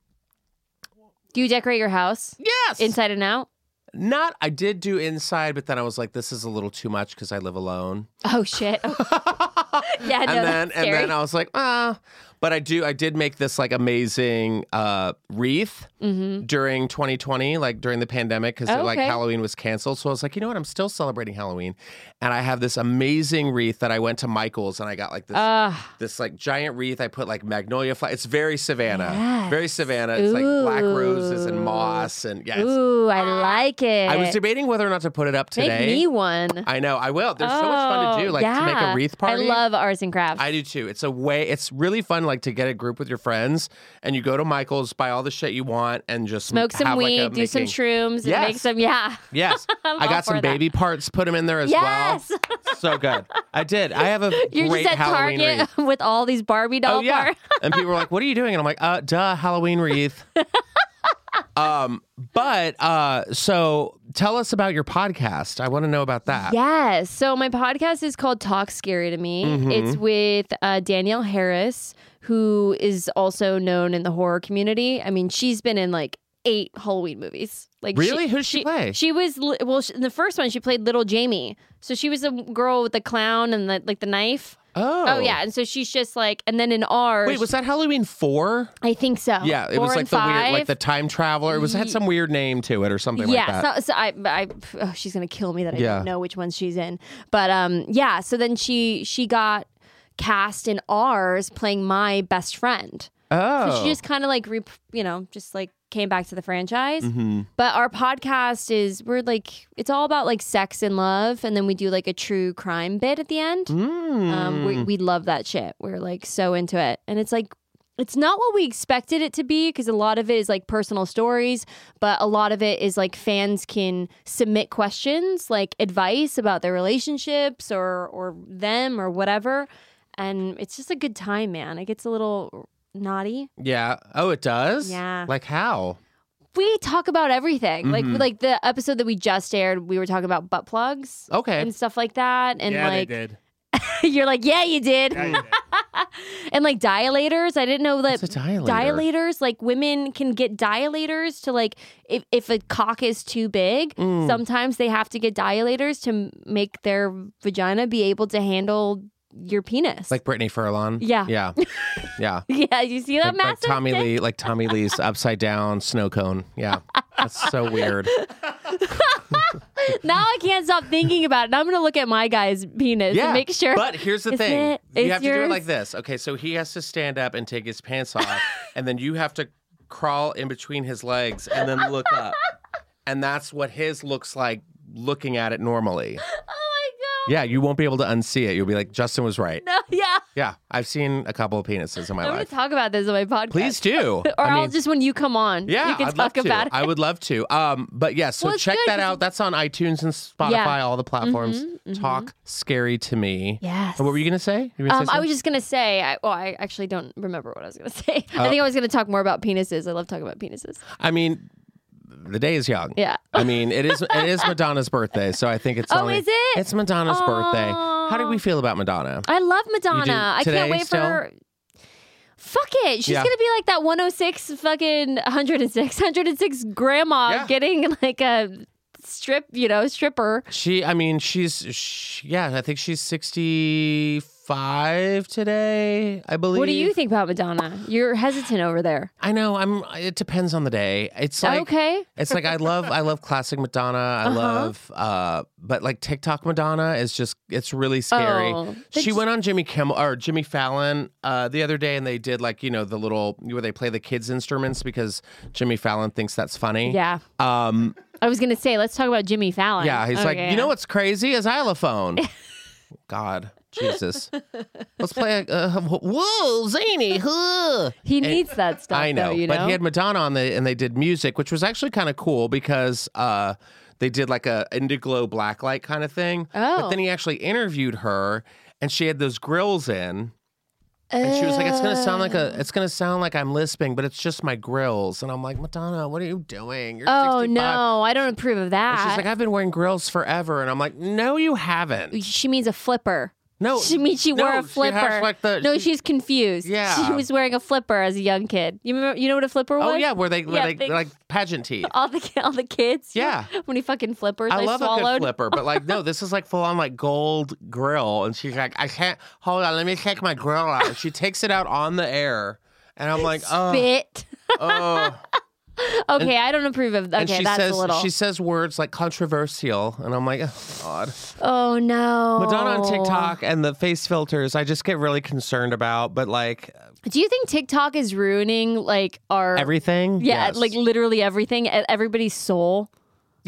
Speaker 3: Do you decorate your house
Speaker 1: yes,
Speaker 3: inside and out?
Speaker 1: not. I did do inside, but then I was like, this is a little too much because I live alone. (laughs)
Speaker 3: Oh shit! (laughs) yeah, no,
Speaker 1: and then
Speaker 3: that's
Speaker 1: and
Speaker 3: scary.
Speaker 1: then I was like, ah. But I do. I did make this like amazing uh, wreath
Speaker 3: mm-hmm.
Speaker 1: during 2020, like during the pandemic, because like
Speaker 3: Okay.
Speaker 1: Halloween was canceled. So I was like, you know what? I'm still celebrating Halloween, and I have this amazing wreath that I went to Michael's and I got like this this like giant wreath. I put like magnolia flower. It's very Savannah,
Speaker 3: Yes.
Speaker 1: very Savannah. It's like black roses and
Speaker 3: Ooh.
Speaker 1: moss and yes. Ah.
Speaker 3: ooh, I like it.
Speaker 1: I was debating whether or not to put it up
Speaker 3: Make
Speaker 1: today.
Speaker 3: me one.
Speaker 1: I know I will. There's so much fun to
Speaker 3: Oh,
Speaker 1: do, like to make
Speaker 3: yeah.
Speaker 1: a wreath party.
Speaker 3: I love arts and crafts.
Speaker 1: I do too. It's a way. It's really fun, like to get a group with your friends and you go to Michael's, buy all the shit you want, and just
Speaker 3: Smoke some
Speaker 1: have, like,
Speaker 3: weed,
Speaker 1: a
Speaker 3: do some
Speaker 1: making-
Speaker 3: shrooms, and make
Speaker 1: Yes.
Speaker 3: some. Yeah,
Speaker 1: (laughs) Yes,
Speaker 3: (laughs) I'm
Speaker 1: I
Speaker 3: all
Speaker 1: got some
Speaker 3: for that.
Speaker 1: baby parts. Put them in there as
Speaker 3: Yes. (laughs)
Speaker 1: well. So good. I did. I have a
Speaker 3: You're
Speaker 1: great
Speaker 3: just at
Speaker 1: Halloween wreath.
Speaker 3: (laughs) Target with all these Barbie doll
Speaker 1: Oh yeah.
Speaker 3: parts.
Speaker 1: and people were like, "What are you doing?" And I'm like, "Uh, duh, Halloween
Speaker 3: (laughs)
Speaker 1: wreath." um, but uh, so tell us about your podcast. I want to know about that.
Speaker 3: Yes. So my podcast is called Talk Scary to Me.
Speaker 1: Mm-hmm.
Speaker 3: It's with uh, Danielle Harris, who is also known in the horror community. I mean, she's been in like eight Halloween movies. Like
Speaker 1: Really? Who's she play?
Speaker 3: She was li- well. She, in the first one, she played Little Jamie. So she was a girl with the clown and the, like the knife.
Speaker 1: Oh.
Speaker 3: Oh yeah, and so she's just like, and then in ours,
Speaker 1: Wait, was that Halloween four?
Speaker 3: I think so.
Speaker 1: Yeah, it
Speaker 3: Four
Speaker 1: was like
Speaker 3: and
Speaker 1: the weird, like
Speaker 3: five.
Speaker 1: the time traveler. It was had some weird name to it or something
Speaker 3: yeah,
Speaker 1: like that.
Speaker 3: so, so I, I, oh, she's gonna kill me that I
Speaker 1: Yeah.
Speaker 3: don't know which ones she's in. But um, yeah. So then she she got cast in ours playing my best friend.
Speaker 1: oh,
Speaker 3: So she just kind of like re, you know, just like came back to the franchise.
Speaker 1: Mhm.
Speaker 3: But our podcast is we're like it's all about like sex and love, and then we do like a true crime bit at the end.
Speaker 1: Mm.
Speaker 3: Um,
Speaker 2: Hmm.
Speaker 3: we, we love that shit. We're like so into it. And it's like, it's not what we expected it to be because a lot of it is like personal stories, but a lot of it is like fans can submit questions, like advice about their relationships or or them or whatever. And it's just a good time, man. It gets a little naughty.
Speaker 1: yeah. Oh, it does.
Speaker 3: Yeah.
Speaker 1: Like how?
Speaker 3: We talk about everything. Like
Speaker 2: Mm-hmm.
Speaker 1: Mhm.
Speaker 3: like the episode that we just aired, we were talking about butt plugs
Speaker 1: Okay.
Speaker 3: and stuff like that. And
Speaker 2: yeah,
Speaker 3: like
Speaker 2: they did.
Speaker 3: (laughs) you're like, yeah, you did.
Speaker 2: Yeah, you did.
Speaker 3: and like dilators. I didn't know that
Speaker 1: What's a dilator?
Speaker 3: dilators like women can get dilators to like if, if a cock is too big
Speaker 1: Mm.
Speaker 3: sometimes they have to get dilators to m- make their vagina be able to handle your penis
Speaker 1: like Brittany Furlon.
Speaker 3: Yeah.
Speaker 1: Yeah. Yeah.
Speaker 3: (laughs) yeah you see
Speaker 1: Like,
Speaker 3: that
Speaker 1: like
Speaker 3: massive
Speaker 1: Tommy
Speaker 3: dick?
Speaker 1: Lee, like Tommy Lee's upside down snow cone.
Speaker 3: (laughs)
Speaker 1: Yeah. That's so weird.
Speaker 3: now i can't stop thinking about it Now i'm gonna look at my guy's penis
Speaker 1: Yeah.
Speaker 3: and make sure
Speaker 1: But here's the
Speaker 3: Isn't
Speaker 1: thing.
Speaker 3: it-
Speaker 1: you
Speaker 3: it's
Speaker 1: have to do it like
Speaker 3: yours?
Speaker 1: this. Okay, so he has to stand up and take his pants
Speaker 3: (laughs)
Speaker 1: off, and then you have to crawl in between his legs and then look up. And that's what his looks like looking at it normally.
Speaker 3: (laughs) oh my god
Speaker 1: Yeah, you won't be able to unsee it. You'll be like, Justin was right.
Speaker 3: (laughs) no yeah
Speaker 1: Yeah, I've seen a couple of penises in my
Speaker 3: i'm gonna
Speaker 1: life.
Speaker 3: talk about this on my podcast
Speaker 1: Please do.
Speaker 3: (laughs) or
Speaker 1: I
Speaker 3: I will
Speaker 1: mean-
Speaker 3: just when you come on
Speaker 1: Yeah,
Speaker 3: we can
Speaker 1: I'd love
Speaker 3: talk about
Speaker 1: to.
Speaker 3: it
Speaker 1: I would love to. Um, but yeah, so
Speaker 3: Well, it's
Speaker 1: check
Speaker 3: good
Speaker 1: that
Speaker 3: 'cause
Speaker 1: out. That's on iTunes and Spotify,
Speaker 3: Yeah. Mm-hmm,
Speaker 1: all the platforms. Talk scary to me.
Speaker 3: yes
Speaker 1: And What were you gonna say? You were gonna
Speaker 3: Um,
Speaker 1: say
Speaker 3: I was
Speaker 1: something? Uh,
Speaker 3: just gonna say. I, well, I actually don't remember what I was gonna (laughs) say. I think I was gonna talk more about penises. I love talking about penises.
Speaker 1: I mean, the day is young.
Speaker 3: Yeah.
Speaker 1: I mean, it is it is Madonna's birthday, so I think it's
Speaker 3: (laughs) Oh,
Speaker 1: only
Speaker 3: is it?
Speaker 1: it's Madonna's birthday. How do
Speaker 3: Aw.
Speaker 1: we feel about Madonna?
Speaker 3: I love Madonna. I
Speaker 1: today
Speaker 3: can't wait
Speaker 1: still?
Speaker 3: for her. Fuck it. She's
Speaker 1: Yeah.
Speaker 3: gonna be like that 106 fucking (laughs) 106 106 grandma
Speaker 1: Yeah.
Speaker 3: getting like a strip, you know, stripper.
Speaker 1: She, I mean, she's she, yeah, I think she's sixty five today. I believe.
Speaker 3: What do you think about Madonna? You're hesitant over there.
Speaker 1: I know. I'm. It depends on the day. It's
Speaker 3: Oh,
Speaker 1: like
Speaker 3: okay.
Speaker 1: It's like I love I love classic Madonna. I
Speaker 3: Uh-huh.
Speaker 1: love uh but like TikTok Madonna is just it's really scary.
Speaker 3: Oh, but
Speaker 1: she
Speaker 3: j-
Speaker 1: went on Jimmy Kimmel or Jimmy Fallon uh the other day and they did like, you know, the little where they play the kids instruments because Jimmy Fallon thinks that's funny.
Speaker 3: Yeah.
Speaker 1: Um
Speaker 3: I was gonna say, let's talk about Jimmy Fallon.
Speaker 1: yeah, he's like,
Speaker 3: Okay.
Speaker 1: "You know what's crazy? A
Speaker 3: (laughs)
Speaker 1: xylophone." God, Jesus. Let's play a, uh, whoa, zany. Huh.
Speaker 3: He needs that stuff.
Speaker 1: I know,
Speaker 3: though, you know.
Speaker 1: but he had Madonna on the and they did music, which was actually kind of cool because uh, they did like a indigo blacklight kind of thing. But
Speaker 3: Oh.
Speaker 1: then he actually interviewed her, and she had those grills in, and she was like, "It's gonna sound like
Speaker 3: Oh.
Speaker 1: a, it's gonna sound like I'm lisping, but it's just my grills." And I'm like, Madonna, what are you doing? You're
Speaker 3: Oh
Speaker 1: 65."
Speaker 3: no, I don't approve of
Speaker 1: And
Speaker 3: that.
Speaker 1: She's like, I've been wearing grills forever, and I'm like, No, you haven't.
Speaker 3: she means a flipper.
Speaker 1: No,
Speaker 3: She means she
Speaker 1: no,
Speaker 3: wore a
Speaker 1: has,
Speaker 3: flipper.
Speaker 1: like, the-
Speaker 3: no,
Speaker 1: she-
Speaker 3: she's confused.
Speaker 1: Yeah.
Speaker 3: she was wearing a flipper as a young kid. You remember? You know what a flipper was?
Speaker 1: Oh yeah, where they, where
Speaker 3: Yeah,
Speaker 1: they,
Speaker 3: they- Oh,
Speaker 1: like pageant teeth.
Speaker 3: (laughs) All the all the kids.
Speaker 1: Yeah.
Speaker 3: When he fucking flippers, I,
Speaker 1: I love
Speaker 3: swallowed.
Speaker 1: a good flipper, but like, no, this is like full on like gold grill. And she's like, I can't, hold on, let me take my grill out. And she takes it out on the air. And I'm like, oh,
Speaker 3: (laughs) Bit.
Speaker 1: oh.
Speaker 3: Okay, I don't approve of. Okay,
Speaker 1: And she
Speaker 3: that's
Speaker 1: says,
Speaker 3: a little.
Speaker 1: she says words like controversial. And I'm like, oh, God.
Speaker 3: oh no.
Speaker 1: Madonna on TikTok and the face filters, I just get really concerned about, but like
Speaker 3: Do you think TikTok is ruining like our?
Speaker 1: everything.
Speaker 3: yeah,
Speaker 1: yes.
Speaker 3: like literally everything, e- everybody's soul.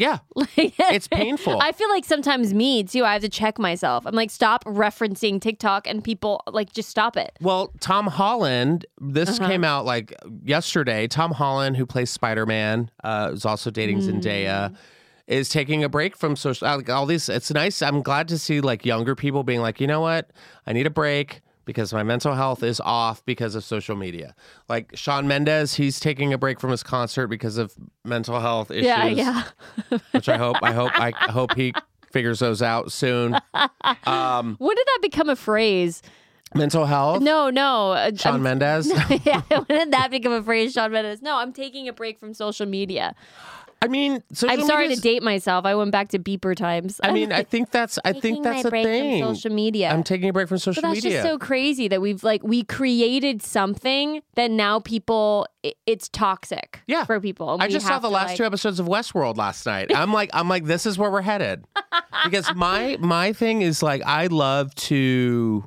Speaker 3: (laughs)
Speaker 1: yeah,
Speaker 3: Like,
Speaker 1: it's painful.
Speaker 3: (laughs) I feel like sometimes me too. I have to check myself. I'm like, stop referencing TikTok and people like just stop it.
Speaker 1: Well, Tom Holland, this
Speaker 3: Uh-huh.
Speaker 1: came out like yesterday. Tom Holland, who plays Spider Man, uh, is also dating
Speaker 3: Hmm.
Speaker 1: Zendaya, is taking a break from social. uh, Like all these, it's nice. I'm glad to see like younger people being like, you know what, I need a break because my mental health is off because of social media. Like Sean Mendez, he's taking a break from his concert because of mental health issues.
Speaker 3: Yeah, yeah.
Speaker 1: Which I hope, I hope, I hope he figures those out soon. Um,
Speaker 3: When did that become a phrase?
Speaker 1: mental health.
Speaker 3: No, no. uh,
Speaker 1: Sean
Speaker 3: (laughs) I'm-
Speaker 1: Mendez.
Speaker 3: yeah, when did that become a phrase, Sean Mendes? No, I'm taking a break from social media.
Speaker 1: (laughs) I mean, social
Speaker 3: I'm sorry to
Speaker 1: media's-
Speaker 3: date myself. I went back to beeper times.
Speaker 1: I mean, I think that's I think
Speaker 3: Taking
Speaker 1: that's
Speaker 3: my
Speaker 1: a
Speaker 3: break from
Speaker 1: thing.
Speaker 3: social media.
Speaker 1: I'm taking a break from social
Speaker 3: But that's
Speaker 1: media.
Speaker 3: just so crazy that we've like we created something that now people i it's toxic
Speaker 1: Yeah.
Speaker 3: for people. and
Speaker 1: I
Speaker 3: we
Speaker 1: just saw
Speaker 3: have
Speaker 1: the
Speaker 3: to,
Speaker 1: last
Speaker 3: like-
Speaker 1: two episodes of Westworld last night. I'm like, I'm like, this is where we're headed. Because
Speaker 3: (laughs)
Speaker 1: my my thing is like, I love to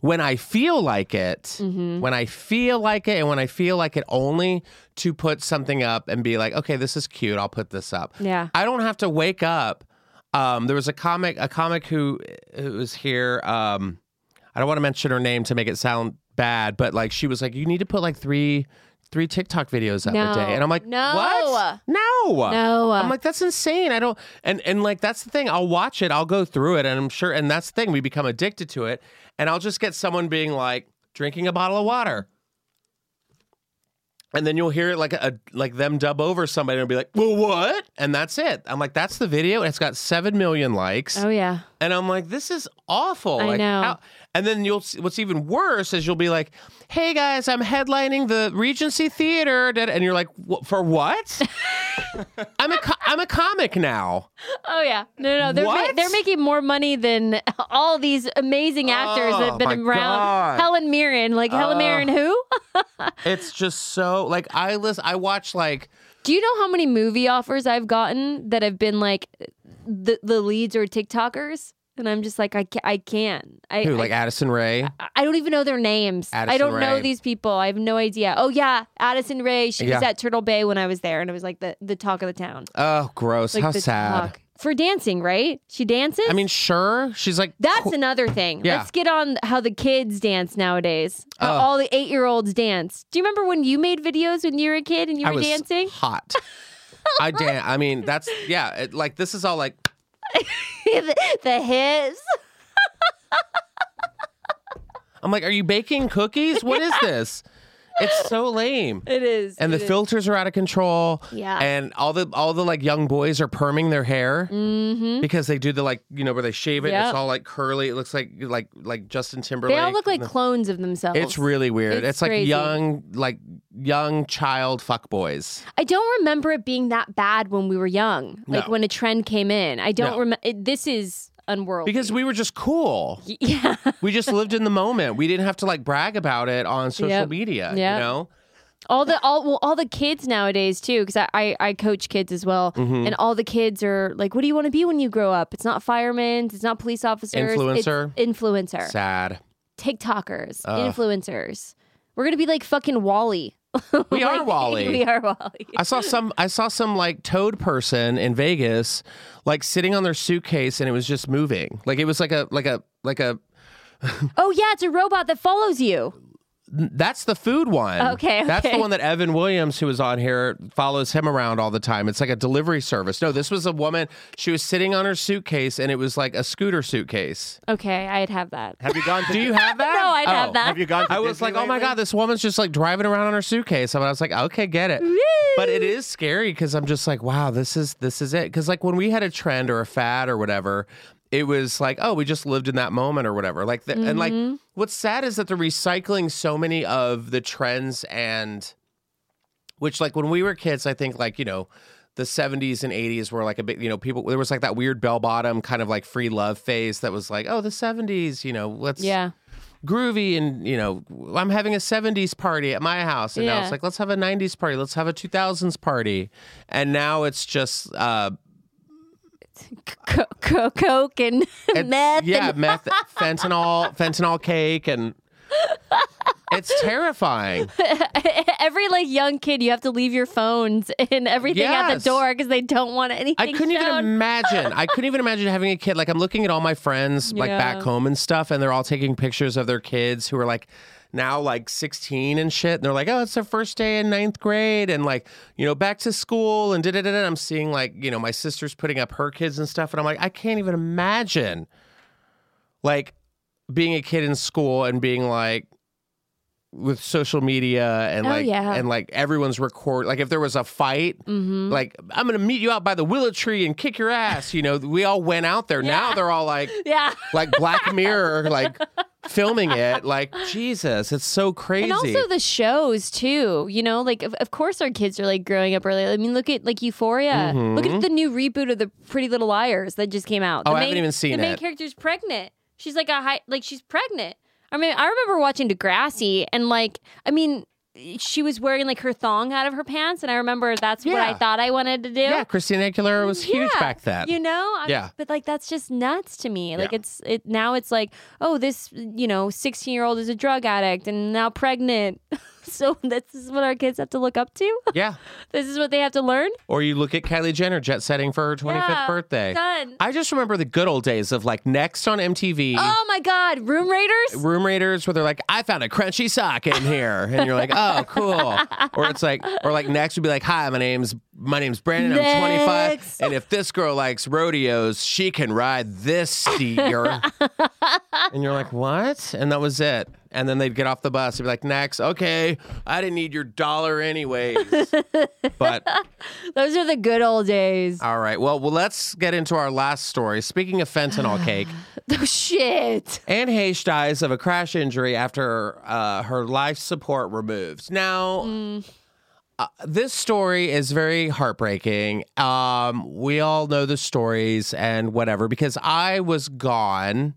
Speaker 1: when I feel like it,
Speaker 3: Mm-hmm.
Speaker 1: when I feel like it, and when I feel like it only to put something up and be like, okay, this is cute. I'll put this up.
Speaker 3: Yeah.
Speaker 1: I don't have to wake up. Um, there was a comic, a comic who, who was here. Um, I don't want to mention her name to make it sound bad, but like she was like, you need to put like three, three TikTok videos up a
Speaker 3: No.
Speaker 1: day, and I'm like,
Speaker 3: No.
Speaker 1: what? No,
Speaker 3: No.
Speaker 1: I'm like, that's insane. I don't, and and like that's the thing. I'll watch it, I'll go through it, and I'm sure, and that's the thing. We become addicted to it, and I'll just get someone being like drinking a bottle of water. And then you'll hear it like a like them dub over somebody and be like, "Well, what?" And that's it. I'm like, "That's the video. It's got seven million likes."
Speaker 3: Oh yeah.
Speaker 1: And I'm like, this is awful.
Speaker 3: I
Speaker 1: like,
Speaker 3: know.
Speaker 1: and then you'll. see- What's even worse is you'll be like, "Hey guys, I'm headlining the Regency Theater," da- da- and you're like, "Wh- "For
Speaker 3: (laughs)
Speaker 1: what?" I'm a co- I'm a comic now.
Speaker 3: Oh yeah. No, no, they're
Speaker 1: What?
Speaker 3: they're making more money than (laughs) all these amazing actors that have
Speaker 1: Oh, my
Speaker 3: been around.
Speaker 1: God.
Speaker 3: Helen Mirren, like Helen Mirren, who?
Speaker 1: It's just so like I listen. I watch like
Speaker 3: Do you know how many movie offers I've gotten that have been like the the leads or TikTokers? And I'm just like, I can't. I can't. I,
Speaker 1: who
Speaker 3: I-
Speaker 1: like Addison Ray.
Speaker 3: I don't even know their names. I
Speaker 1: Addison
Speaker 3: don't know
Speaker 1: Rae.
Speaker 3: these people. I have no idea. Oh yeah, Addison Ray. She was
Speaker 1: Yeah.
Speaker 3: at Turtle Bay when I was there, and it was like the the talk of the town.
Speaker 1: Oh, gross!
Speaker 3: Like
Speaker 1: How
Speaker 3: the
Speaker 1: sad.
Speaker 3: talk. for dancing, right? She dances.
Speaker 1: I mean, sure, she's like
Speaker 3: That's
Speaker 1: cool.
Speaker 3: another thing.
Speaker 1: Yeah.
Speaker 3: Let's get on how the kids dance nowadays. How
Speaker 1: Oh.
Speaker 3: all the eight year olds dance. Do you remember when you made videos when you were a kid and you
Speaker 1: I
Speaker 3: were
Speaker 1: was
Speaker 3: dancing? (laughs)
Speaker 1: hot. I dan- I mean, that's yeah. It, like this is all like
Speaker 3: the, the hips.
Speaker 1: I'm like, are you baking cookies? What
Speaker 3: (laughs)
Speaker 1: is this? It's so lame.
Speaker 3: It is.
Speaker 1: and the
Speaker 3: it is.
Speaker 1: filters are out of control.
Speaker 3: Yeah.
Speaker 1: And all the all the like young boys are perming their hair because they do the like you know where they shave it. and
Speaker 3: Mm-hmm. Yep.
Speaker 1: It's all like curly. It looks like like like Justin Timberlake.
Speaker 3: They all look like
Speaker 1: And the-
Speaker 3: clones of themselves.
Speaker 1: it's really weird. It's,
Speaker 3: It's
Speaker 1: like
Speaker 3: crazy.
Speaker 1: young like young child fuck boys.
Speaker 3: I don't remember it being that bad when we were young. Like
Speaker 1: No.
Speaker 3: when a trend came in. I don't
Speaker 1: No.
Speaker 3: remember. This is unworldly.
Speaker 1: Because we were just cool.
Speaker 3: (laughs) yeah.
Speaker 1: we just lived in the moment. We didn't have to like brag about it on social
Speaker 3: Yep.
Speaker 1: media.
Speaker 3: Yep.
Speaker 1: You know.
Speaker 3: all the all well, all the kids nowadays too because I, I I coach kids as well
Speaker 1: Mm-hmm.
Speaker 3: and all the kids are like what do you want to be when you grow up it's not firemen it's not police officers it's
Speaker 1: Influencer.
Speaker 3: influencer
Speaker 1: Sad.
Speaker 3: (laughs) tiktokers influencers we're gonna be like fucking wally
Speaker 1: We are Wall-E.
Speaker 3: (laughs) we are wally
Speaker 1: I saw some I saw some like toad person in Vegas like sitting on their suitcase and it was just moving. Like it was like a like a like a
Speaker 3: oh yeah it's a robot that follows you
Speaker 1: that's the food one.
Speaker 3: Okay,
Speaker 1: That's the
Speaker 3: okay.
Speaker 1: one that Evan Williams who was on here follows him around all the time. It's like a delivery service. No, this was a woman she was sitting on her suitcase and it was like a scooter suitcase.
Speaker 3: okay i'd have that
Speaker 2: Have you
Speaker 1: (laughs)
Speaker 2: gone to?
Speaker 1: Do you have that?
Speaker 3: (laughs) no i'd
Speaker 1: Oh.
Speaker 3: have that
Speaker 2: Have you gone? To
Speaker 1: I was
Speaker 2: Disney
Speaker 1: like, oh my
Speaker 2: lately?
Speaker 1: god, this woman's just like driving around on her suitcase, and I was like, okay, get it. But it is scary because I'm just like, wow, this is this is it. Because like when we had a trend or a fad or whatever, it was like, oh, we just lived in that moment or whatever. Like, the, and like, what's sad is that they're recycling so many of the trends and, which like when we were kids, I think like you know. The 70s and 80s were like a bit, you know, people, there was like that weird bell bottom kind of like free love phase that was like, oh, the 70s, you know, let's,
Speaker 3: yeah
Speaker 1: groovy and you know i'm having a 70s party at my house and now
Speaker 3: Yeah.
Speaker 1: it's like let's have a 90s party let's have a 2000s party and now it's just uh
Speaker 3: co- co-
Speaker 1: (laughs)
Speaker 3: coke and
Speaker 1: it's-
Speaker 3: meth
Speaker 1: yeah
Speaker 3: and-
Speaker 1: meth fentanyl fentanyl cake and it's terrifying
Speaker 3: (laughs) every like young kid you have to leave your phones (laughs) and everything at
Speaker 1: Yes.
Speaker 3: the door because they don't want anything
Speaker 1: I couldn't even
Speaker 3: shown. (laughs)
Speaker 1: imagine. I couldn't even imagine having a kid. Like I'm looking at all my friends like
Speaker 3: Yeah.
Speaker 1: back home and stuff, and they're all taking pictures of their kids who are like now like 16 and shit. And they're like, oh, it's their first day in ninth grade, and like you know back to school and da da da. da. I'm seeing like you know my sister's putting up her kids and stuff, and I'm like, I can't even imagine like being a kid in school and being like with social media and
Speaker 3: Oh,
Speaker 1: like
Speaker 3: yeah.
Speaker 1: and like everyone's record like if there was a fight
Speaker 3: Mm-hmm.
Speaker 1: like i'm gonna meet you out by the willow tree and kick your ass you know we all went out there now they're all like
Speaker 3: yeah (laughs)
Speaker 1: like black mirror like filming it. Like Jesus, it's so crazy.
Speaker 3: And also the shows too, you know, like of, of course our kids are like growing up early. I mean, look at like Euphoria. Look at the new reboot of the Pretty Little Liars that just came out. The
Speaker 1: Mm-hmm. Oh, I haven't even seen
Speaker 3: The main
Speaker 1: it.
Speaker 3: character's pregnant. She's like a high, like she's pregnant. I mean, I remember watching Degrassi, and like, I mean, she was wearing like her thong out of her pants, and I remember that's what I
Speaker 1: Yeah.
Speaker 3: thought I wanted to do.
Speaker 1: yeah, Christina Aguilera was huge
Speaker 3: Yeah,
Speaker 1: back then.
Speaker 3: You know? I'm-
Speaker 1: Yeah.
Speaker 3: But like that's just nuts to me. Like
Speaker 1: Yeah.
Speaker 3: it's it now it's like, oh, this you know, sixteen year old is a drug addict and now pregnant. (laughs) so this is what our kids have to look up to? (laughs)
Speaker 1: yeah.
Speaker 3: This is what they have to learn?
Speaker 1: Or you look at Kylie Jenner jet setting for her 25th
Speaker 3: Yeah,
Speaker 1: birthday.
Speaker 3: Done.
Speaker 1: I just remember the good old days of like next on MTV.
Speaker 3: oh my god, room raiders?
Speaker 1: Room Raiders, where they're like, I found a crunchy sock in here, and you're like, oh, cool. Or it's like, or like next would be like, hi, my name's my name's Brandon. I'm 25,
Speaker 3: Next.
Speaker 1: and if this girl likes rodeos, she can ride this steer. and you're like, what? And that was it. And then they'd get off the bus and be like, next, okay, I didn't need your dollar anyways. but
Speaker 3: Those are the good old days.
Speaker 1: all right, well, well, let's get into our last story. Speaking of fentanyl cake.
Speaker 3: (laughs) oh shit.
Speaker 1: Anne Heche dies of a crash injury after uh, her life support removed. Now, uh, this story is very heartbreaking. Um, we all know the stories and whatever, because I was gone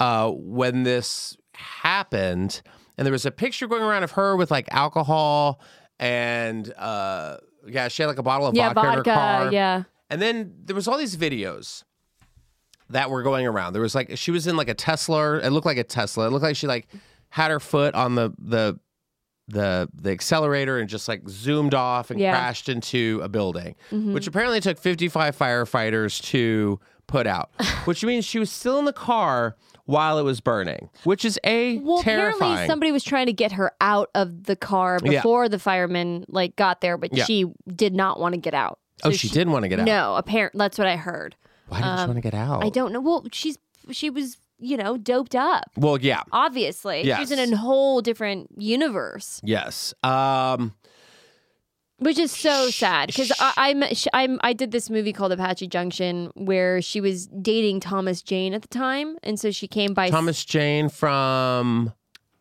Speaker 1: uh, when this happened, and there was a picture going around of her with like alcohol and uh, yeah, she had like a bottle of
Speaker 3: Yeah,
Speaker 1: vodka,
Speaker 3: vodka.
Speaker 1: in her car.
Speaker 3: Yeah.
Speaker 1: And then there was all these videos that were going around. There was like she was in like a Tesla. It looked like a Tesla. It looked like she like had her foot on the the the the accelerator and just like zoomed off and
Speaker 3: Yeah. Mm-hmm.
Speaker 1: crashed into a building, which apparently took 55 firefighters to put
Speaker 3: (laughs)
Speaker 1: out. which means she was still in the car while it was burning, which is a
Speaker 3: Well, apparently
Speaker 1: terrifying.
Speaker 3: somebody was trying to get her out of the car
Speaker 1: Yeah.
Speaker 3: before the firemen like got there, but
Speaker 1: Yeah.
Speaker 3: she did not want to get out.
Speaker 1: oh,
Speaker 3: So
Speaker 1: she, didn't want to get out.
Speaker 3: No, apparent. That's what I heard.
Speaker 1: Why didn't she want to get out?
Speaker 3: I don't know. Well, she's she was you know doped up.
Speaker 1: Well, yeah.
Speaker 3: Obviously, she's in
Speaker 1: Yes.
Speaker 3: a whole different universe,
Speaker 1: Yes. Um
Speaker 3: which is so sad. Because
Speaker 1: sh-
Speaker 3: I'm, sh- I'm I did this movie called Apache Junction where she was dating Thomas Jane at the time, and so she came by s-
Speaker 1: Thomas Jane from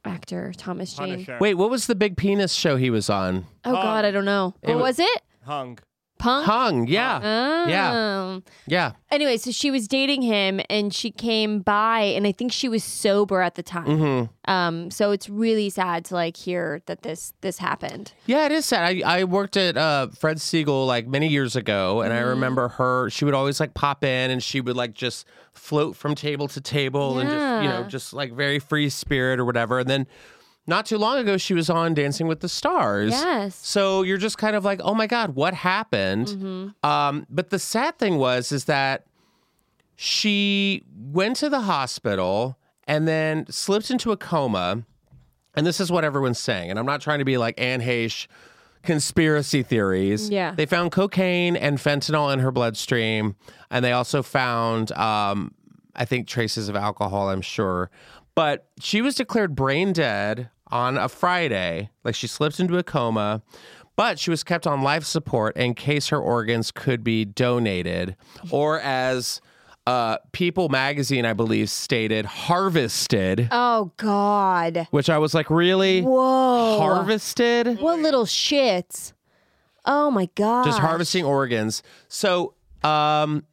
Speaker 3: actor Thomas Jane.
Speaker 2: Punisher.
Speaker 1: Wait, what was the big penis show he was on?
Speaker 3: Oh God, I don't know. What
Speaker 1: wa-
Speaker 3: was it?
Speaker 2: Hung.
Speaker 3: Punk.
Speaker 1: Hung, yeah.
Speaker 3: Oh.
Speaker 1: Yeah. Yeah.
Speaker 3: Anyway, so she was dating him and she came by and I think she was sober at the time.
Speaker 1: Mhm.
Speaker 3: Um so it's really sad to like hear that this this happened.
Speaker 1: Yeah, it is sad. I, I worked at uh, Fred Siegel like many years ago, and I
Speaker 3: Mm.
Speaker 1: remember her. She would always like pop in, and she would like just float from table to table, and just you know,
Speaker 3: Yeah.
Speaker 1: just like very free spirit or whatever. And then, not too long ago, she was on Dancing with the Stars.
Speaker 3: Yes.
Speaker 1: So you're just kind of like, oh my god, what happened?
Speaker 3: Mm-hmm.
Speaker 1: Um, but the sad thing was is that she went to the hospital and then slipped into a coma. And this is what everyone's saying. And I'm not trying to be like Anne Heche conspiracy theories.
Speaker 3: Yeah.
Speaker 1: They found cocaine and fentanyl in her bloodstream. And they also found, um, I think, traces of alcohol, I'm sure. But she was declared brain dead on a Friday. Like she slipped into a coma, but she was kept on life support in case her organs could be donated or as. Uh, People magazine, I believe, stated harvested,
Speaker 3: Oh God.
Speaker 1: which I was like, really?
Speaker 3: Whoa.
Speaker 1: harvested
Speaker 3: what little shits. Oh my god.
Speaker 1: just harvesting organs so um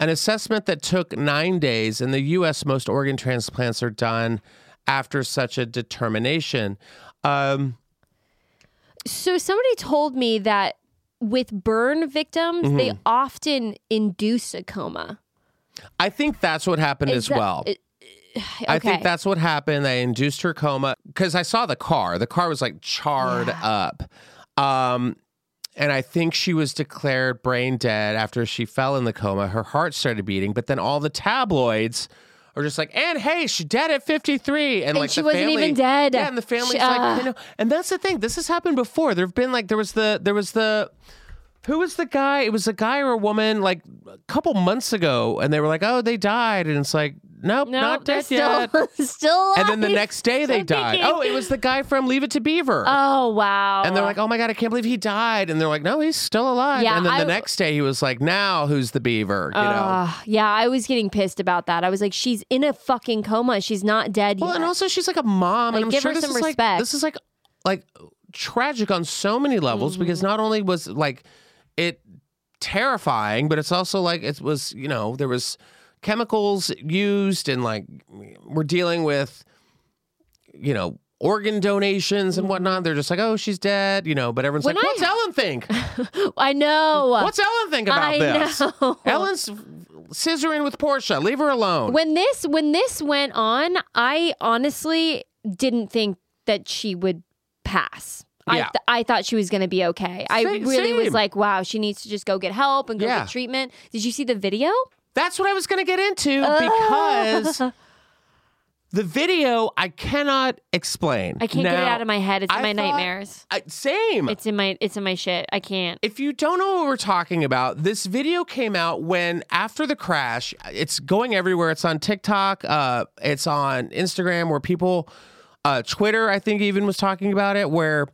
Speaker 1: an assessment that took nine days in the us most organ transplants are done after such a determination um
Speaker 3: So somebody told me that with burn victims, they
Speaker 1: Mm-hmm.
Speaker 3: often induce a coma.
Speaker 1: i think that's what happened
Speaker 3: Is
Speaker 1: as
Speaker 3: that-
Speaker 1: well
Speaker 3: it-
Speaker 1: I
Speaker 3: okay.
Speaker 1: think that's what happened. They induced her coma because I saw the car. The car was like charred up. Um, and I think she was declared brain dead after she fell in the coma. Her heart started beating, but then all the tabloids are just like, and hey, she dead at 53. And, like,
Speaker 3: she
Speaker 1: the
Speaker 3: wasn't
Speaker 1: family-
Speaker 3: even dead.
Speaker 1: Yeah, and the family's
Speaker 3: She-
Speaker 1: like,
Speaker 3: ah.
Speaker 1: you know, and that's the thing. This has happened before. There have been like, there was the, there was the, who was the guy? It was a guy or a woman like a couple months ago, and they were like, "Oh, they died," and it's like, nope,
Speaker 3: No,
Speaker 1: not
Speaker 3: they're
Speaker 1: dead yet.
Speaker 3: still, (laughs) still alive.
Speaker 1: and then the next day they
Speaker 3: Still
Speaker 1: died.
Speaker 3: kicking.
Speaker 1: Oh, it was the guy from Leave It to Beaver.
Speaker 3: (laughs) Oh wow.
Speaker 1: and they're like, oh my God, I can't believe he died. And they're like, no, he's still alive.
Speaker 3: Yeah,
Speaker 1: and then
Speaker 3: I-
Speaker 1: the next day he was like, now who's the beaver? oh, You know?
Speaker 3: Ugh, yeah, I was getting pissed about that. I was like, she's in a fucking coma. She's not dead
Speaker 1: Well,
Speaker 3: yet.
Speaker 1: and also she's like a mom,
Speaker 3: Like,
Speaker 1: and I'm
Speaker 3: give
Speaker 1: sure
Speaker 3: her
Speaker 1: this
Speaker 3: some
Speaker 1: is like
Speaker 3: respect.
Speaker 1: this is like like tragic on so many levels
Speaker 3: Mm-hmm.
Speaker 1: because not only was like it terrifying, but it's also like it was you know there was chemicals used and like we're dealing with you know organ donations and whatnot. They're just like, oh, she's dead, you know. But everyone's
Speaker 3: Mm-hmm. When
Speaker 1: like,
Speaker 3: I-
Speaker 1: what's Ellen
Speaker 3: (laughs)
Speaker 1: think?
Speaker 3: I know.
Speaker 1: What's Ellen think about
Speaker 3: I
Speaker 1: this?
Speaker 3: know.
Speaker 1: Ellen's scissoring with Portia. Leave her alone.
Speaker 3: when this when this went on, I honestly didn't think that she would pass. I,
Speaker 1: Yeah.
Speaker 3: I thought she was going to be okay. I
Speaker 1: Same-
Speaker 3: really was
Speaker 1: same.
Speaker 3: like, wow, she needs to just go get help and go
Speaker 1: Yeah.
Speaker 3: get treatment. Did you see the video?
Speaker 1: That's what I was going to get into
Speaker 3: Oh.
Speaker 1: because the video I cannot explain.
Speaker 3: I can't get it
Speaker 1: Now,
Speaker 3: out of my head. It's in
Speaker 1: I
Speaker 3: my
Speaker 1: thought-
Speaker 3: nightmares.
Speaker 1: I- same.
Speaker 3: It's in my it's in my shit. I can't.
Speaker 1: if you don't know what we're talking about, this video came out when after the crash, it's going everywhere. It's on TikTok, uh, it's on Instagram, where people, uh, Twitter, I think even was talking about it, where.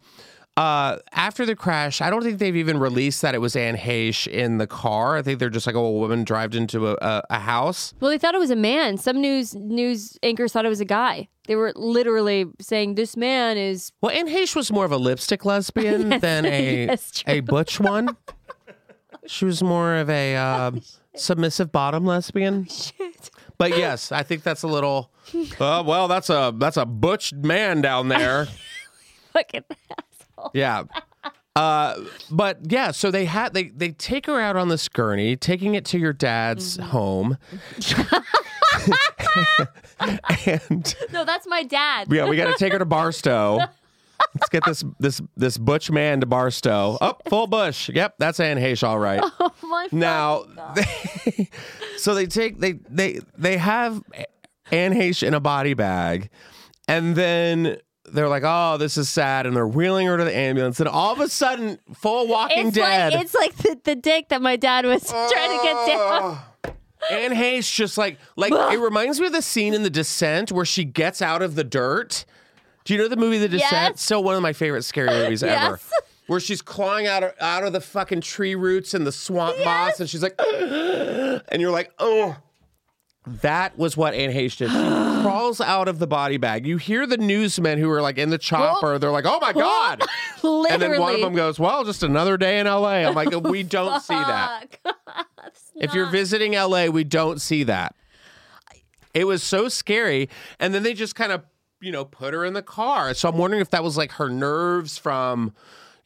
Speaker 1: Uh, after the crash, I don't think they've even released that it was Anne Heche in the car. I think they're just like, oh, a woman drove into a, a, a house.
Speaker 3: Well, they thought it was a man. Some news news anchors thought it was a guy. They were literally saying this man is
Speaker 1: Well, Anne Heche was more of a lipstick lesbian than a
Speaker 3: (laughs) Yes, true.
Speaker 1: a butch one. she was more of a uh, submissive bottom lesbian.
Speaker 3: Oh, shit.
Speaker 1: But yes, I think that's a
Speaker 3: (laughs)
Speaker 1: little. Uh, well, that's a that's a butch man down there.
Speaker 3: Look (laughs) at that.
Speaker 1: Yeah. Uh, but yeah, so they had they they take her out on this gurney, taking it to your dad's
Speaker 3: Mm-hmm. (laughs)
Speaker 1: home, (laughs) and
Speaker 3: No, that's my dad.
Speaker 1: yeah, we got to take her to
Speaker 3: (laughs)
Speaker 1: Barstow. Let's get this this this butch man to Barstow. Up full bush. Yep, that's Anne Heche, all right.
Speaker 3: Oh My
Speaker 1: now, they, (laughs) so they take they they they have Anne Heche in a body bag, and then they're like, "Oh, this is sad," and they're wheeling her to the ambulance, and all of a sudden, full Walking
Speaker 3: it's
Speaker 1: Dead.
Speaker 3: like it's like the, the dick that my dad was (laughs) trying to get down.
Speaker 1: Anne Hayes just like like it reminds me of the scene in The Descent where she gets out of the dirt. Do you know the movie The Descent?
Speaker 3: Yes.
Speaker 1: Still one of my favorite scary movies ever.
Speaker 3: Yes. (laughs)
Speaker 1: Where she's clawing out of, out of the fucking tree roots and the swamp moss, and she's like, (gasps) and you're like, oh. That was what Anne Hayes did. She
Speaker 3: (gasps)
Speaker 1: crawls out of the body bag. You hear the newsmen who are like in the chopper. They're like, oh my
Speaker 3: (laughs)
Speaker 1: God.
Speaker 3: Literally.
Speaker 1: And then one of them goes, well, just another day in LA. I'm like, we don't see that.
Speaker 3: Fuck.
Speaker 1: If you're visiting LA, we don't see that. It was so scary. And then they just kind of, you know, put her in the car. So I'm wondering if that was like her nerves from,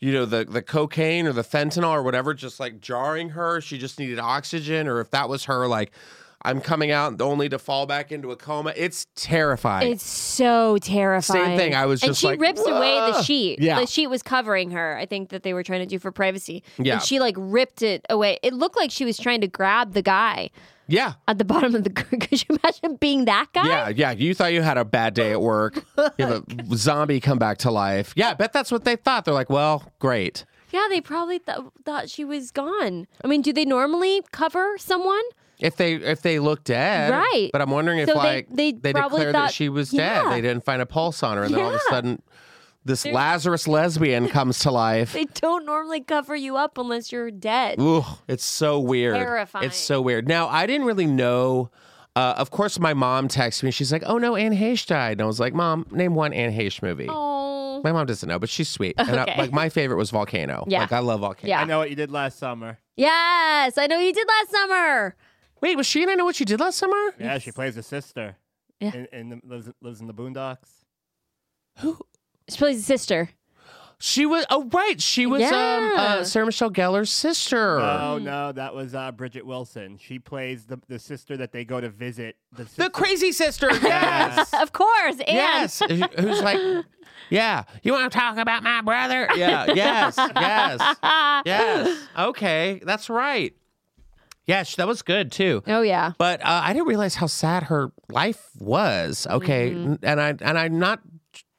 Speaker 1: you know, the, the cocaine or the fentanyl or whatever, just like jarring her. She just needed oxygen, or if that was her, like, I'm coming out only to fall back into a coma. It's terrifying.
Speaker 3: It's so terrifying.
Speaker 1: Same thing. I was
Speaker 3: and
Speaker 1: just
Speaker 3: she
Speaker 1: like,
Speaker 3: rips away
Speaker 1: "Whoa."
Speaker 3: the sheet.
Speaker 1: Yeah.
Speaker 3: The sheet was covering her. I think that they were trying to do for privacy.
Speaker 1: Yeah.
Speaker 3: And she like ripped it away. It looked like she was trying to grab the guy
Speaker 1: yeah.
Speaker 3: at the (laughs) bottom of the. Could you imagine being that guy?
Speaker 1: Yeah, yeah. You thought you had a bad day at work. You have a zombie come back to life. Yeah, I bet that's what they thought. They're like, well, great.
Speaker 3: Yeah, they probably th- thought she was gone. I mean, do they normally cover someone?
Speaker 1: If they if they look dead,
Speaker 3: Right.
Speaker 1: But I'm wondering if
Speaker 3: So they-
Speaker 1: like
Speaker 3: they probably
Speaker 1: declared that
Speaker 3: thought-
Speaker 1: she was
Speaker 3: Yeah.
Speaker 1: dead. They didn't find a pulse on her, and then all of a
Speaker 3: Yeah.
Speaker 1: sudden, this Lazarus
Speaker 3: (laughs)
Speaker 1: lesbian comes to life.
Speaker 3: They don't normally cover you up unless you're dead.
Speaker 1: Ooh, it's so weird.
Speaker 3: Terrifying.
Speaker 1: It's so weird. Now I didn't really know. Uh, of course, my mom texted me. She's like, "Oh no, Anne Heche died," and I was like, "Mom, name one Anne Heche movie."
Speaker 3: Oh.
Speaker 1: My mom doesn't know, but she's sweet. And I,
Speaker 3: Okay.
Speaker 1: like my favorite was Volcano.
Speaker 3: Yeah.
Speaker 1: Like I love Volcano.
Speaker 3: Yeah.
Speaker 2: I know what you did last summer.
Speaker 3: Yes, I know you did last summer.
Speaker 1: Wait, was she in I Know What You Did Last Summer?
Speaker 2: Yeah, she plays a sister.
Speaker 3: Yeah.
Speaker 2: And, and lives, lives in the boondocks.
Speaker 3: She plays a sister.
Speaker 1: She was. Oh right, she was um, uh,
Speaker 3: Yeah.
Speaker 1: Sarah Michelle Gellar's sister.
Speaker 2: Oh no, that was uh, Bridget Wilson. She plays the, the sister that they go to visit. The, sister.
Speaker 1: The crazy (laughs) sister. Yes.
Speaker 2: Yes.
Speaker 3: Of course, and
Speaker 1: yes. Who's like, yeah, you want to talk about my brother? Yeah. Yes. (laughs) Yes. Yes. Okay. That's right. Yes, that was good too.
Speaker 3: oh yeah,
Speaker 1: But uh, I didn't realize how sad her life was. Okay, and I and I'm not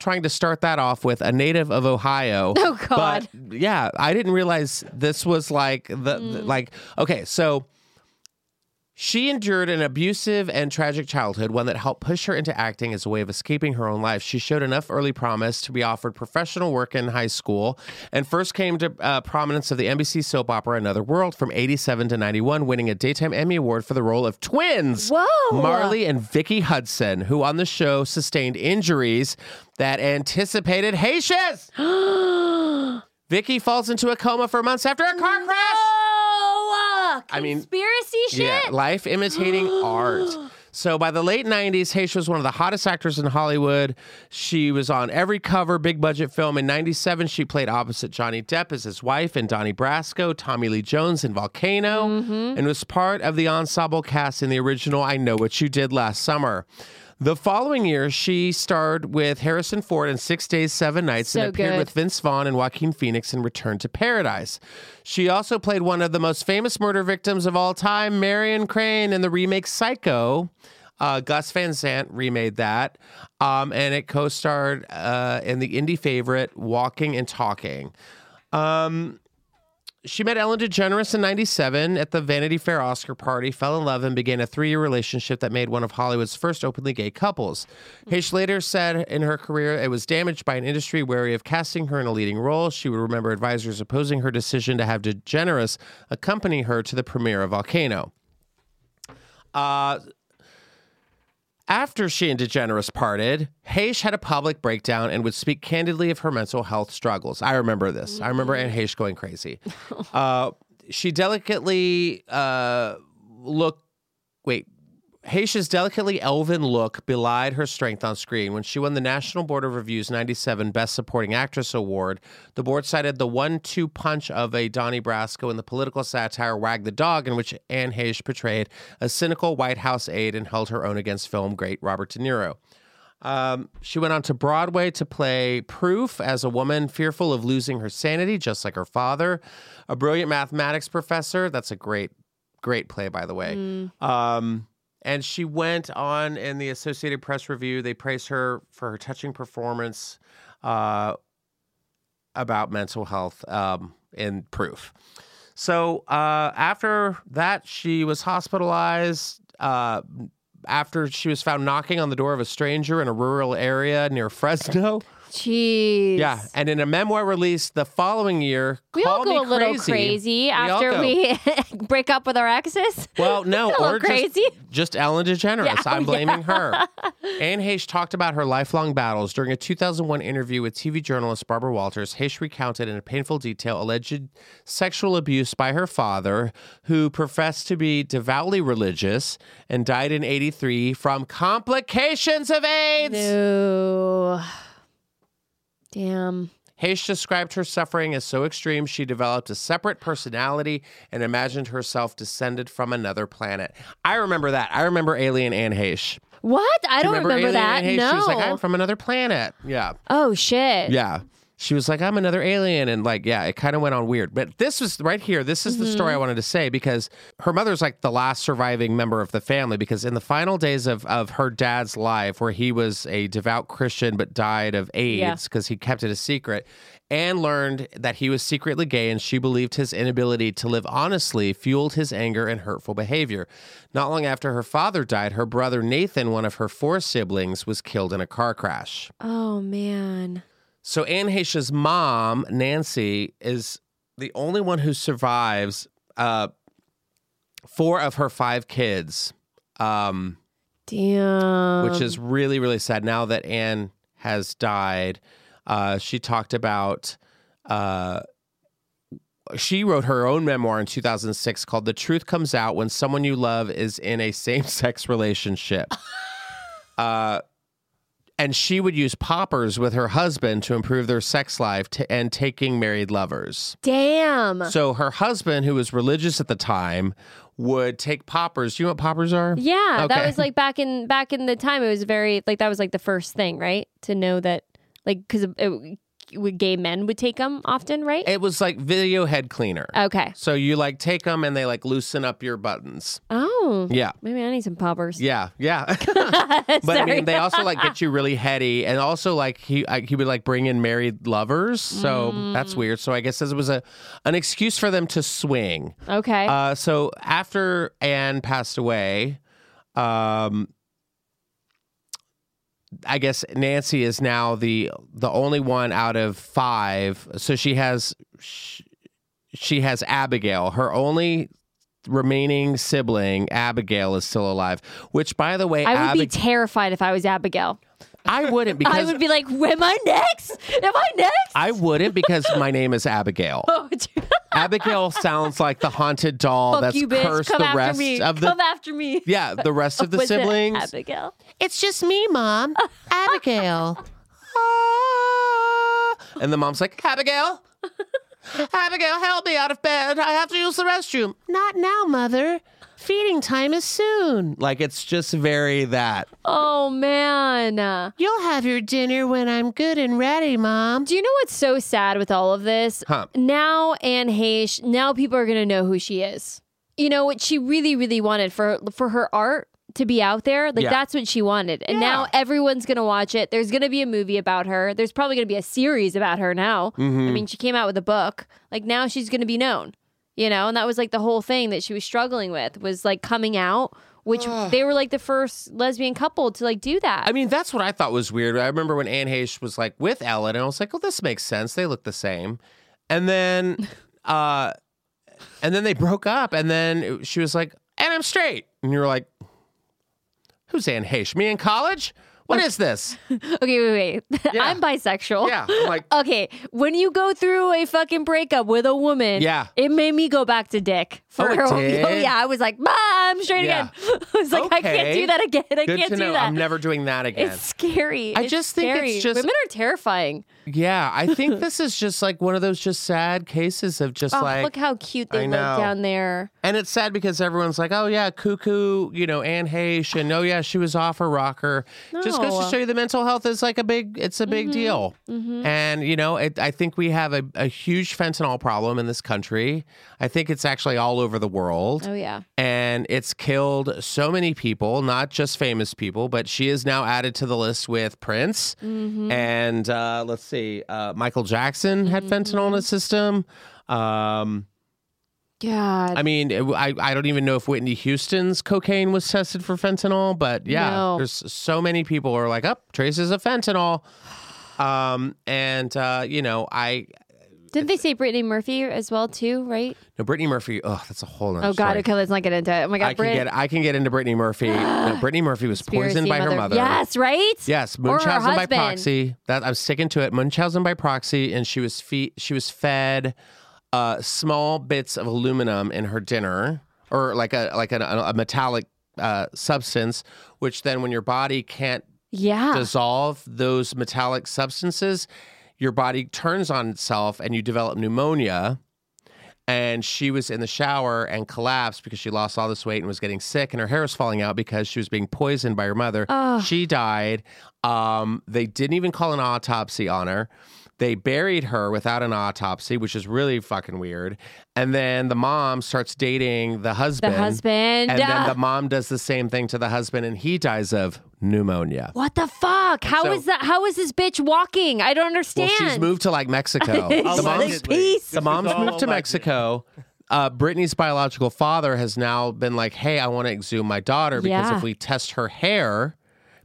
Speaker 1: trying to start that off with a native of (laughs) Ohio.
Speaker 3: Oh, God. Mm.
Speaker 1: But yeah, I didn't realize this was like the, the- like okay, so She endured an abusive and tragic childhood, one that helped push her into acting as a way of escaping her own life. She showed enough early promise to be offered professional work in high school and first came to uh, prominence of the NBC soap opera Another World from 87 to 91, winning a Daytime Emmy Award for the role of twins
Speaker 3: Whoa. (gasps)
Speaker 1: Marley and Vicky Hudson, who on the show sustained injuries that anticipated Haitians. Vicky falls into a coma for months after a car crash.
Speaker 3: Oh,
Speaker 1: I mean-
Speaker 3: conspiracy shit.
Speaker 1: Yeah, life imitating art. So by the late 90s, Haysha was one of the hottest actors in Hollywood. She was on every cover, big budget film. In 97, she played opposite Johnny Depp as his wife and Donnie Brasco, Tommy Lee Jones in Volcano, and was part of the ensemble cast in the original I Know What You Did Last Summer. The following year, she starred with Harrison Ford in Six Days, Seven Nights,
Speaker 3: So
Speaker 1: and appeared
Speaker 3: good.
Speaker 1: with Vince Vaughn and Joaquin Phoenix in Return to Paradise. She also played one of the most famous murder victims of all time, Marion Crane, in the remake Psycho. Uh, Gus Van Sant remade that, um, and it co-starred uh, in the indie favorite Walking and Talking. She met Ellen DeGeneres in 97 at the Vanity Fair Oscar party, fell in love, and began a three year relationship that made one of Hollywood's first openly gay couples. Hish later said in her career it was damaged by an industry wary of casting her in a leading role. She would remember advisors opposing her decision to have DeGeneres accompany her to the premiere of Volcano. Uh, after she and DeGeneres parted, Haish had a public breakdown and would speak candidly of her mental health struggles. I remember this. I remember Anne Haish going crazy. uh, she delicately uh, looked, wait, Haish's delicately elven look belied her strength on screen. When she won the National Board of Review's 97 Best Supporting Actress Award, the board cited the one two punch of a Donnie Brasco in the political satire Wag the Dog, in which Anne Heche portrayed a cynical White House aide and held her own against film great Robert De Niro. Um, she went on to Broadway to play Proof as a woman fearful of losing her sanity, just like her father, a brilliant mathematics professor. That's a great, great play, by the way. Um, and she went on in the Associated Press review. They praised her for her touching performance uh, about mental health um, in Proof. So uh, after that, she was hospitalized. Uh, after she was found knocking on the door of a stranger in a rural area near Fresno.
Speaker 3: Jeez.
Speaker 1: Yeah. And in a memoir released the following year,
Speaker 3: We all
Speaker 1: Call
Speaker 3: go a
Speaker 1: Me
Speaker 3: little crazy,
Speaker 1: all
Speaker 3: after
Speaker 1: go.
Speaker 3: we (laughs) break up with our exes.
Speaker 1: Well, no,
Speaker 3: (laughs) a little
Speaker 1: or just-
Speaker 3: crazy.
Speaker 1: Just, Ellen DeGeneres.
Speaker 3: Yeah,
Speaker 1: I'm
Speaker 3: yeah.
Speaker 1: blaming
Speaker 3: (laughs)
Speaker 1: her. Anne Heche talked about her lifelong battles during a 2001 interview with TV journalist Barbara Walters. Heche recounted in painful detail alleged sexual abuse by her father, who professed to be devoutly religious and died in 83 from complications of AIDS.
Speaker 3: No. Damn.
Speaker 1: Haish described her suffering as so extreme she developed a separate personality and imagined herself descended from another planet. I remember that. I remember Alien Anne Haish.
Speaker 3: What? I don't remember,
Speaker 1: Alien
Speaker 3: that.
Speaker 1: Anne Heche?
Speaker 3: No.
Speaker 1: She was like, I'm from another planet. Yeah.
Speaker 3: oh shit.
Speaker 1: Yeah. She was like, I'm another alien. And like, yeah, it kind of went on weird. But this was right here. This is the
Speaker 3: Mm-hmm.
Speaker 1: story I wanted to say because her mother's like the last surviving member of the family. Because in the final days of, of her dad's life, where he was a devout Christian but died of
Speaker 3: Yeah.
Speaker 1: AIDS because he kept it a secret, Anne learned that he was secretly gay and she believed his inability to live honestly fueled his anger and hurtful behavior. Not long after her father died, her brother Nathan, one of her four siblings, was killed in a car crash.
Speaker 3: Oh man.
Speaker 1: So Anne Heche's mom, Nancy, is the only one who survives uh, four of her five kids, um,
Speaker 3: Damn.
Speaker 1: which is really, really sad. Now that Anne has died, uh, she talked about. Uh, she wrote her own memoir in 2006 called The Truth Comes Out When Someone You Love Is in a Same Sex Relationship. uh, and she would use poppers with her husband to improve their sex life to, and taking married lovers.
Speaker 3: Damn.
Speaker 1: So her husband, who was religious at the time, would take poppers. Do you know what poppers are?
Speaker 3: yeah, that
Speaker 1: Okay.
Speaker 3: was like back in back in the time. It was very like that was like the first thing, right? To know that like because would gay men would take them often, right?
Speaker 1: It was like video head cleaner.
Speaker 3: okay.
Speaker 1: So you like take them and they like loosen up your buttons.
Speaker 3: Oh.
Speaker 1: Yeah.
Speaker 3: Maybe I need some poppers. (laughs)
Speaker 1: Yeah, yeah. (laughs) But I mean, they also like get you really heady, and also like he I, he would like bring in married lovers, so that's weird. So I guess this was a an excuse for them to swing.
Speaker 3: Okay.
Speaker 1: Uh, so after Anne passed away, um, I guess Nancy is now the the only one out of five. So she has she, she has Abigail, her only remaining sibling. Abigail is still alive. Which, by the way,
Speaker 3: I would be
Speaker 1: Abig-
Speaker 3: terrified if I was Abigail.
Speaker 1: I wouldn't because
Speaker 3: (laughs) I would be like, "Am I next? Am I next?"
Speaker 1: I wouldn't because my name is Abigail.
Speaker 3: (laughs) Oh, dude.
Speaker 1: Abigail sounds like the haunted doll
Speaker 3: Fuck
Speaker 1: that's
Speaker 3: you, bitch!
Speaker 1: cursed
Speaker 3: Come
Speaker 1: the
Speaker 3: after
Speaker 1: rest
Speaker 3: me!
Speaker 1: of the
Speaker 3: Come after me!
Speaker 1: yeah the rest of the
Speaker 3: Was it
Speaker 1: siblings.
Speaker 3: Abigail.
Speaker 1: It's just me, Mom. Abigail. Ah. and the mom's like, Abigail, Abigail, help me out of bed. I have to use the restroom. Not now, Mother. Feeding time is soon. Like, it's just very that.
Speaker 3: Oh man. Uh,
Speaker 1: You'll have your dinner when I'm good and ready, Mom.
Speaker 3: Do you know what's so sad with all of this?
Speaker 1: Huh.
Speaker 3: Now Anne Heche, now people are gonna know who she is. You know what she really, really wanted for for her art to be out there. Like
Speaker 1: Yeah.
Speaker 3: that's what she wanted. And now
Speaker 1: Yeah.
Speaker 3: everyone's gonna watch it. There's gonna be a movie about her. There's probably gonna be a series about her now.
Speaker 1: Mm-hmm.
Speaker 3: I mean, she came out with a book. Like now she's gonna be known. You know, and that was like the whole thing that she was struggling with was like coming out, which they were like the first lesbian couple to like do that.
Speaker 1: I mean, that's what I thought was weird. I remember when Anne Heche was like with Ellen, and I was like, "Well, this makes sense. They look the same." And
Speaker 3: (laughs)
Speaker 1: then, uh, and then they broke up, and then it- she was like, "And I'm straight," and you were like, "Who's Anne Heche? Me in college? What is
Speaker 3: (laughs)
Speaker 1: this?"
Speaker 3: okay, wait, wait. (laughs) I'm bisexual.
Speaker 1: Yeah, I'm like,
Speaker 3: Okay, when you go through a fucking breakup with a woman,
Speaker 1: Yeah.
Speaker 3: it made me go back to dick. For
Speaker 1: Oh, it
Speaker 3: (laughs) oh,
Speaker 1: did?
Speaker 3: yeah, I was like, Mom, I'm straight
Speaker 1: Yeah.
Speaker 3: again. (laughs) I was like, I can't
Speaker 1: Okay.
Speaker 3: do that again. (laughs) I
Speaker 1: good
Speaker 3: can't
Speaker 1: to
Speaker 3: do
Speaker 1: know.
Speaker 3: that.
Speaker 1: I'm never doing that again.
Speaker 3: it's scary.
Speaker 1: I
Speaker 3: It's
Speaker 1: just think it's
Speaker 3: scary.
Speaker 1: just-
Speaker 3: women are terrifying.
Speaker 1: yeah, I think this is just like one of those just sad cases of just
Speaker 3: (laughs) Oh,
Speaker 1: like
Speaker 3: look how cute
Speaker 1: I
Speaker 3: they look
Speaker 1: know.
Speaker 3: down there.
Speaker 1: And it's sad because everyone's like, oh, yeah, cuckoo, you know, Anne Heche, and oh, yeah, she was off her rocker. Just goes to
Speaker 3: No. Mm-hmm.
Speaker 1: show you the mental health is like a big, it's a big deal. And, you know, it, I think we have a, a huge fentanyl problem in this country. I think it's actually all over the world.
Speaker 3: Oh yeah,
Speaker 1: And it's killed so many people, not just famous people, but she is now added to the list with Prince.
Speaker 3: Mm-hmm.
Speaker 1: And uh, let's see, uh, Michael Jackson had fentanyl in his system. Um,
Speaker 3: God.
Speaker 1: I mean, it- I, I don't even know if Whitney Houston's cocaine was tested for fentanyl, but yeah,
Speaker 3: No.
Speaker 1: there's so many people who are like, up oh, traces of fentanyl. Um, and uh, you know, I
Speaker 3: Didn't they say Brittany Murphy as well too? Right?
Speaker 1: no Brittany Murphy. Oh, that's a whole. Nother
Speaker 3: Oh God,
Speaker 1: story.
Speaker 3: okay, let's not get into it. Oh my God,
Speaker 1: I can get I can get into Brittany Murphy. no, Brittany Murphy was poisoned by her mother.
Speaker 3: Yes, right?
Speaker 1: Yes,
Speaker 3: Or her
Speaker 1: Munchausen by
Speaker 3: husband.
Speaker 1: proxy. That I'm sticking to it. Munchausen by proxy, and she was fe- she was fed uh, small bits of aluminum in her dinner, or like a like an, a metallic uh, substance, which then when your body can't
Speaker 3: Yeah.
Speaker 1: dissolve those metallic substances, your body turns on itself and you develop pneumonia. And she was in the shower and collapsed because she lost all this weight and was getting sick, and her hair was falling out because she was being poisoned by her mother.
Speaker 3: Ugh.
Speaker 1: She died. Um, they didn't even call an autopsy on her. They buried her without an autopsy, which is really fucking weird. And then the mom starts dating the
Speaker 3: the
Speaker 1: husband.
Speaker 3: husband.
Speaker 1: And
Speaker 3: Ah. (laughs)
Speaker 1: then the mom does the same thing to the husband, and he dies of pneumonia.
Speaker 3: What the fuck? How is
Speaker 1: So-
Speaker 3: that? How is this bitch walking? I don't understand.
Speaker 1: Well, she's moved to like
Speaker 3: (laughs)
Speaker 1: Mexico. the
Speaker 3: Allegedly.
Speaker 1: mom's,
Speaker 3: peace.
Speaker 1: the mom's moved to Mexico. Uh, Brittany's biological father has now been like, hey, I want to exhume my daughter because
Speaker 3: Yeah.
Speaker 1: if we test her hair,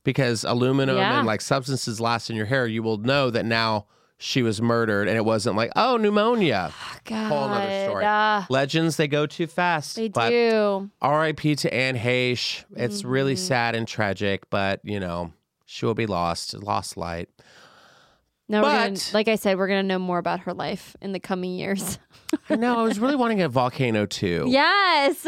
Speaker 1: because aluminum
Speaker 3: Yeah.
Speaker 1: and like substances last in your hair, you will know that now she was murdered and it wasn't like, oh,
Speaker 3: (sighs)
Speaker 1: pneumonia.
Speaker 3: Oh, God.
Speaker 1: Whole nother story.
Speaker 3: ah,
Speaker 1: Legends, they go too fast.
Speaker 3: they
Speaker 1: but
Speaker 3: do.
Speaker 1: RIP to Anne Heche. It's really
Speaker 3: Mm-hmm.
Speaker 1: sad and tragic, but you know, she will be lost, lost light.
Speaker 3: No, we're gonna,
Speaker 1: but-
Speaker 3: like I said, we're gonna know more about her life in the coming years.
Speaker 1: I know. I was really wanting a volcano
Speaker 3: (laughs)
Speaker 1: too.
Speaker 3: yes.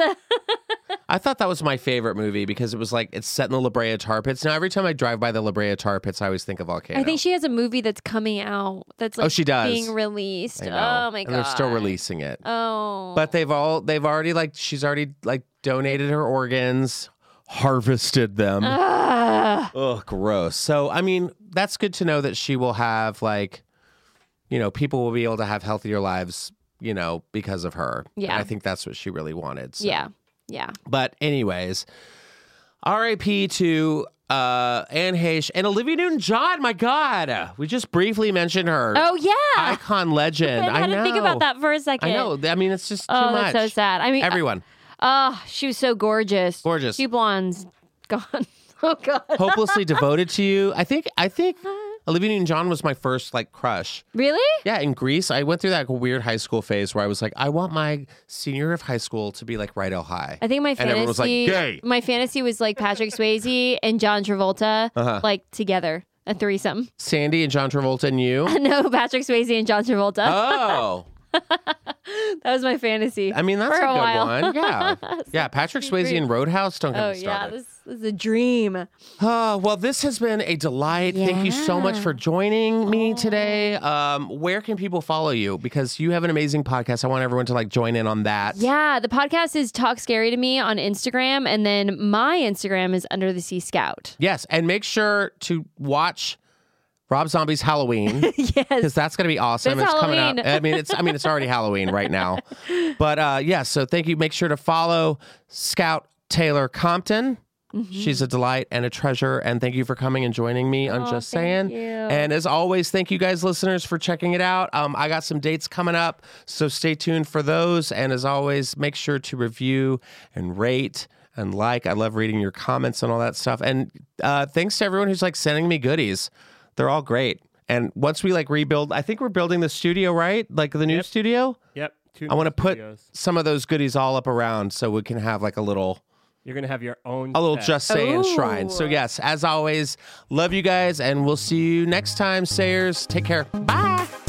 Speaker 1: I thought that was my favorite movie because it was like it's set in the La Brea Tar Pits. Now every time I drive by the La Brea Tar Pits, I always think of volcano.
Speaker 3: I think she has a movie that's coming out. That's like
Speaker 1: Oh, she does.
Speaker 3: being released.
Speaker 1: I know.
Speaker 3: Oh my god.
Speaker 1: And they're still releasing it,
Speaker 3: Oh.
Speaker 1: but they've all they've already like she's already like donated her organs, harvested them.
Speaker 3: Ah.
Speaker 1: Ugh, gross. So I mean, that's good to know that she will have like you know, people will be able to have healthier lives, you know, because of her. And
Speaker 3: Yeah.
Speaker 1: I think that's what she really wanted. So.
Speaker 3: Yeah. Yeah.
Speaker 1: But anyways, R.I.P. to uh, Anne Heche and Olivia Newton-John. My God, we just briefly mentioned her.
Speaker 3: Oh yeah.
Speaker 1: Icon legend.
Speaker 3: I
Speaker 1: I,
Speaker 3: had to
Speaker 1: know.
Speaker 3: think about that for a second.
Speaker 1: I know. I mean, it's just too
Speaker 3: Oh,
Speaker 1: much.
Speaker 3: that's so sad. I mean,
Speaker 1: Everyone,
Speaker 3: Oh, she was so gorgeous.
Speaker 1: Gorgeous.
Speaker 3: Two blondes gone. (laughs) Oh god. (laughs)
Speaker 1: hopelessly devoted to you. I think. I think
Speaker 3: Uh-huh.
Speaker 1: Olivia Newton-John was my first like crush.
Speaker 3: Really?
Speaker 1: Yeah, in Greece, I went through that weird high school phase where I was like, I want my senior year of high school to be like Rydell High.
Speaker 3: I think my
Speaker 1: And everyone was like,
Speaker 3: fantasy
Speaker 1: "Gay."
Speaker 3: my fantasy was like Patrick Swayze and John Travolta
Speaker 1: Uh-huh.
Speaker 3: like together, a threesome. (laughs)
Speaker 1: Sandy and John Travolta and you.
Speaker 3: no, Patrick Swayze and John Travolta.
Speaker 1: Oh,
Speaker 3: that was my fantasy.
Speaker 1: I mean that's
Speaker 3: For
Speaker 1: a
Speaker 3: a
Speaker 1: good
Speaker 3: while. (laughs)
Speaker 1: one. Yeah, yeah. Patrick Swayze and Roadhouse. Don't get
Speaker 3: oh
Speaker 1: me
Speaker 3: yeah,
Speaker 1: started.
Speaker 3: this, this is a dream.
Speaker 1: Oh, well, this has been a delight. Thank you so much
Speaker 3: Yeah. Oh.
Speaker 1: for joining me today. Um, where can people follow you? Because you have an amazing podcast. I want everyone to like join in on that.
Speaker 3: Yeah, the podcast is Talk Scary to Me on Instagram, and then my Instagram is Under the Sea Scout. (laughs)
Speaker 1: Yes, and make sure to watch Rob Zombie's Halloween.
Speaker 3: (laughs) yes.
Speaker 1: because that's going to be awesome.
Speaker 3: It's
Speaker 1: it's coming up.
Speaker 3: Halloween.
Speaker 1: I mean, it's I mean, it's already Halloween right now.
Speaker 3: (laughs)
Speaker 1: But uh, yeah, so thank you. Make sure to follow Scout Taylor Compton.
Speaker 3: Mm-hmm.
Speaker 1: She's a delight and a treasure. And thank you for coming and joining me on
Speaker 3: Aw,
Speaker 1: Just
Speaker 3: Oh,
Speaker 1: Saying.
Speaker 3: thank you.
Speaker 1: And as always, thank you guys, listeners, for checking it out. Um, I got some dates coming up, so stay tuned for those. And as always, make sure to review and rate and like. I love reading your comments and all that stuff. And uh, thanks to everyone who's like sending me goodies. They're all great. And once we like rebuild, I think we're building the studio, right? Like the new studio.
Speaker 2: Yep. Two
Speaker 1: I want to put
Speaker 2: minute videos.
Speaker 1: some of those goodies all up around so we can have like a little
Speaker 2: You're gonna have your own.
Speaker 1: a little
Speaker 2: set.
Speaker 1: just saying
Speaker 3: Ooh.
Speaker 1: shrine. So yes, as always, love you guys and we'll see you next time, Sayers. Take care. Bye.